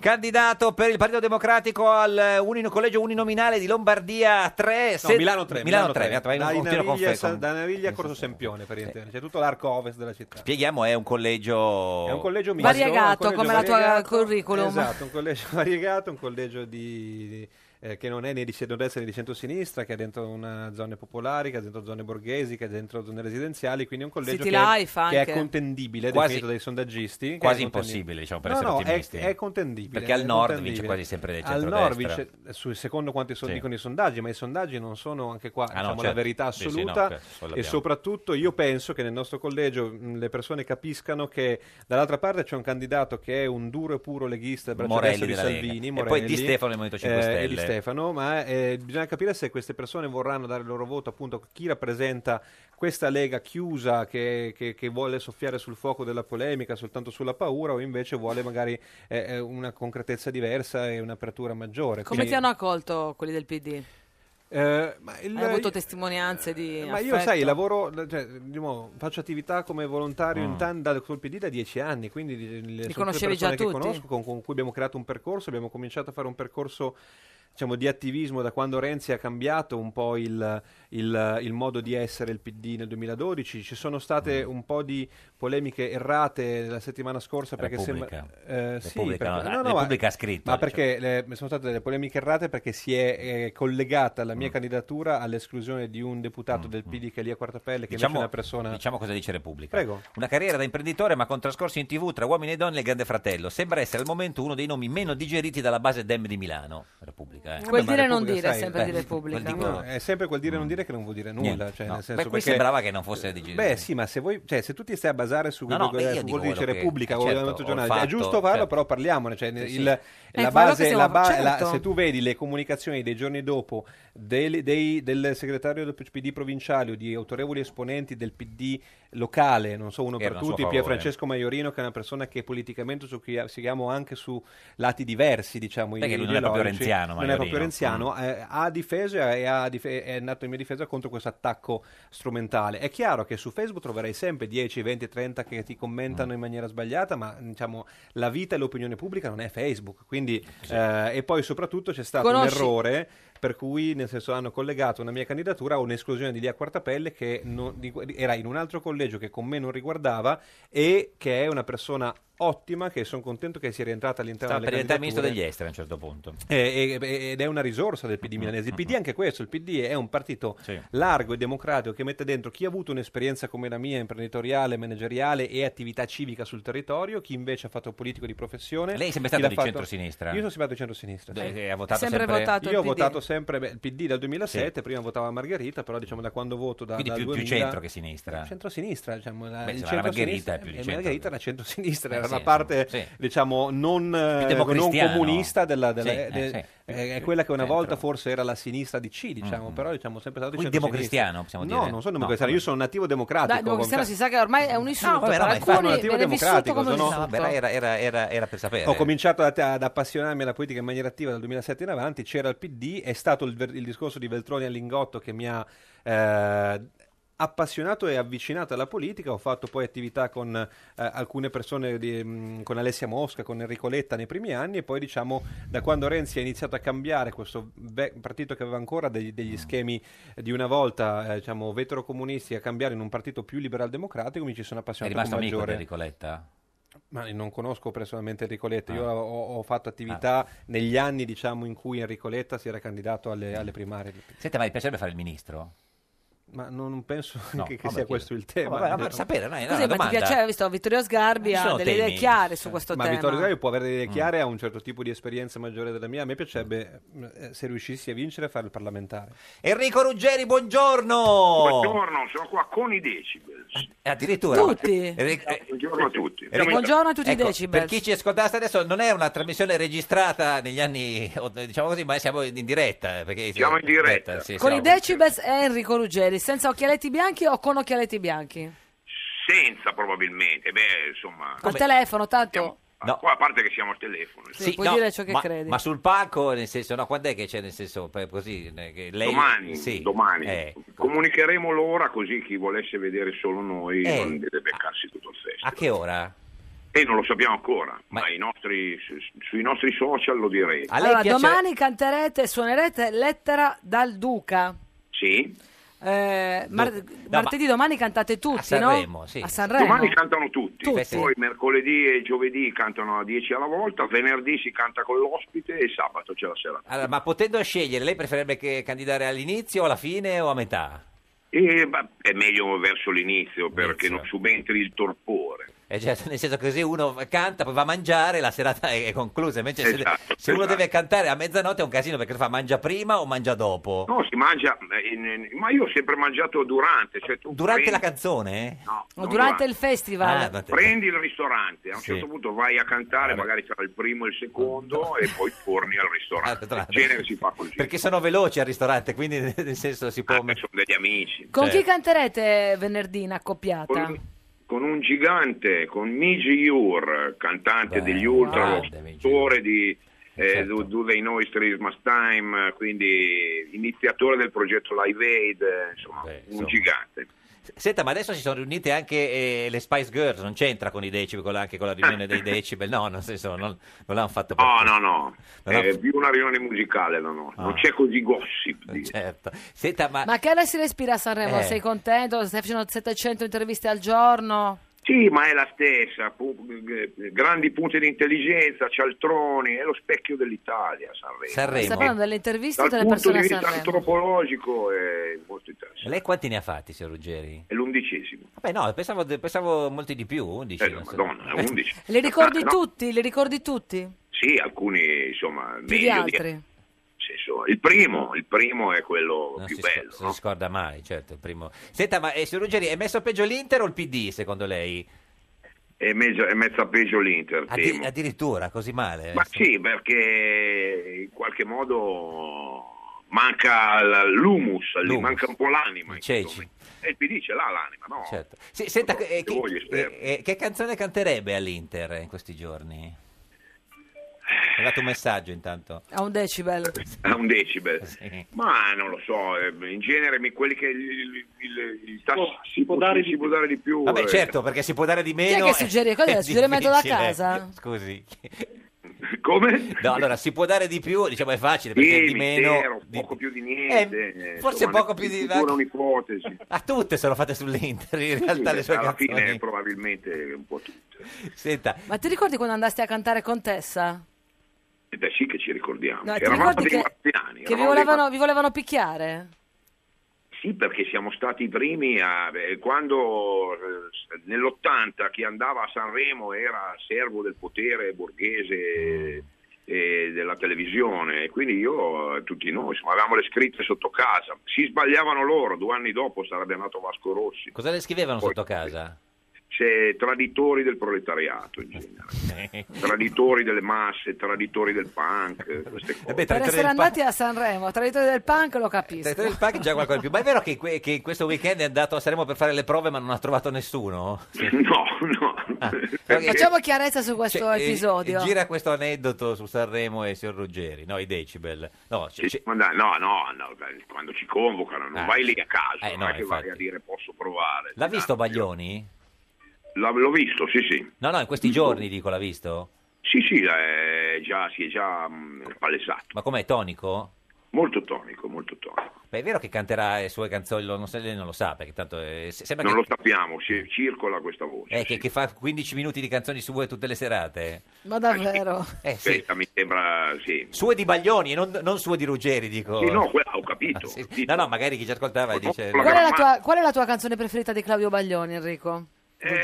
Speaker 2: Candidato per il Partito Democratico al eh, unino- collegio uninominale di Lombardia 3.
Speaker 9: No, Milano 3.
Speaker 2: eh, Milano 3, mi ha trovato-
Speaker 9: Da
Speaker 2: continuo con
Speaker 9: Naviglia,
Speaker 2: fe-
Speaker 9: Sa-
Speaker 2: con-
Speaker 9: da Naviglia a Corso Sempione, per intenderci. C'è tutto l'arco ovest della città.
Speaker 2: Spieghiamo, è un collegio...
Speaker 9: È un collegio misto.
Speaker 1: Variegato,
Speaker 9: un collegio
Speaker 1: come la tua
Speaker 9: variegato,
Speaker 1: curriculum.
Speaker 9: Esatto, un collegio *laughs* variegato, un collegio di- di- eh, che non è né di centrodestra né di centrosinistra, che è dentro una zone popolari, che è dentro zone borghesi, che è dentro zone residenziali, quindi è un collegio
Speaker 1: City
Speaker 9: che, è-
Speaker 1: life anche.
Speaker 9: che è contendibile, è
Speaker 2: Quasi-
Speaker 9: definito dai sondaggisti. che è
Speaker 2: quasi
Speaker 9: contendibile.
Speaker 2: impossibile, diciamo, per
Speaker 9: No,
Speaker 2: essere
Speaker 9: no, è-
Speaker 2: ottimisti.
Speaker 9: È, contendibile.
Speaker 2: Perché al
Speaker 9: è
Speaker 2: nord
Speaker 9: contendibile.
Speaker 2: vince quasi sempre il
Speaker 9: Al nord
Speaker 2: centrodestra.
Speaker 9: vince, eh, su- secondo quanto
Speaker 2: Sì.
Speaker 9: dicono i sondaggi, ma i sondaggi non sono anche qua
Speaker 2: Ah, no,
Speaker 9: diciamo, la
Speaker 2: certo.
Speaker 9: verità
Speaker 2: Sì, sì, no,
Speaker 9: assoluta
Speaker 2: questo lo
Speaker 9: e
Speaker 2: abbiamo.
Speaker 9: soprattutto io penso che nel nostro collegio mh, le persone capiscano che dall'altra parte c'è un candidato che è un duro e puro leghista, il braccio
Speaker 2: Morelli
Speaker 9: destro di
Speaker 2: della Lega.
Speaker 9: Salvini,
Speaker 2: E
Speaker 9: Morelli,
Speaker 2: poi Di Stefano del Movimento 5
Speaker 9: eh, e
Speaker 2: Stelle.
Speaker 9: Di Stefano, ma eh, bisogna capire se queste persone vorranno dare il loro voto appunto a chi rappresenta questa Lega chiusa che, che- che vuole soffiare sul fuoco della polemica, soltanto sulla paura, o invece vuole magari eh, eh, una concretezza diversa e un'apertura maggiore.
Speaker 1: Come
Speaker 9: Quindi-
Speaker 1: ti hanno accolto quelli del PD?
Speaker 9: eh, ma il-
Speaker 1: Hai avuto testimonianze di
Speaker 9: ma io,
Speaker 1: Eh, affetto?
Speaker 9: sai, lavoro, cioè, di nuovo, faccio attività come volontario
Speaker 2: Mm.
Speaker 9: in TAN da col PD da dieci anni, quindi le- le- sono
Speaker 1: conoscevi
Speaker 9: tutte persone
Speaker 1: già tutti?
Speaker 9: che conosco, con, con cui abbiamo creato un percorso, abbiamo cominciato a fare un percorso diciamo, di attivismo da quando Renzi ha cambiato un po' il, il- il modo di essere il PD nel 2012. Ci sono state
Speaker 2: Mm.
Speaker 9: un po' di polemiche errate la settimana scorsa perché
Speaker 2: Repubblica.
Speaker 9: sembra... eh, sì,
Speaker 2: Repubblica,
Speaker 9: perché-
Speaker 2: no,
Speaker 9: no, no, ma-
Speaker 2: Repubblica ha scritto.
Speaker 9: ma perché le- sono state delle polemiche errate perché si è eh, collegata la mia candidatura all'esclusione di un deputato del PD che è lì a Quartapelle, che invece è una persona...
Speaker 2: diciamo cosa dice Repubblica.
Speaker 9: Prego.
Speaker 2: Una carriera da imprenditore ma con trascorsi in tv tra uomini e donne e Grande Fratello. Sembra essere al momento uno dei nomi meno digeriti dalla base DEM di Milano. Repubblica. eh.
Speaker 1: Quel dire non dire è sempre
Speaker 2: eh,
Speaker 1: di Repubblica.
Speaker 2: quel dicono.
Speaker 9: No, è sempre quel dire non dire che non vuol dire nulla.
Speaker 2: Niente,
Speaker 9: cioè,
Speaker 2: no.
Speaker 9: nel senso
Speaker 2: Beh, qui
Speaker 9: perché-
Speaker 2: sembrava che non fosse digerito.
Speaker 9: Beh, sì, ma se, vuoi, cioè, se tu ti stai a basare su
Speaker 2: No,
Speaker 9: quello
Speaker 2: no, beh,
Speaker 9: che
Speaker 2: io
Speaker 9: su-
Speaker 2: dico
Speaker 9: vuol dire
Speaker 2: quello che-
Speaker 9: Repubblica o
Speaker 2: certo,
Speaker 9: un altro
Speaker 2: ho
Speaker 9: giornale, cioè,
Speaker 2: fatto,
Speaker 9: è giusto farlo,
Speaker 2: certo.
Speaker 9: però parliamone. Cioè, nel-
Speaker 2: Sì, Eh,
Speaker 9: il-
Speaker 2: sì.
Speaker 1: È
Speaker 9: la
Speaker 1: quello che
Speaker 9: base,
Speaker 1: stiamo-
Speaker 9: la ba-
Speaker 1: certo.
Speaker 9: la- se tu vedi le comunicazioni dei giorni dopo del, dei- del segretario del PD provinciale o di autorevoli esponenti del PD locale, non so uno
Speaker 2: Erano a
Speaker 9: per
Speaker 2: suo
Speaker 9: tutti, Pier
Speaker 2: favore.
Speaker 9: Francesco Maiorino, che è una persona che politicamente su cui siamo anche su lati diversi, diciamo.
Speaker 2: Perché lui non è proprio
Speaker 9: ideologici.
Speaker 2: renziano,
Speaker 9: Non è proprio
Speaker 2: Maiorino. Mm.
Speaker 9: renziano, eh, ha difeso e ha- e ha dife- è nato in mia difesa contro questo attacco strumentale. È chiaro che su Facebook troverai sempre 10, 20, 30 che ti
Speaker 2: Mm.
Speaker 9: commentano in maniera sbagliata, ma diciamo la vita e l'opinione pubblica non è Facebook. Quindi, eh, e poi soprattutto c'è stato
Speaker 1: Conosci-
Speaker 9: un errore per cui nel senso hanno collegato una mia candidatura a un'esclusione di Lia Quartapelle che non- di- era in un altro collegio che con me non riguardava e che è una persona ottima che sono contento che sia rientrata all'interno
Speaker 2: Stava per
Speaker 9: delle
Speaker 2: diventare ministro
Speaker 9: candidature.
Speaker 2: degli esteri a un certo punto.
Speaker 9: Eh, eh, ed è una risorsa del PD milanese. Il PD è anche questo, il PD è un partito largo e democratico che mette dentro chi ha avuto un'esperienza come la mia imprenditoriale, manageriale e attività civica sul territorio, chi invece ha fatto politico di professione.
Speaker 2: Lei è sempre
Speaker 9: chi
Speaker 2: stato
Speaker 9: l'ha
Speaker 2: di centrosinistra?
Speaker 9: Io sono sempre stato di centrosinistra.
Speaker 2: Dove-
Speaker 9: sì.
Speaker 2: eh, ha votato Sempre sempre- votato
Speaker 9: Io ho
Speaker 2: il PD.
Speaker 9: votato sempre beh, il PD dal 2007, prima votava Margherita, però diciamo da quando voto da,
Speaker 2: Quindi
Speaker 9: dal
Speaker 2: più- più
Speaker 9: 2000
Speaker 2: centro che sinistra.
Speaker 9: Centrosinistra, diciamo, la,
Speaker 2: Beh,
Speaker 9: il
Speaker 2: se va la
Speaker 9: centrosinistra-
Speaker 2: Margherita è più di
Speaker 9: eh,
Speaker 2: centro.
Speaker 9: Margherita era centrosinistra,
Speaker 2: Eh,
Speaker 9: era
Speaker 2: sì,
Speaker 9: la
Speaker 2: insomma,
Speaker 9: parte
Speaker 2: sì.
Speaker 9: diciamo non, eh, non
Speaker 2: democristiano.
Speaker 9: comunista della, della-
Speaker 2: Sì, eh,
Speaker 9: de-
Speaker 2: sì. Mm-hmm.
Speaker 9: eh, è quella che una volta forse era la sinistra di C, diciamo, però diciamo sempre stato di
Speaker 2: Quindi
Speaker 9: centrosinistra.
Speaker 2: democristiano, possiamo
Speaker 9: No,
Speaker 2: dire?
Speaker 9: non sono
Speaker 2: No,
Speaker 9: democristiano, io sono nativo democratico.
Speaker 1: Dai, Democristiano si sa che ormai è un insulto.
Speaker 9: No, vabbè,
Speaker 1: per
Speaker 9: no, ma infatti è un
Speaker 1: alcuni
Speaker 9: attivo
Speaker 1: viene vissuto
Speaker 9: democratico,
Speaker 1: come un
Speaker 9: se no-
Speaker 1: insulto.
Speaker 9: Esatto.
Speaker 2: Vabbè, era, era- era- era per sapere.
Speaker 9: Ho cominciato ad, ad appassionarmi alla politica in maniera attiva dal 2007 in avanti, c'era il PD, è stato il, ver- il discorso di Veltroni all'ingotto che mi ha eh, appassionato e avvicinato alla politica, ho fatto poi attività con eh, alcune persone, di- mh, con Alessia Mosca, con Enrico Letta nei primi anni e poi diciamo da quando Renzi ha iniziato a cambiare questo ve- partito che aveva ancora degli, degli schemi di una volta, eh, diciamo, vetero comunisti, a cambiare in un partito più liberal democratico, mi ci sono
Speaker 2: È
Speaker 9: appassionato con
Speaker 2: rimasto amico di
Speaker 9: maggiore
Speaker 2: Enrico Letta?
Speaker 9: Ma non conosco personalmente Enrico Letta,
Speaker 2: Ah.
Speaker 9: io ho, ho fatto attività negli anni diciamo, in cui Enrico Letta si era candidato alle, alle primarie.
Speaker 2: Senta, ma vi piacerebbe fare il ministro?
Speaker 9: Ma non, non penso
Speaker 2: No,
Speaker 9: che, che
Speaker 2: vabbè,
Speaker 9: sia
Speaker 2: chiedo.
Speaker 9: questo il
Speaker 2: No,
Speaker 9: tema.
Speaker 2: vabbè, vabbè, sapere, no, è una
Speaker 1: Così, ma ti
Speaker 2: domanda.
Speaker 1: piaceva, visto Vittorio Sgarbi
Speaker 9: Ci
Speaker 1: ha
Speaker 9: sono
Speaker 1: delle idee
Speaker 9: temi.
Speaker 1: chiare su questo
Speaker 9: ma
Speaker 1: tema.
Speaker 9: Vittorio Gaio può avere delle
Speaker 2: Mm.
Speaker 9: idee chiare, ha un certo tipo di esperienza maggiore della mia. A me piacerebbe, eh, se riuscissi a vincere, fare il parlamentare.
Speaker 2: Enrico Ruggeri, buongiorno! Oh. Buongiorno,
Speaker 13: sono qua con i decibel.
Speaker 2: Eh, Addirittura.
Speaker 1: Tutti?
Speaker 2: Buongiorno
Speaker 13: a tutti.
Speaker 1: Buongiorno a tutti i
Speaker 2: ecco,
Speaker 1: decibel.
Speaker 2: Per chi ci ascoltasse adesso non è una trasmissione registrata negli anni, o- diciamo così, ma siamo in diretta. eh, Perché
Speaker 13: Siamo in diretta.
Speaker 2: sì,
Speaker 1: Con i
Speaker 2: siamo-
Speaker 1: decibel è Enrico Ruggeri, senza occhialetti bianchi o con occhialetti bianchi?
Speaker 13: Senza probabilmente, beh, insomma.
Speaker 1: Al telefono, tanto...
Speaker 2: No.
Speaker 13: Qua a parte che siamo al telefono.
Speaker 1: Sì, puoi dire ciò che
Speaker 2: ma,
Speaker 1: credi.
Speaker 2: Ma sul palco, nel senso, no, quando è che c'è, nel senso, per- così, eh, che lei...
Speaker 13: Domani,
Speaker 2: sì,
Speaker 13: domani.
Speaker 2: eh,
Speaker 13: Comunicheremo l'ora così chi volesse vedere solo noi
Speaker 2: Eh.
Speaker 13: non deve beccarsi tutto il festival.
Speaker 2: a che ora?
Speaker 13: E non lo sappiamo ancora, ma, i nostri- su- sui nostri social lo direi.
Speaker 1: Allora, domani canterete e suonerete Lettera dal Duca.
Speaker 13: Sì.
Speaker 1: Eh, mar- martedì domani cantate tutti, no? A Sanremo.
Speaker 13: Domani cantano tutti,
Speaker 1: Tutti.
Speaker 13: poi mercoledì e giovedì cantano a 10 alla volta, venerdì si canta con l'ospite e sabato c'è la serata.
Speaker 2: Allora, ma potendo scegliere, lei preferirebbe che candidare all'inizio, alla fine o a metà?
Speaker 13: E, ma, è meglio verso l'inizio perché
Speaker 2: certo.
Speaker 13: non subentri il torpore.
Speaker 2: Eh, cioè, nel senso che se uno canta, poi va a mangiare, la serata è è conclusa. Invece, se- se,
Speaker 13: Esatto,
Speaker 2: uno
Speaker 13: esatto.
Speaker 2: deve cantare a mezzanotte è un casino perché fa mangia prima o mangia dopo?
Speaker 13: No, si mangia, eh, in- in- ma io ho sempre mangiato durante. Cioè tu
Speaker 2: Durante
Speaker 13: prendi-
Speaker 2: la canzone? Ah, eh?
Speaker 13: No,
Speaker 1: O
Speaker 13: non
Speaker 1: durante il festival.
Speaker 13: Prendi il ristorante, a un
Speaker 2: Sì.
Speaker 13: certo punto vai a cantare, magari tra il primo e il secondo, e poi torni al ristorante. In genere si fa così.
Speaker 2: Perché sono veloci al ristorante, quindi *laughs* nel senso si può.
Speaker 13: Ah, sono degli amici.
Speaker 1: Con chi
Speaker 13: Cioè,
Speaker 1: canterete venerdì in accoppiata?
Speaker 13: con un gigante, con Miji Yur, cantante degli Ultra, autore di eh,
Speaker 2: certo.
Speaker 13: Do- Do They Know It's Christmas Time, quindi iniziatore del progetto Live Aid, eh, insomma,
Speaker 2: insomma.
Speaker 13: un gigante.
Speaker 2: Certo. Senta, ma adesso si sono riunite anche eh, le Spice Girls, non c'entra con i decibel, con la- anche con la
Speaker 13: *laughs*
Speaker 2: riunione dei decibel, no, nel senso, non, non l'hanno fatto per
Speaker 13: No, no, no,
Speaker 2: Non l'hanno-
Speaker 13: è più Eh, una riunione musicale, no, no. non c'è così gossip.
Speaker 2: Certo. Senta, ma...
Speaker 1: Ma che aria si respira a Sanremo?
Speaker 13: Eh.
Speaker 1: Sei contento? Stai facendo 700 interviste al giorno?
Speaker 13: Sì, ma è la stessa, pu- eh, grandi punti di intelligenza, cialtroni, è lo specchio dell'Italia Sanremo.
Speaker 1: Stai parlando delle interviste o
Speaker 13: Dal
Speaker 1: delle
Speaker 13: punto
Speaker 1: persone
Speaker 13: di
Speaker 1: a
Speaker 13: vista
Speaker 1: Sanremo?
Speaker 13: antropologico è molto interessante.
Speaker 2: Lei quanti ne ha fatti, signor Ruggeri?
Speaker 13: È l'undicesimo. Eh,
Speaker 2: Vabbè, no, pensavo, pensavo molti di più, 11. non so.
Speaker 13: Madonna, è 11.
Speaker 1: Li ricordi
Speaker 13: *laughs* No,
Speaker 1: tutti? Li ricordi tutti?
Speaker 13: Sì, alcuni, insomma, meglio
Speaker 1: Più di altri?
Speaker 13: insomma, il primo, il primo è quello
Speaker 2: *laughs* Non
Speaker 13: più
Speaker 2: si, scor-
Speaker 13: bello.
Speaker 2: si scorda mai, certo, il primo. Senta, ma eh, signor Ruggeri, è messo peggio l'Inter o il PD, secondo lei?
Speaker 13: È, mezzo, è mezza peggio l'Inter,
Speaker 2: Addi-
Speaker 13: temo.
Speaker 2: addirittura, così male?
Speaker 13: Ma sì, perché in qualche modo manca l- l'humus, lì
Speaker 2: L'humus.
Speaker 13: manca un po' l'anima. in
Speaker 2: Ceci.
Speaker 13: questo momento. E il PD ce l'ha l'anima, no?
Speaker 2: Certo. Sì, senta,
Speaker 13: Però,
Speaker 2: eh,
Speaker 13: se
Speaker 2: che,
Speaker 13: voi esperti.
Speaker 2: eh, eh, che canzone canterebbe all'Inter in questi giorni? È arrivato un messaggio intanto.
Speaker 1: A un decibel.
Speaker 13: a un
Speaker 2: *laughs*
Speaker 13: decibel. Ma non lo so, eh, in genere mi- quelli che il, il, il- il tasso- si può dare, di, più.
Speaker 2: Vabbè,
Speaker 13: eh.
Speaker 2: certo, perché si può dare di
Speaker 1: Chi è
Speaker 2: meno.
Speaker 1: che suggerisce? Cos'è?
Speaker 2: eh, è
Speaker 1: Suggerimento da
Speaker 2: difficile.
Speaker 1: casa?
Speaker 2: Scusi.
Speaker 13: Come?
Speaker 2: No, allora si può dare di più, diciamo è facile,
Speaker 13: Sì,
Speaker 2: perché di
Speaker 13: mistero,
Speaker 2: meno
Speaker 13: poco più di niente. eh,
Speaker 2: forse
Speaker 13: insomma,
Speaker 2: poco più di-
Speaker 13: in futuro un'ipotesi.
Speaker 2: a tutte sono fatte sull'Inter in
Speaker 13: Sì,
Speaker 2: realtà le sue
Speaker 13: alla
Speaker 2: canzoni.
Speaker 13: fine probabilmente un po' tutte.
Speaker 2: Senta,
Speaker 1: Ma ti ricordi quando andasti a cantare con Tessa?
Speaker 13: Ed è sì che ci ricordiamo.
Speaker 1: No, ti
Speaker 13: Eravamo
Speaker 1: ricordi
Speaker 13: dei
Speaker 1: che-
Speaker 13: marziani.
Speaker 1: Che vi
Speaker 13: eravamo dei
Speaker 1: volevano, vi volevano picchiare?
Speaker 13: Sì, perché siamo stati i primi a, eh, quando eh, nell'80 chi andava a Sanremo era servo del potere borghese e della televisione, e quindi io, eh, tutti noi, insomma, avevamo le scritte sotto casa. Si sbagliavano loro, due anni dopo sarebbe nato Vasco Rossi,
Speaker 2: cosa le scrivevano sotto casa?
Speaker 13: c'è traditori del proletariato in genere, traditori delle masse, traditori del punk, eh, queste cose.
Speaker 1: Per essere andati a Sanremo, tra i tre del punk lo capisco.
Speaker 2: Territorio del Park già qualcosa in più. Ma è vero che, que- che questo weekend è andato a Saremo per fare le prove ma non ha trovato nessuno?
Speaker 13: *laughs*
Speaker 2: Ah,
Speaker 13: No, no.
Speaker 1: Facciamo chiarezza su questo
Speaker 2: Cioè, eh,
Speaker 1: episodio.
Speaker 2: gira questo aneddoto su Sanremo e signor Ruggeri, no, i decibel. No, c'è- c'è-
Speaker 13: Ma dai, no, no, no, dai, quando ci convocano non
Speaker 2: Ah,
Speaker 13: vai lì a caso,
Speaker 2: eh,
Speaker 13: non
Speaker 2: no,
Speaker 13: è che vai
Speaker 2: infatti.
Speaker 13: a dire posso provare.
Speaker 2: L'ha visto Baglioni?
Speaker 13: L'ha- l'ho visto, sì, sì.
Speaker 2: No, no, in questi giorni dico l'ha visto.
Speaker 13: eh, Sì, sì, è già, si è già mh, palesato.
Speaker 2: Ma com'è tonico?
Speaker 13: Molto tonico, molto tonico.
Speaker 2: Beh, è vero che canterà le sue canzoni, lo- non, se- lei non lo sa, perché tanto eh, se- sembra
Speaker 13: Non
Speaker 2: che,
Speaker 13: lo sappiamo, ci- circola questa voce.
Speaker 2: eh, che- che fa 15 minuti di canzoni sue tutte le serate.
Speaker 1: Ma davvero?
Speaker 2: Eh, sì.
Speaker 13: Questa mi sembra, sì.
Speaker 2: Sue di Baglioni, e non, non sue di Ruggeri, dico.
Speaker 13: Sì, no, quella ho capito.
Speaker 2: Ah, sì. No, no, magari chi ci ascoltava dice...
Speaker 1: Qual è, la tua, qual è la tua canzone preferita di Claudio Baglioni, Enrico?
Speaker 13: Eh,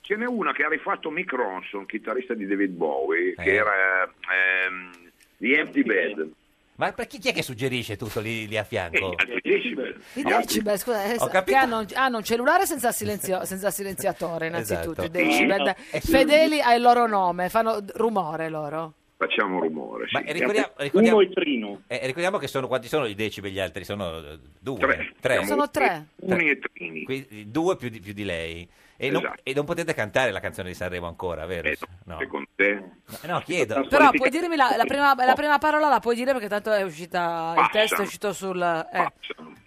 Speaker 13: ce n'è una che ha rifatto Mick Ronson, chitarrista di David Bowie,
Speaker 2: Eh.
Speaker 13: che era ehm, The Empty Bed.
Speaker 2: Ma per chi, chi è che suggerisce tutto lì, lì a fianco?
Speaker 13: Eh,
Speaker 1: I decibel, scusa, eh,
Speaker 2: Ho
Speaker 1: sa- che
Speaker 2: capito.
Speaker 1: hanno, hanno un cellulare senza, silenzio- senza silenziatore, innanzitutto.
Speaker 2: Esatto.
Speaker 1: i decibel,
Speaker 2: Sì.
Speaker 1: dai, fedeli al loro nome, fanno d- rumore loro.
Speaker 13: Facciamo rumore. Sì.
Speaker 2: Ma ricordiamo, ricordiamo, eh, ricordiamo che sono quanti sono i decibel, gli altri sono eh, due, tre.
Speaker 1: Sono tre.
Speaker 13: Uni e trini.
Speaker 2: Cioè,
Speaker 13: Esatto.
Speaker 2: due più di, più di lei. E, non, e non potete cantare la canzone di Sanremo ancora, vero? no.
Speaker 13: Eh, Secondo te?
Speaker 2: No, chiedo.
Speaker 1: Però puoi dirmi la, la prima,
Speaker 13: Oh.
Speaker 1: la prima parola, la puoi dire perché tanto è uscita, il
Speaker 2: Passano.
Speaker 1: testo è uscito sul... eh.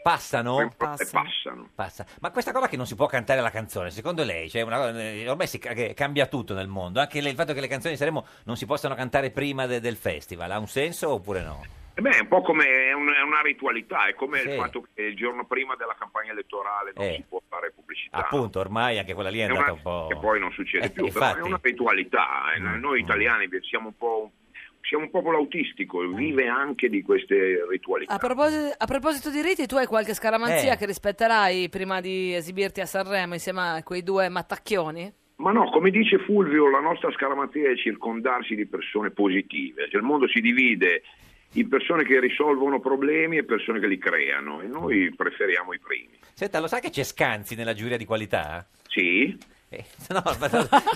Speaker 2: Passano?
Speaker 1: Passano.
Speaker 2: Passa. Ma questa cosa che non si può cantare la canzone, secondo lei? Cioè una cosa- eh, ormai si ca- che cambia tutto nel mondo, anche le- il fatto che le canzoni di Sanremo non si possano cantare prima de- del festival, ha un senso oppure no?
Speaker 13: Eh beh, è un po' come è, un- è una ritualità, è come
Speaker 2: Sì.
Speaker 13: il fatto che il giorno prima della campagna elettorale non
Speaker 2: Eh.
Speaker 13: si può fare pubblicità.
Speaker 2: Appunto, ormai anche quella lì è
Speaker 13: È
Speaker 2: andata
Speaker 13: una-
Speaker 2: un po'...
Speaker 13: che poi non succede
Speaker 2: Eh,
Speaker 13: più,
Speaker 2: infatti. Mm,
Speaker 13: però è una ritualità. eh, Noi italiani siamo un po' siamo un popolo autistico,
Speaker 2: Mm.
Speaker 13: vive anche di queste ritualità.
Speaker 1: A, proposito, a proposito di riti, tu hai qualche scaramanzia
Speaker 13: Eh.
Speaker 1: che rispetterai prima di esibirti a Sanremo insieme a quei due mattacchioni?
Speaker 13: Ma no, come dice Fulvio, la nostra scaramanzia è circondarsi di persone positive. Cioè, il mondo si divide in persone che risolvono problemi e persone che li creano e
Speaker 2: Mm.
Speaker 13: noi preferiamo i primi.
Speaker 2: Senta, lo sa che c'è Scanzi nella giuria di qualità? Eh,
Speaker 13: Sì.
Speaker 2: no, basta,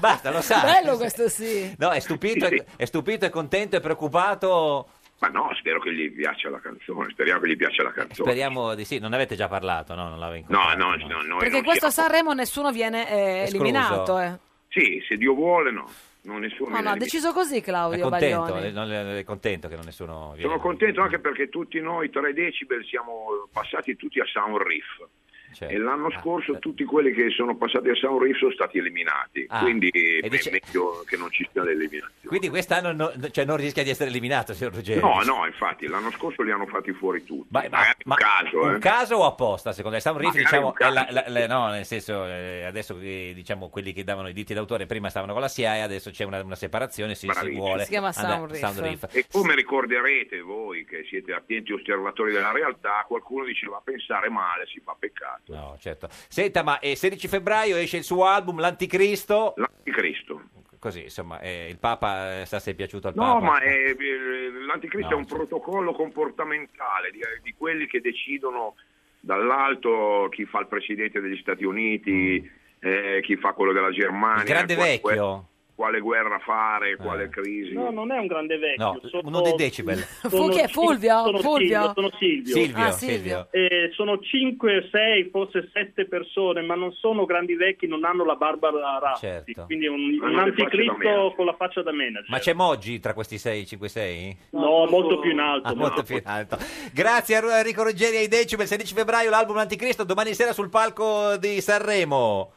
Speaker 2: basta, lo sa.
Speaker 1: Bello questo sì.
Speaker 2: No, è stupito, è, è stupito, è contento, è preoccupato.
Speaker 13: Ma no, spero che gli piaccia la canzone, speriamo che gli piaccia la canzone.
Speaker 2: Speriamo di sì. Non avete già parlato, no? Non l'avevo
Speaker 13: No, no, no, noi
Speaker 1: Perché
Speaker 13: non
Speaker 1: questo a Sanremo nessuno viene eh,
Speaker 13: Escluso.
Speaker 1: eliminato. eh.
Speaker 13: siamo- Sì, se Dio vuole no,
Speaker 1: No,
Speaker 13: non nessuno viene
Speaker 1: no, ha
Speaker 13: eliminato.
Speaker 1: deciso così
Speaker 2: È
Speaker 1: Claudio
Speaker 2: contento,
Speaker 1: Baglioni.
Speaker 2: eh, non è, è contento che non nessuno viene.
Speaker 13: Sono contento anche perché tutti noi, 3 decibel, siamo passati tutti a Sound Reef.
Speaker 2: Cioè,
Speaker 13: E l'anno scorso tutti quelli che sono passati a Sound Reef sono stati eliminati.
Speaker 2: Ah,
Speaker 13: Quindi
Speaker 2: e
Speaker 13: è
Speaker 2: dice-
Speaker 13: meglio che non ci siano le eliminazioni.
Speaker 2: Quindi quest'anno no- cioè, non rischia di essere eliminato, signor Ruggeri.
Speaker 13: No, no, infatti, l'anno scorso li hanno fatti fuori tutti.
Speaker 2: Cioè, Ma- ma-
Speaker 13: Magari un
Speaker 2: ma-
Speaker 13: caso, eh.
Speaker 2: Un caso o apposta, secondo lei? Sound Reef,
Speaker 13: Magari
Speaker 2: diciamo,
Speaker 13: un caso.
Speaker 2: è la- la- la- no, nel senso, eh, adesso che, diciamo, quelli che davano i diritti d'autore prima stavano con la CIA, adesso c'è una, una separazione, sì, si
Speaker 13: Bravissimo.
Speaker 2: vuole.
Speaker 1: Si chiama
Speaker 2: andare-
Speaker 1: Sound Reef.
Speaker 13: E come ricorderete voi che siete attenti osservatori della realtà, qualcuno diceva pensare male si fa peccato.
Speaker 2: No, certo. Senta, ma il 16 febbraio esce il suo album L'Anticristo.
Speaker 13: L'Anticristo.
Speaker 2: Così, insomma, eh, il Papa eh, sa se è piaciuto al
Speaker 13: No,
Speaker 2: Papa.
Speaker 13: ma è- eh, l'anticristo
Speaker 2: No,
Speaker 13: è un protocollo comportamentale di, di quelli che decidono dall'alto chi fa il presidente degli Stati Uniti, eh, chi fa quello della Germania.
Speaker 2: Mm. Il grande
Speaker 13: quale,
Speaker 2: vecchio. Eh.
Speaker 13: Quale guerra fare, quale crisi.
Speaker 14: No, non è un grande vecchio.
Speaker 2: No, uno dei decibel.
Speaker 13: *laughs*
Speaker 1: Fu chi è? Fulvio?
Speaker 14: Sono
Speaker 1: Fulvio?
Speaker 14: Silvio, sono Silvio.
Speaker 2: Silvio, Ah, Silvio. Silvio.
Speaker 14: Eh, sono 5, 6, forse 7 persone, ma non sono grandi vecchi, non hanno la barba da Ratti.
Speaker 2: Certo.
Speaker 14: Quindi un,
Speaker 2: Hanno
Speaker 14: un
Speaker 2: le facce da
Speaker 14: anticristo
Speaker 2: manager.
Speaker 14: con la faccia da manager.
Speaker 2: Ma c'è Moggi tra questi 6, 5, 6?
Speaker 14: No, molto più in alto.
Speaker 2: Ah, molto più in alto. Grazie a Ru- Enrico Ruggeri ai decimi, il 16 febbraio l'album L'Anticristo, domani sera sul palco di Sanremo.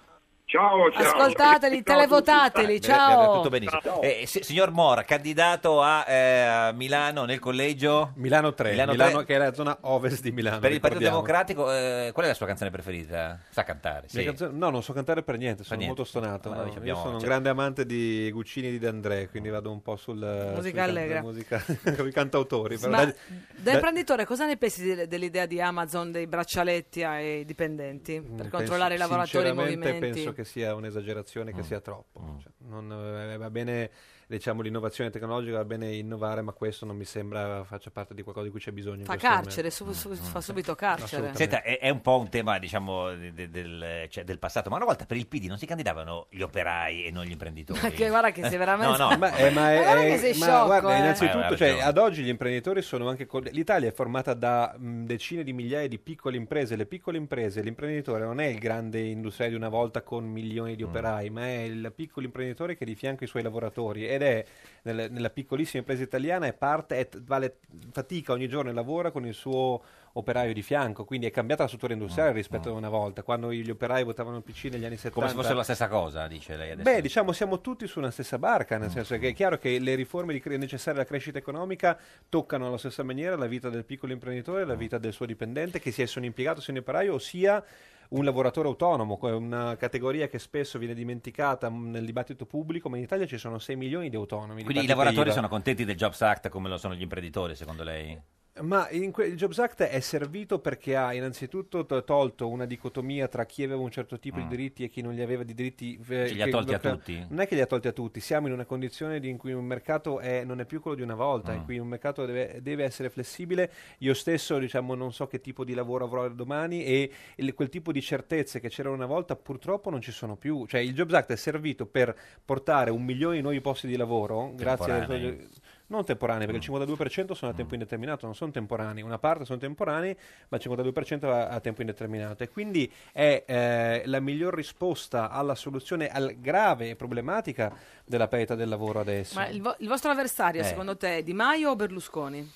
Speaker 13: Ciao,
Speaker 2: ciao.
Speaker 1: Ascoltateli, televotateli, ciao.
Speaker 2: Tutto benissimo. Eh, si- signor Mora, candidato a eh, a Milano nel collegio?
Speaker 9: Milano 3,
Speaker 2: Milano
Speaker 9: Milano,
Speaker 2: 3.
Speaker 9: che è la zona ovest di Milano.
Speaker 2: Per il Partito
Speaker 9: ricordiamo.
Speaker 2: Democratico, eh, qual è la sua canzone preferita? Sa cantare,
Speaker 9: Le
Speaker 2: sì.
Speaker 9: canzoni- No, non so cantare per niente, sono
Speaker 2: niente.
Speaker 9: molto stonato.
Speaker 2: Ah,
Speaker 9: no.
Speaker 2: abbiamo-
Speaker 9: Io sono un
Speaker 2: cioè-
Speaker 9: grande amante di Guccini e di D'André, quindi vado un po' sul... sui can-
Speaker 1: allegra.
Speaker 9: musica- *laughs* con i cantautori. però
Speaker 1: Ma
Speaker 9: dai-
Speaker 1: da
Speaker 9: dai-
Speaker 1: imprenditore, cosa ne pensi delle- dell'idea di Amazon dei braccialetti ai dipendenti per
Speaker 9: Mm, Penso-
Speaker 1: controllare i lavoratori in
Speaker 9: sinceramente
Speaker 1: movimenti?
Speaker 9: penso che sia un'esagerazione, che sia troppo. Cioè, non, eh, va bene diciamo, l'innovazione tecnologica, va bene innovare, ma questo non mi sembra faccia parte di qualcosa di cui c'è bisogno. in
Speaker 1: Fa
Speaker 9: questo
Speaker 1: carcere,
Speaker 9: momento.
Speaker 1: su- su- fa subito
Speaker 9: Assolutamente.
Speaker 1: carcere.
Speaker 2: Senta, è, è un po' un tema, diciamo, de- de- del, cioè, del passato, ma una volta per il PD non si candidavano gli operai e non gli imprenditori.
Speaker 1: Ma che guarda che sei veramente- *laughs*
Speaker 2: *laughs* No, no,
Speaker 9: Ma, eh, ma è-
Speaker 1: guarda che
Speaker 9: è-
Speaker 1: sei
Speaker 9: ma
Speaker 1: sciocco,
Speaker 9: guarda,
Speaker 1: eh.
Speaker 2: Eh,
Speaker 9: innanzitutto,
Speaker 2: aveva
Speaker 9: cioè,
Speaker 2: ragione.
Speaker 9: ad oggi gli imprenditori sono anche. col- L'Italia è formata da mh, decine di migliaia di piccole imprese. Le piccole imprese, l'imprenditore non è il grande
Speaker 2: Mm.
Speaker 9: industriale di una volta con milioni di operai, ma è il piccolo imprenditore che è di fianco ai suoi lavoratori. È ed è nelle- nella piccolissima impresa italiana è parte, è, vale fatica ogni giorno e lavora con il suo operaio di fianco, quindi è cambiata la struttura industriale rispetto a una volta, quando gli operai votavano il PC negli anni 70.
Speaker 2: Mm, Come se fosse la stessa cosa, dice lei adesso. Mm.
Speaker 9: Beh, diciamo, siamo tutti su una stessa barca, nel senso che è chiaro che le riforme di cre- necessarie alla crescita economica toccano alla stessa maniera la vita del piccolo imprenditore,
Speaker 2: Mm.
Speaker 9: la vita del suo dipendente, che sia esso un impiegato, sia un operaio, ossia un lavoratore autonomo, que- una categoria che spesso viene dimenticata mh, nel dibattito pubblico, ma in Italia ci sono 6 milioni di autonomi. di
Speaker 2: Quindi i
Speaker 9: partite
Speaker 2: lavoratori
Speaker 9: IVA.
Speaker 2: sono contenti del Jobs Act come lo sono gli imprenditori, secondo lei?
Speaker 9: Ma in que- il Jobs Act è servito perché ha innanzitutto to- tolto una dicotomia tra chi aveva un certo tipo di
Speaker 2: Mm.
Speaker 9: diritti e chi non li aveva di diritti. eh,
Speaker 2: Cioè, li ha
Speaker 9: che
Speaker 2: tolti a
Speaker 9: blocca-
Speaker 2: tutti?
Speaker 9: Non è che li ha tolti a tutti, siamo in una condizione di- in cui un mercato è- non è più quello di una volta,
Speaker 2: Mm.
Speaker 9: in cui un mercato deve, deve essere flessibile. Io stesso diciamo, non so che tipo di lavoro avrò domani e il- quel tipo di certezze che c'erano una volta purtroppo non ci sono più. Cioè il Jobs Act è servito per portare un milione di nuovi posti di lavoro grazie alle
Speaker 2: Temporanei.
Speaker 9: non temporanei, perché il 52% sono a tempo indeterminato, non sono temporanei, una parte sono temporanei, ma il 52% a, a tempo indeterminato. E quindi è eh, la miglior risposta alla soluzione al grave problematica della perdita del lavoro adesso.
Speaker 1: Ma il, vo- il vostro avversario,
Speaker 9: Eh.
Speaker 1: secondo te, è Di Maio o Berlusconi?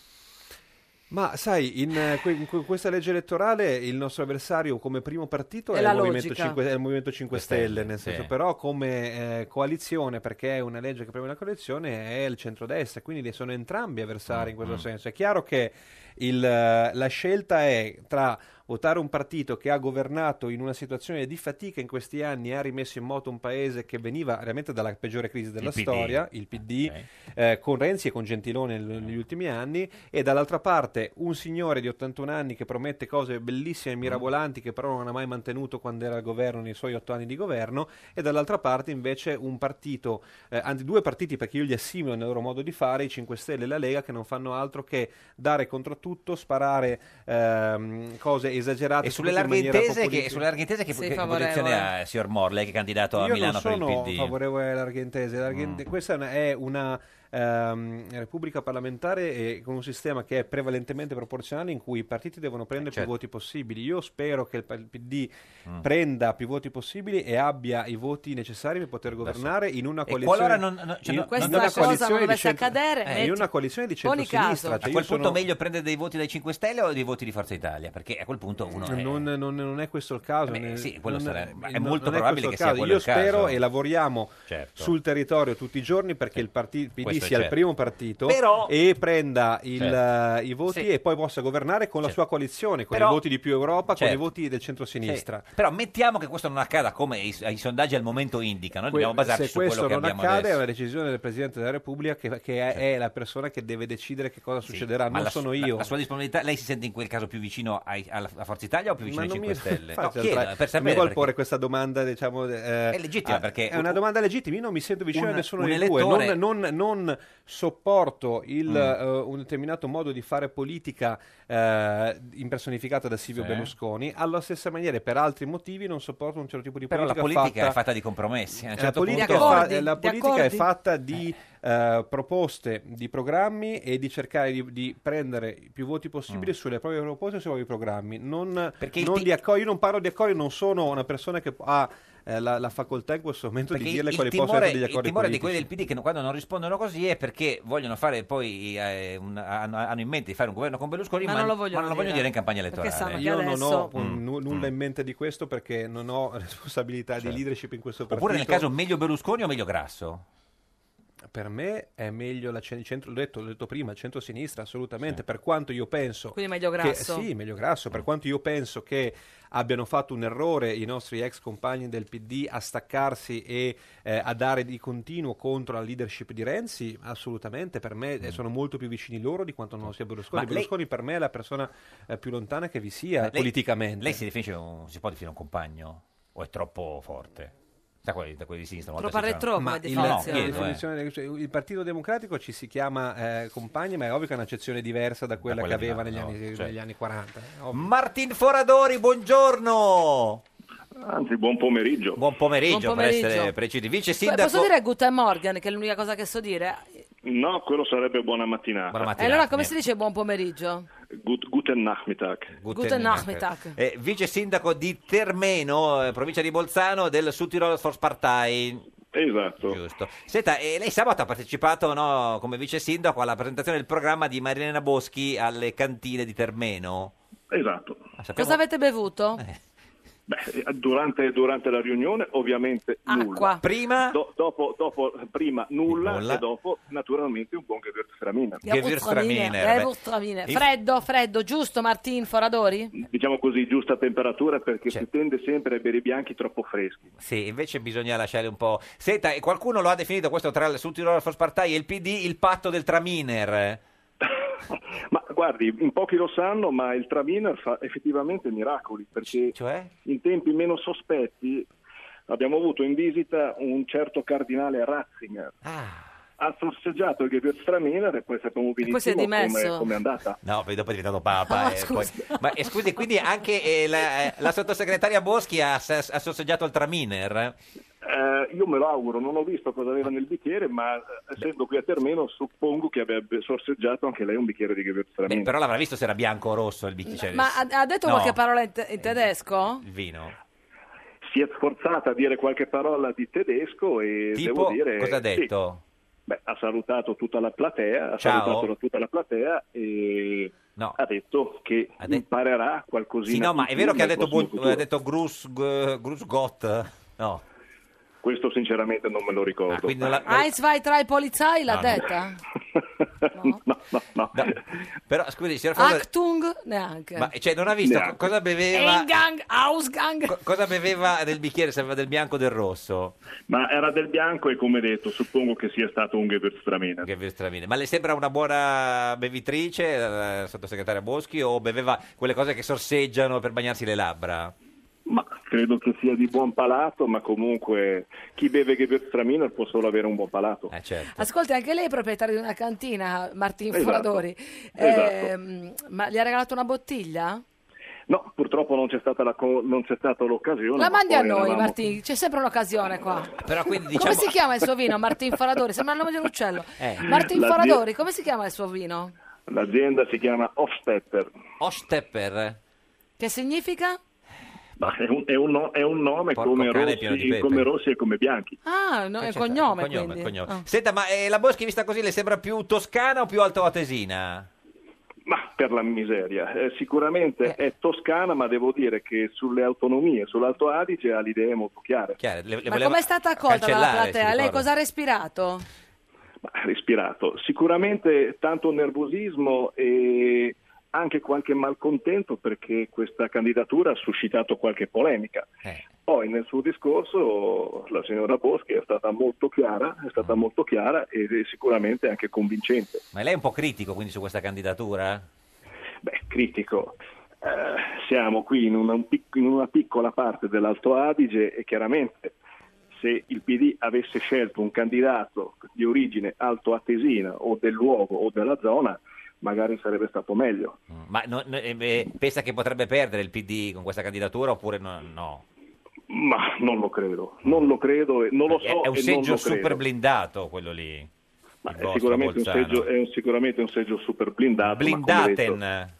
Speaker 9: Ma sai, in, eh, que- in que- questa legge elettorale il nostro avversario come primo partito
Speaker 1: È
Speaker 9: è,
Speaker 1: la
Speaker 9: il, Movimento
Speaker 1: logica.
Speaker 9: 5, è il Movimento 5 Stelle, nel
Speaker 2: sì.
Speaker 9: senso però come eh, coalizione, perché è una legge che prevede una coalizione, è il centrodestra, quindi le sono entrambi avversari in
Speaker 2: Mm-hmm.
Speaker 9: questo senso. È chiaro che il, eh, la scelta è tra votare un partito che ha governato in una situazione di fatica in questi anni, ha rimesso in moto un paese che veniva veramente dalla peggiore crisi della
Speaker 2: Il PD.
Speaker 9: storia, il PD,
Speaker 2: Ah,
Speaker 9: eh, con Renzi e con Gentilone nel- negli ultimi anni, e dall'altra parte un signore di 81 anni che promette cose
Speaker 2: Mm.
Speaker 9: bellissime e mirabolanti che però non ha mai mantenuto quando era al governo nei suoi otto anni di governo, e dall'altra parte invece un partito, eh, anzi due partiti perché io li assimilo nel loro modo di fare, i 5 Stelle e la Lega, che non fanno altro che dare contro tutto, sparare ehm, cose esagerate
Speaker 2: E sulle
Speaker 9: soprattutto in
Speaker 2: larghe
Speaker 9: maniera
Speaker 2: intese che,
Speaker 9: populista.
Speaker 2: sulle larghe intese che,
Speaker 9: Sei
Speaker 2: che
Speaker 9: favorevole?
Speaker 2: posizione ha il signor Morley, che è candidato a
Speaker 9: Io
Speaker 2: Milano
Speaker 9: non sono
Speaker 2: per il Mm. PD?
Speaker 9: favorevole alle larghe intese. Le larghe inte- Questa è una, è una, ehm, repubblica parlamentare eh, con un sistema che è prevalentemente proporzionale in cui i partiti devono
Speaker 2: Eh,
Speaker 9: prendere
Speaker 2: certo.
Speaker 9: più voti possibili. Io spero che il pa- il PD
Speaker 2: Mm.
Speaker 9: prenda più voti possibili e abbia i voti necessari per poter governare in una
Speaker 2: E
Speaker 9: coalizione
Speaker 2: qualora non- no, cioè,
Speaker 9: in-
Speaker 2: no-
Speaker 9: in
Speaker 2: Questa
Speaker 9: una
Speaker 2: cosa
Speaker 9: coalizione
Speaker 1: non
Speaker 9: di
Speaker 1: dovesse
Speaker 9: centro-
Speaker 1: accadere,
Speaker 9: eh,
Speaker 1: metti-
Speaker 9: in una coalizione di
Speaker 1: poni
Speaker 9: centrosinistra.
Speaker 1: caso.
Speaker 9: Cioè,
Speaker 2: a
Speaker 9: io
Speaker 2: quel punto
Speaker 9: sono-
Speaker 2: meglio prendere dei voti dai 5 Stelle o dei voti di Forza Italia? Perché a quel punto uno è...
Speaker 9: non, non- non è questo il caso.
Speaker 2: Beh,
Speaker 9: né-
Speaker 2: eh. sì, quello
Speaker 9: non-
Speaker 2: sarà- ma è
Speaker 9: non-
Speaker 2: molto
Speaker 9: non questo
Speaker 2: probabile che
Speaker 9: il
Speaker 2: sia
Speaker 9: caso.
Speaker 2: quello
Speaker 9: Io
Speaker 2: il caso.
Speaker 9: spero e lavoriamo
Speaker 2: Certo.
Speaker 9: sul territorio tutti i giorni perché il parti- PD
Speaker 2: Questo è
Speaker 9: sia il
Speaker 2: certo.
Speaker 9: primo partito
Speaker 2: Però-
Speaker 9: e prenda il,
Speaker 2: Certo.
Speaker 9: eh, i voti
Speaker 2: Sì.
Speaker 9: e poi possa governare con la sua coalizione, con
Speaker 2: Però-
Speaker 9: i voti di più Europa,
Speaker 2: Certo.
Speaker 9: con i voti del centrosinistra.
Speaker 2: Sì. Però mettiamo che questo non accada come i, i sondaggi al momento indicano, noi
Speaker 9: Que-
Speaker 2: dobbiamo basarci
Speaker 9: se
Speaker 2: su quello
Speaker 9: questo
Speaker 2: che
Speaker 9: non
Speaker 2: abbiamo
Speaker 9: accade è
Speaker 2: adesso. Certo.
Speaker 9: una decisione del Presidente della Repubblica che, che è, è la persona che deve decidere che cosa succederà,
Speaker 2: Ma
Speaker 9: non
Speaker 2: la-
Speaker 9: sono
Speaker 2: la-
Speaker 9: io.
Speaker 2: La, sua disponibilità, lei si sente in quel caso più vicino ai- alla a Forza Italia o più vicino
Speaker 9: Ma
Speaker 2: ai
Speaker 9: non
Speaker 2: 5
Speaker 9: mi-
Speaker 2: Stelle?
Speaker 9: Faccia il
Speaker 2: chiedo,
Speaker 9: tra-
Speaker 2: per
Speaker 9: mi
Speaker 2: sapere
Speaker 9: vuol
Speaker 2: perché-
Speaker 9: porre questa domanda, diciamo, eh,
Speaker 2: È legittima,
Speaker 9: ah,
Speaker 2: perché
Speaker 9: è una
Speaker 2: un-
Speaker 9: domanda legittima. Io non mi sento vicino
Speaker 2: un-
Speaker 9: a nessuno
Speaker 2: un
Speaker 9: dei
Speaker 2: elettore-
Speaker 9: due. Non, non- non sopporto il,
Speaker 2: Mm.
Speaker 9: eh, un determinato modo di fare politica eh, impersonificata da Silvio
Speaker 2: Sì.
Speaker 9: Berlusconi. Alla stessa maniera, e per altri motivi, non sopporto un certo tipo di
Speaker 2: Però la
Speaker 9: politica. fatta...
Speaker 2: politica
Speaker 9: Eh,
Speaker 2: è fatta di compromessi. A un
Speaker 9: La
Speaker 2: certo
Speaker 9: politica,
Speaker 2: punto-
Speaker 9: è fa- la politica è fatta di eh, proposte, di programmi e di cercare di, di prendere più voti possibili sulle proprie proposte e sui propri programmi. Non,
Speaker 2: Mm. il
Speaker 9: non
Speaker 2: ti-
Speaker 9: di accoglio, io non parlo di accoglio, non sono una persona che ha eh, la, la facoltà in questo momento
Speaker 2: Perché
Speaker 9: di dirle
Speaker 2: il
Speaker 9: quali
Speaker 2: timore,
Speaker 9: possono essere degli accordi
Speaker 2: il timore di quelli
Speaker 9: politici.
Speaker 2: del PD che non- quando non rispondono così è perché vogliono fare poi eh, un- hanno, hanno in mente di fare un governo con Berlusconi
Speaker 9: Ma
Speaker 2: ma,
Speaker 9: non lo
Speaker 2: ma non lo vogliono dire. in campagna elettorale Mm.
Speaker 9: Io non ho un- nu- nulla in mente di questo perché non ho *laughs* responsabilità
Speaker 2: Certo.
Speaker 9: di leadership in questo partito.
Speaker 2: oppure nel caso meglio Berlusconi o meglio Grasso
Speaker 9: Per me è meglio la cen- centro, l'ho detto, l'ho detto prima, centrosinistra assolutamente, per quanto io penso...
Speaker 1: Quindi meglio
Speaker 9: che-
Speaker 1: Grasso.
Speaker 9: sì, meglio grasso,
Speaker 2: Mm.
Speaker 9: per quanto io penso che abbiano fatto un errore i nostri ex compagni del PD a staccarsi e eh, a dare di continuo contro la leadership di Renzi, assolutamente, per me eh, sono molto più vicini loro di quanto non lo sia Berlusconi.
Speaker 2: Mm. Ma lei-
Speaker 9: Berlusconi per me è la persona eh, più lontana che vi sia
Speaker 2: Lei-
Speaker 9: politicamente.
Speaker 2: lei si definisce un- si può definire un compagno o è troppo forte da quelli, da quelli di sinistra una
Speaker 1: Troppo
Speaker 2: volta si
Speaker 1: arretrò
Speaker 2: chiamano-
Speaker 1: come
Speaker 2: No, no,
Speaker 1: definizione.
Speaker 2: chiedo, eh.
Speaker 9: Definizione- cioè, il Partito Democratico ci si chiama eh, compagni, ma è ovvio che è un'accezione diversa da quella,
Speaker 2: quella
Speaker 9: che
Speaker 2: di
Speaker 9: aveva negli,
Speaker 2: prima,
Speaker 9: anni,
Speaker 2: no, certo.
Speaker 9: negli anni 40. eh, ovvio.
Speaker 2: Martin Foradori buongiorno
Speaker 15: anzi buon pomeriggio
Speaker 2: buon pomeriggio,
Speaker 1: Buon pomeriggio.
Speaker 2: per essere precisi vice
Speaker 1: Beh,
Speaker 2: sindaco
Speaker 1: Posso dire Guten Morgan, che è l'unica cosa che so dire?
Speaker 15: No, quello sarebbe buona mattinata. Buona
Speaker 1: E allora come si dice buon pomeriggio?
Speaker 15: guten Nachmittag.
Speaker 1: Guten Nachmittag.
Speaker 2: Eh, vice sindaco di Termeno, eh, provincia di Bolzano, del Sudtirol Force Partei.
Speaker 15: Esatto.
Speaker 2: Giusto. Senta, eh, lei sabato ha partecipato no, come vice sindaco alla presentazione del programma di Marilena Boschi alle cantine di Termeno.
Speaker 15: Esatto.
Speaker 2: Ah, sappiamo-
Speaker 1: Cosa avete bevuto?
Speaker 15: Beh, eh, durante, durante la riunione ovviamente nulla.
Speaker 2: Prima?
Speaker 15: dopo, dopo- prima nulla, e dopo naturalmente un buon Gewürztraminer.
Speaker 1: Gewürztraminer, Gewürztraminer. Freddo, freddo, giusto Martin Foradori?
Speaker 15: Diciamo così, giusta temperatura perché si tende sempre ai beri bianchi troppo freschi.
Speaker 2: Sì, invece bisogna lasciare un po'. Senta, e qualcuno lo ha definito questo tra il Sud Tirolo e la Forza Partai e il PD il patto del Traminer.
Speaker 15: Ma guardi, in pochi lo sanno, ma il Traminer fa effettivamente miracoli perché
Speaker 2: cioè-
Speaker 15: in tempi meno sospetti abbiamo avuto in visita un certo cardinale Ratzinger.
Speaker 4: Ah.
Speaker 15: Ha sorseggiato il Gewürztraminer e poi sappiamo
Speaker 1: poi si è
Speaker 15: benissimo come,
Speaker 1: dimesso.
Speaker 15: come è andata.
Speaker 2: No, poi dopo è diventato papa.
Speaker 15: Ah,
Speaker 2: eh,
Speaker 15: scusa.
Speaker 2: poi- Ma eh, scusi, quindi anche eh, la, eh, la sottosegretaria Boschi ha, s- ha sorseggiato il Traminer?
Speaker 15: Eh, io me lo auguro, non ho visto cosa aveva nel bicchiere, ma eh, essendo qui a Termeno suppongo che avrebbe sorseggiato anche lei un bicchiere di Gewürztraminer.
Speaker 2: Però l'avrà visto se era bianco o rosso il bicchiere.
Speaker 1: Ma ha, ha detto
Speaker 15: No.
Speaker 1: qualche parola in, te- in tedesco?
Speaker 2: Il vino.
Speaker 15: si è sforzata a dire qualche parola di tedesco e
Speaker 2: Tipo,
Speaker 15: devo dire
Speaker 2: cosa ha
Speaker 15: sì.
Speaker 2: detto?
Speaker 15: Beh, ha salutato tutta la platea, ha
Speaker 2: Ciao.
Speaker 15: salutato tutta la platea e ha detto che imparerà qualcosina.
Speaker 2: Sì, no, ma
Speaker 15: in
Speaker 2: è vero
Speaker 15: più
Speaker 2: che ha
Speaker 15: nel
Speaker 2: detto,
Speaker 15: prossimo
Speaker 2: bu-
Speaker 15: futuro.
Speaker 2: ha detto Grus, G- Grus Gott? No. Ah,
Speaker 15: Questo sinceramente non me lo ricordo.
Speaker 2: quindi non la-
Speaker 1: Eins, zwei, drei Polizei l'ha
Speaker 2: No, no.
Speaker 1: detta?
Speaker 15: *laughs*
Speaker 2: Però, scusi, signor Fodor,
Speaker 1: Achtung neanche.
Speaker 2: ma cioè, non ha visto
Speaker 1: Neanche.
Speaker 2: cosa beveva...
Speaker 1: Eingang, Ausgang.
Speaker 2: co- cosa beveva del bicchiere? Se aveva del bianco o del rosso?
Speaker 15: Ma era del bianco e come detto suppongo che sia stato un Gewürztraminer.
Speaker 2: Gewürztraminer. Ma le sembra una buona bevitrice, la sottosegretaria Boschi, o beveva quelle cose che sorseggiano per bagnarsi le labbra?
Speaker 15: Credo che sia di buon palato, ma comunque chi beve Gewürztraminer può solo avere un buon palato.
Speaker 2: Eh, certo.
Speaker 1: Ascolti, anche lei è proprietario di una cantina, Martin
Speaker 15: Esatto.
Speaker 1: Foradori.
Speaker 15: Esatto.
Speaker 1: Ehm, ma gli ha regalato una bottiglia?
Speaker 15: No, purtroppo non c'è stata, la co- non c'è stata l'occasione.
Speaker 1: La
Speaker 15: ma
Speaker 1: mandi a
Speaker 15: poi
Speaker 1: noi,
Speaker 15: eravamo-
Speaker 1: Martin, c'è sempre un'occasione qua.
Speaker 2: Però quindi diciamo-
Speaker 1: Come si chiama il suo vino? Martin Foradori, sembra il nome di un uccello.
Speaker 15: Eh.
Speaker 1: Martin
Speaker 15: La-
Speaker 1: Foradori, come si chiama il suo vino?
Speaker 15: L'azienda si chiama Hofstepper.
Speaker 2: Hofstepper?
Speaker 1: Che significa?
Speaker 15: Ma è un, è un no- è un nome
Speaker 2: Porco
Speaker 15: come
Speaker 2: cane pieno di
Speaker 15: rossi,
Speaker 2: pepe.
Speaker 15: come rossi e come bianchi.
Speaker 1: Ah, no,
Speaker 2: Eh,
Speaker 1: è
Speaker 2: certo,
Speaker 1: cognome,
Speaker 2: cognome,
Speaker 1: quindi.
Speaker 2: cognome.
Speaker 1: Ah.
Speaker 2: Senta, ma eh, la Boschi vista così le sembra più toscana o più altoatesina?
Speaker 15: Ma per la miseria. Eh, sicuramente è toscana, ma devo dire che sulle autonomie, sull'Alto Adige ha le idee molto chiare.
Speaker 2: Chiare, Eh, le, le
Speaker 1: Ma com'è stata accolta dalla
Speaker 15: cancellare,
Speaker 1: platea? Lei
Speaker 15: si ricorda.
Speaker 1: cosa ha respirato?
Speaker 15: Ha respirato. Sicuramente tanto nervosismo e anche qualche malcontento perché questa candidatura ha suscitato qualche polemica. Poi nel suo discorso la signora Boschi è stata molto chiara, è stata molto chiara e sicuramente anche convincente.
Speaker 2: Ma lei è un po' critico quindi su questa candidatura?
Speaker 15: Beh, critico. Eh, siamo qui in una, un pic- in una piccola parte dell'Alto Adige e chiaramente se il PD avesse scelto un candidato di origine altoatesina o del luogo o della zona, magari sarebbe stato meglio.
Speaker 2: Ma no- no- eh, beh, pensa che potrebbe perdere il PD con questa candidatura oppure no? no?
Speaker 15: Ma non lo credo, non lo credo e non lo
Speaker 2: È,
Speaker 15: so.
Speaker 2: è un
Speaker 15: e non
Speaker 2: seggio
Speaker 15: lo credo.
Speaker 2: super blindato quello lì.
Speaker 15: Ma
Speaker 2: il
Speaker 15: è
Speaker 2: vostro
Speaker 15: sicuramente, un
Speaker 2: Bolzano.
Speaker 15: seggio, è un- sicuramente un seggio super blindato. ma come detto,
Speaker 2: Blindaten.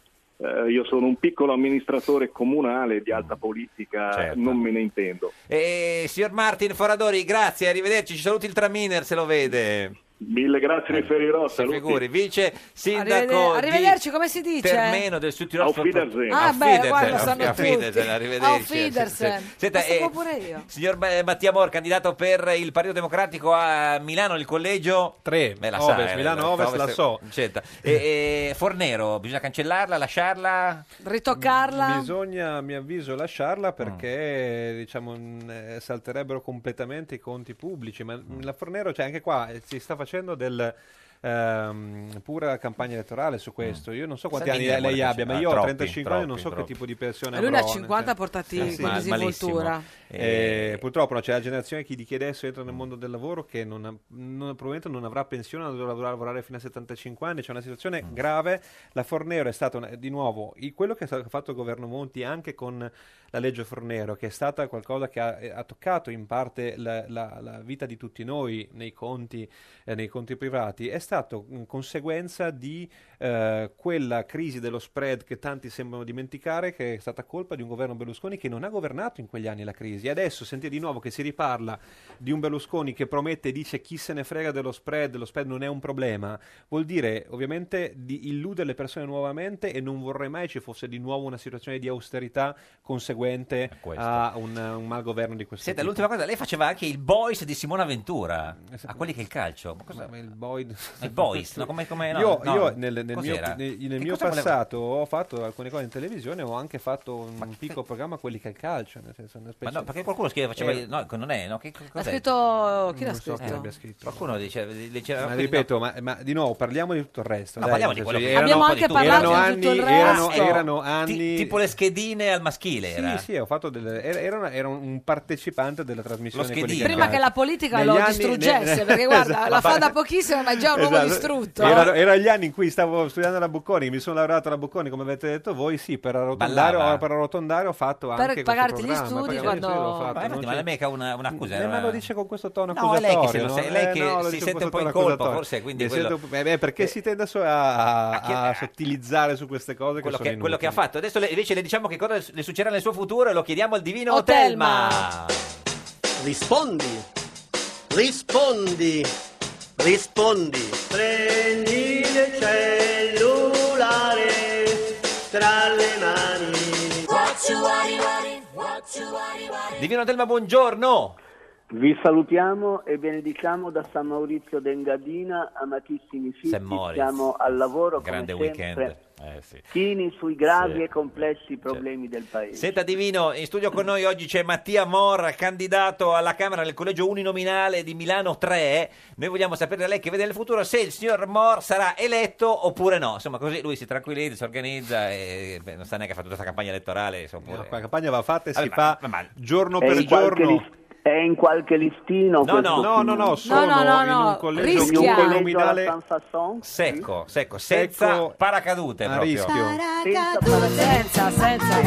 Speaker 15: eh, io sono un piccolo amministratore comunale di alta politica,
Speaker 2: Certo.
Speaker 15: non me ne intendo.
Speaker 2: Eh, signor Martin Foradori, grazie, arrivederci. Ci saluti il Traminer se lo vede.
Speaker 15: Mille grazie, riferirò.
Speaker 2: Saluti. Figuri, vice
Speaker 1: Arrivede-
Speaker 2: sindaco di
Speaker 1: Arrivederci, come si dice?
Speaker 2: Termeno del Suttirolo.
Speaker 15: Auf Wiedersehen.
Speaker 1: Ah,
Speaker 2: Auf
Speaker 1: beh,
Speaker 2: Wiedersehen,
Speaker 1: guarda,
Speaker 2: auf-
Speaker 1: sanno
Speaker 2: auf Wiedersehen,
Speaker 1: tutti.
Speaker 2: arrivederci.
Speaker 1: Auf Wiedersehen.
Speaker 2: Senta,
Speaker 1: Lo sapevo
Speaker 2: eh,
Speaker 1: pure io.
Speaker 2: Signor eh, Mattia Mor, candidato per il Partito Democratico a Milano, il collegio 3, la sa,
Speaker 9: Ovest,
Speaker 2: eh,
Speaker 9: Milano Ovest, la so.
Speaker 2: Senta, eh, eh, Fornero, bisogna cancellarla, lasciarla?
Speaker 1: Ritoccarla?
Speaker 9: Bisogna, a mio avviso, lasciarla perché
Speaker 2: Mm.
Speaker 9: diciamo, mh, eh, salterebbero completamente i conti pubblici. Ma
Speaker 2: Mm.
Speaker 9: mh, la Fornero, cioè, anche qua eh, si sta facendo del. ehm, pura campagna elettorale su questo io non so quanti Salvini anni ne lei vuole abbia ma cancellare. io ho Troppi, 35 anni non so troppi, che tipo troppi. di pensione
Speaker 1: E lui ne
Speaker 9: avrà
Speaker 1: ha 50 portati con disinvoltura.
Speaker 9: Eh, purtroppo no, c'è la generazione chi di chi adesso entra nel mondo del lavoro che non ha- non- probabilmente non avrà pensione, non dovrà lavorare fino a 75 anni, c'è una situazione grave. La Fornero è stata una- di nuovo i- quello che è stato fatto il governo Monti anche con la legge Fornero, che è stata qualcosa che ha, eh, ha toccato in parte la, la- la vita di tutti noi nei conti, eh, nei conti privati, è piazzato in conseguenza di eh, quella crisi dello spread che tanti sembrano dimenticare, che è stata colpa di un governo Berlusconi che non ha governato in quegli anni la crisi. E adesso sentire di nuovo che si riparla di un Berlusconi che promette e dice chi se ne frega dello spread, lo spread non è un problema, vuol dire ovviamente di illudere le persone nuovamente e non vorrei mai ci fosse di nuovo una situazione di austerità conseguente a un, un mal governo di questo
Speaker 2: Senta,
Speaker 9: tipo.
Speaker 2: l'ultima cosa, lei faceva anche il boys di Simona Ventura, a quelli che il calcio. Ma cosa-
Speaker 9: il boys.
Speaker 2: Il boys, no, come, come, no,
Speaker 9: io,
Speaker 2: no.
Speaker 9: io nel, nel mio,
Speaker 2: Cos'era?
Speaker 9: nel- nel
Speaker 2: Che
Speaker 9: mio
Speaker 2: cosa voleva-
Speaker 9: passato ho fatto alcune cose in televisione, ho anche fatto un piccolo programma quelli che è il calcio, nel senso una
Speaker 2: Ma
Speaker 9: specie
Speaker 2: no, perché qualcuno scriveva, faceva,
Speaker 9: Eh,
Speaker 2: no, non è, no, che,
Speaker 1: L'ha
Speaker 2: cos'è?
Speaker 1: scritto. Chi l'ha
Speaker 9: Non so chi
Speaker 1: scritto?
Speaker 9: l'abbia scritto.
Speaker 2: Qualcuno diceva, diceva
Speaker 9: ma ripeto, ma, ma di nuovo parliamo di tutto il resto.
Speaker 2: No,
Speaker 9: dai,
Speaker 2: parliamo di
Speaker 9: nel
Speaker 2: quello
Speaker 9: senso,
Speaker 2: che- Abbiamo anche
Speaker 9: erano
Speaker 2: parlato
Speaker 9: anni,
Speaker 2: di tutto il
Speaker 9: erano,
Speaker 2: resto.
Speaker 9: erano
Speaker 2: Ti-
Speaker 9: anni
Speaker 2: tipo le schedine al maschile
Speaker 9: Sì,
Speaker 2: era.
Speaker 9: sì, ho fatto delle, era, era una- era un partecipante della trasmissione.
Speaker 2: Lo
Speaker 9: quelli
Speaker 2: schedino.
Speaker 9: erano-
Speaker 1: Prima che la politica
Speaker 9: Negli
Speaker 1: lo
Speaker 9: anni-
Speaker 1: distruggesse,
Speaker 9: ne- *laughs*
Speaker 1: perché guarda,
Speaker 9: esatto.
Speaker 1: la fa da pochissimo, ma è già un uomo
Speaker 9: Esatto.
Speaker 1: distrutto.
Speaker 9: Era, era gli anni in cui stavo studiando alla Bocconi, mi sono laureato alla Bocconi, come avete detto voi, sì, per arrotondare,
Speaker 2: Ballava.
Speaker 9: ho- per arrotondare ho fatto
Speaker 1: Per
Speaker 9: anche questo
Speaker 1: pagarti gli
Speaker 9: programma,
Speaker 1: studi
Speaker 9: per pagarmi gli
Speaker 1: quando-
Speaker 9: studi l'ho fatto,
Speaker 2: Ma infatti,
Speaker 9: non
Speaker 2: ma non è
Speaker 9: c'è-
Speaker 2: mica una, un'accusa.
Speaker 9: Eh,
Speaker 2: era
Speaker 9: ma
Speaker 2: una-
Speaker 9: lo dice con questo tono
Speaker 2: No, è lei che
Speaker 9: accusatorio.
Speaker 2: se lo
Speaker 9: no?
Speaker 2: sa- è lei
Speaker 9: Eh,
Speaker 2: che
Speaker 9: no, lo
Speaker 2: si
Speaker 9: dice con
Speaker 2: sente un po' in
Speaker 9: questo tono
Speaker 2: colpa,
Speaker 9: accusatorio.
Speaker 2: forse, quindi
Speaker 9: Mi
Speaker 2: quello-
Speaker 9: sento- eh, beh, perché si tende so- a, a sottilizzare su queste cose
Speaker 2: quello
Speaker 9: che,
Speaker 2: che,
Speaker 9: sono
Speaker 2: quello che ha
Speaker 9: inutili.
Speaker 2: fatto. Adesso le- invece le diciamo che cosa le succederà nel suo futuro e lo chiediamo al divino
Speaker 1: Oh, Telma.
Speaker 2: Telma.
Speaker 16: Rispondi, rispondi, rispondi. Prendi il cellulare tra le mani.
Speaker 2: Divino Telma, buongiorno.
Speaker 16: Vi salutiamo e benediciamo da San Maurizio d'Engadina, amatissimi figli,
Speaker 2: Moritz.
Speaker 16: siamo al lavoro
Speaker 2: Grande
Speaker 16: come
Speaker 2: weekend.
Speaker 16: sempre,
Speaker 2: Eh, sì.
Speaker 16: chini sui gravi
Speaker 2: Sì.
Speaker 16: e complessi problemi del paese.
Speaker 2: Senta Divino, in studio con noi oggi c'è Mattia Morra, candidato alla Camera del Collegio Uninominale di Milano 3. Noi vogliamo sapere da lei che vede nel futuro se il signor Mor sarà eletto oppure no. Insomma, così lui si tranquillizza, si organizza e beh, non sta neanche a fare tutta questa campagna elettorale. insomma,
Speaker 9: No,
Speaker 2: oppure-
Speaker 9: la campagna va fatta e si
Speaker 2: Vabbè, ma-
Speaker 9: fa
Speaker 2: ma- ma-
Speaker 9: giorno
Speaker 16: È
Speaker 9: per
Speaker 16: in qualche
Speaker 9: giorno.
Speaker 16: lis- è in qualche listino
Speaker 2: No, no.
Speaker 16: questo
Speaker 2: No,
Speaker 9: no,
Speaker 16: signore?
Speaker 9: no, sono
Speaker 1: no, no, no,
Speaker 9: in un collegio
Speaker 1: rischia.
Speaker 9: un collegio
Speaker 16: Collegio
Speaker 9: nominale-
Speaker 16: alla San Sasson?
Speaker 2: Secco, secco, senza
Speaker 9: Secco
Speaker 2: paracadute
Speaker 9: a
Speaker 2: proprio.
Speaker 9: rischio.
Speaker 1: Senza, senza.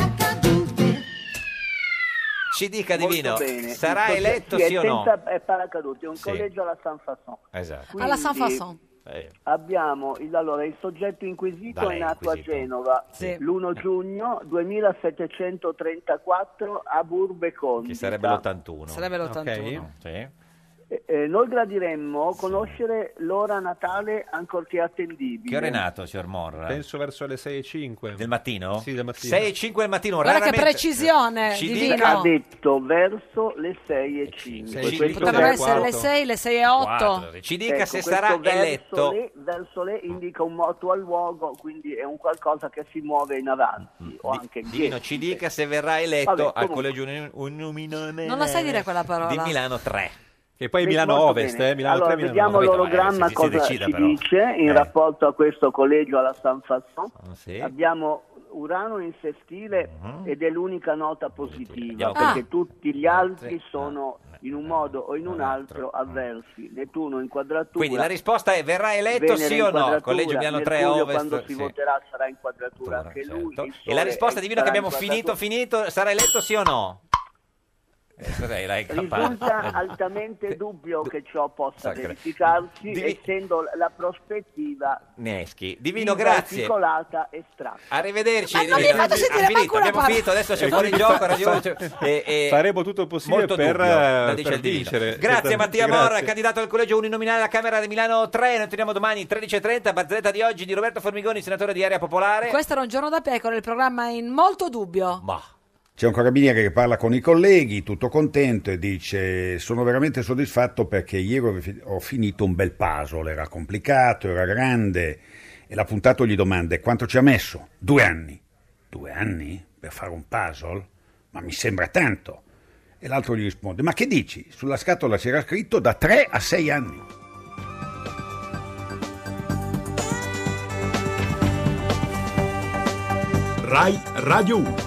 Speaker 2: Ci dica
Speaker 16: Molto
Speaker 2: Divino,
Speaker 16: bene.
Speaker 2: sarà
Speaker 16: Il-
Speaker 2: eletto
Speaker 16: sì,
Speaker 2: sì
Speaker 16: è
Speaker 2: o no?
Speaker 16: senza- È paracaduti, è un
Speaker 2: Sì.
Speaker 16: collegio alla San Fasson.
Speaker 2: Esatto. Eh.
Speaker 1: Alla San
Speaker 16: Quindi-
Speaker 1: Fasson.
Speaker 16: Abbiamo il, allora, il soggetto inquisito
Speaker 2: Dai,
Speaker 16: è nato
Speaker 2: inquisito. Eh.
Speaker 16: a Genova
Speaker 1: Sì.
Speaker 16: l'1 giugno 2734 a Burbe Conti.
Speaker 2: Che sarebbe l'81.
Speaker 1: Sarebbe l'81.
Speaker 16: Eh, noi gradiremmo conoscere l'ora natale ancorché attendibile.
Speaker 2: Che ora è nato, signor Morra?
Speaker 9: Penso verso le 6.05.
Speaker 2: Del mattino?
Speaker 9: Sì, del mattino.
Speaker 2: 6 e 5 del mattino,
Speaker 1: Guarda che
Speaker 2: raramente...
Speaker 1: precisione,
Speaker 2: Ci
Speaker 16: Ha
Speaker 1: divino.
Speaker 16: detto verso le 6 e 5.
Speaker 2: Eh Sei-
Speaker 1: Potrebbero essere le 6, le 6 e 8.
Speaker 2: Quattro. Ci
Speaker 16: Ecco,
Speaker 2: dica se sarà eletto.
Speaker 16: verso le indica un moto al luogo, quindi è un qualcosa che si muove in avanti o anche
Speaker 2: Mm, Dino,
Speaker 16: dietro.
Speaker 2: ci dica se verrà
Speaker 16: Vabbè,
Speaker 2: eletto
Speaker 16: comunque.
Speaker 2: al collegio uni- uninominale
Speaker 1: Non la sai dire quella parola.
Speaker 2: di Milano 3.
Speaker 9: E poi
Speaker 16: Sì,
Speaker 9: Milano
Speaker 16: molto
Speaker 9: Ovest,
Speaker 16: bene.
Speaker 9: eh, Milano
Speaker 16: allora,
Speaker 9: 3, Milano
Speaker 16: vediamo
Speaker 9: Ovest.
Speaker 16: l'orogramma
Speaker 2: eh, si- si
Speaker 16: cosa
Speaker 2: decida,
Speaker 16: ci
Speaker 2: però.
Speaker 16: dice in
Speaker 2: Eh. Ah,
Speaker 16: rapporto a questo collegio alla San Fasson.
Speaker 2: Sì. Mm-hmm.
Speaker 16: Abbiamo Urano in sestile ed è l'unica nota positiva
Speaker 2: Andiamo
Speaker 16: perché
Speaker 2: con-
Speaker 16: tutti gli altri sono
Speaker 2: eh,
Speaker 16: in un modo o in un altro avversi. Nettuno in quadratura.
Speaker 2: mm. Quindi la risposta è verrà eletto
Speaker 16: Venere
Speaker 2: sì
Speaker 16: in
Speaker 2: o no?
Speaker 16: quadratura,
Speaker 2: Collegio Milano 3
Speaker 16: Mercurio
Speaker 2: Ovest.
Speaker 16: quando si
Speaker 2: sì. certo.
Speaker 16: voterà sarà in quadratura anche lui. il
Speaker 2: E la
Speaker 16: Sole
Speaker 2: risposta
Speaker 16: è-
Speaker 2: divina che
Speaker 16: sarà in
Speaker 2: abbiamo finito,
Speaker 16: quadratura.
Speaker 2: finito, sarà eletto sì o no? Eh, cos'è, l'hai
Speaker 16: Risulta
Speaker 2: capata? *laughs*
Speaker 16: altamente dubbio che ciò possa
Speaker 2: Sacra.
Speaker 16: verificarsi,
Speaker 2: Di-
Speaker 16: essendo la prospettiva
Speaker 2: Neschi. Divino, grazie.
Speaker 16: inarticolata e stratta.
Speaker 2: Arrivederci.
Speaker 16: Ma non mi hai fatto sentire
Speaker 2: Ha finito,
Speaker 16: manco una
Speaker 2: Abbiamo
Speaker 16: parola.
Speaker 2: finito, adesso c'è
Speaker 9: E
Speaker 2: fuori
Speaker 9: quindi
Speaker 2: gioco.
Speaker 9: fa-
Speaker 2: Radio...
Speaker 9: fa-
Speaker 2: e- e-
Speaker 9: faremo tutto il possibile
Speaker 2: eh, molto
Speaker 9: per, eh,
Speaker 2: dubbio, lo dice
Speaker 9: per
Speaker 2: il divino.
Speaker 9: vincere.
Speaker 2: Grazie
Speaker 9: Certamente,
Speaker 2: Mattia Morra,
Speaker 9: grazie.
Speaker 2: candidato al collegio uninominale alla Camera di Milano 3. Noi torniamo domani 13.30. Barzelletta di oggi di Roberto Formigoni, senatore di Area Popolare.
Speaker 1: Questo era un giorno da pecora, il programma è in molto dubbio.
Speaker 17: C'è un carabiniere che parla con i colleghi, tutto contento, e dice: Sono veramente soddisfatto perché ieri ho fi- ho finito un bel puzzle. Era complicato, era grande. E l'appuntato gli domanda: "E Quanto ci ha messo? Due anni. Due anni per fare un puzzle? Ma mi sembra tanto. E l'altro gli risponde: Ma che dici? Sulla scatola c'era scritto da tre a sei anni.
Speaker 18: Rai Radio 1.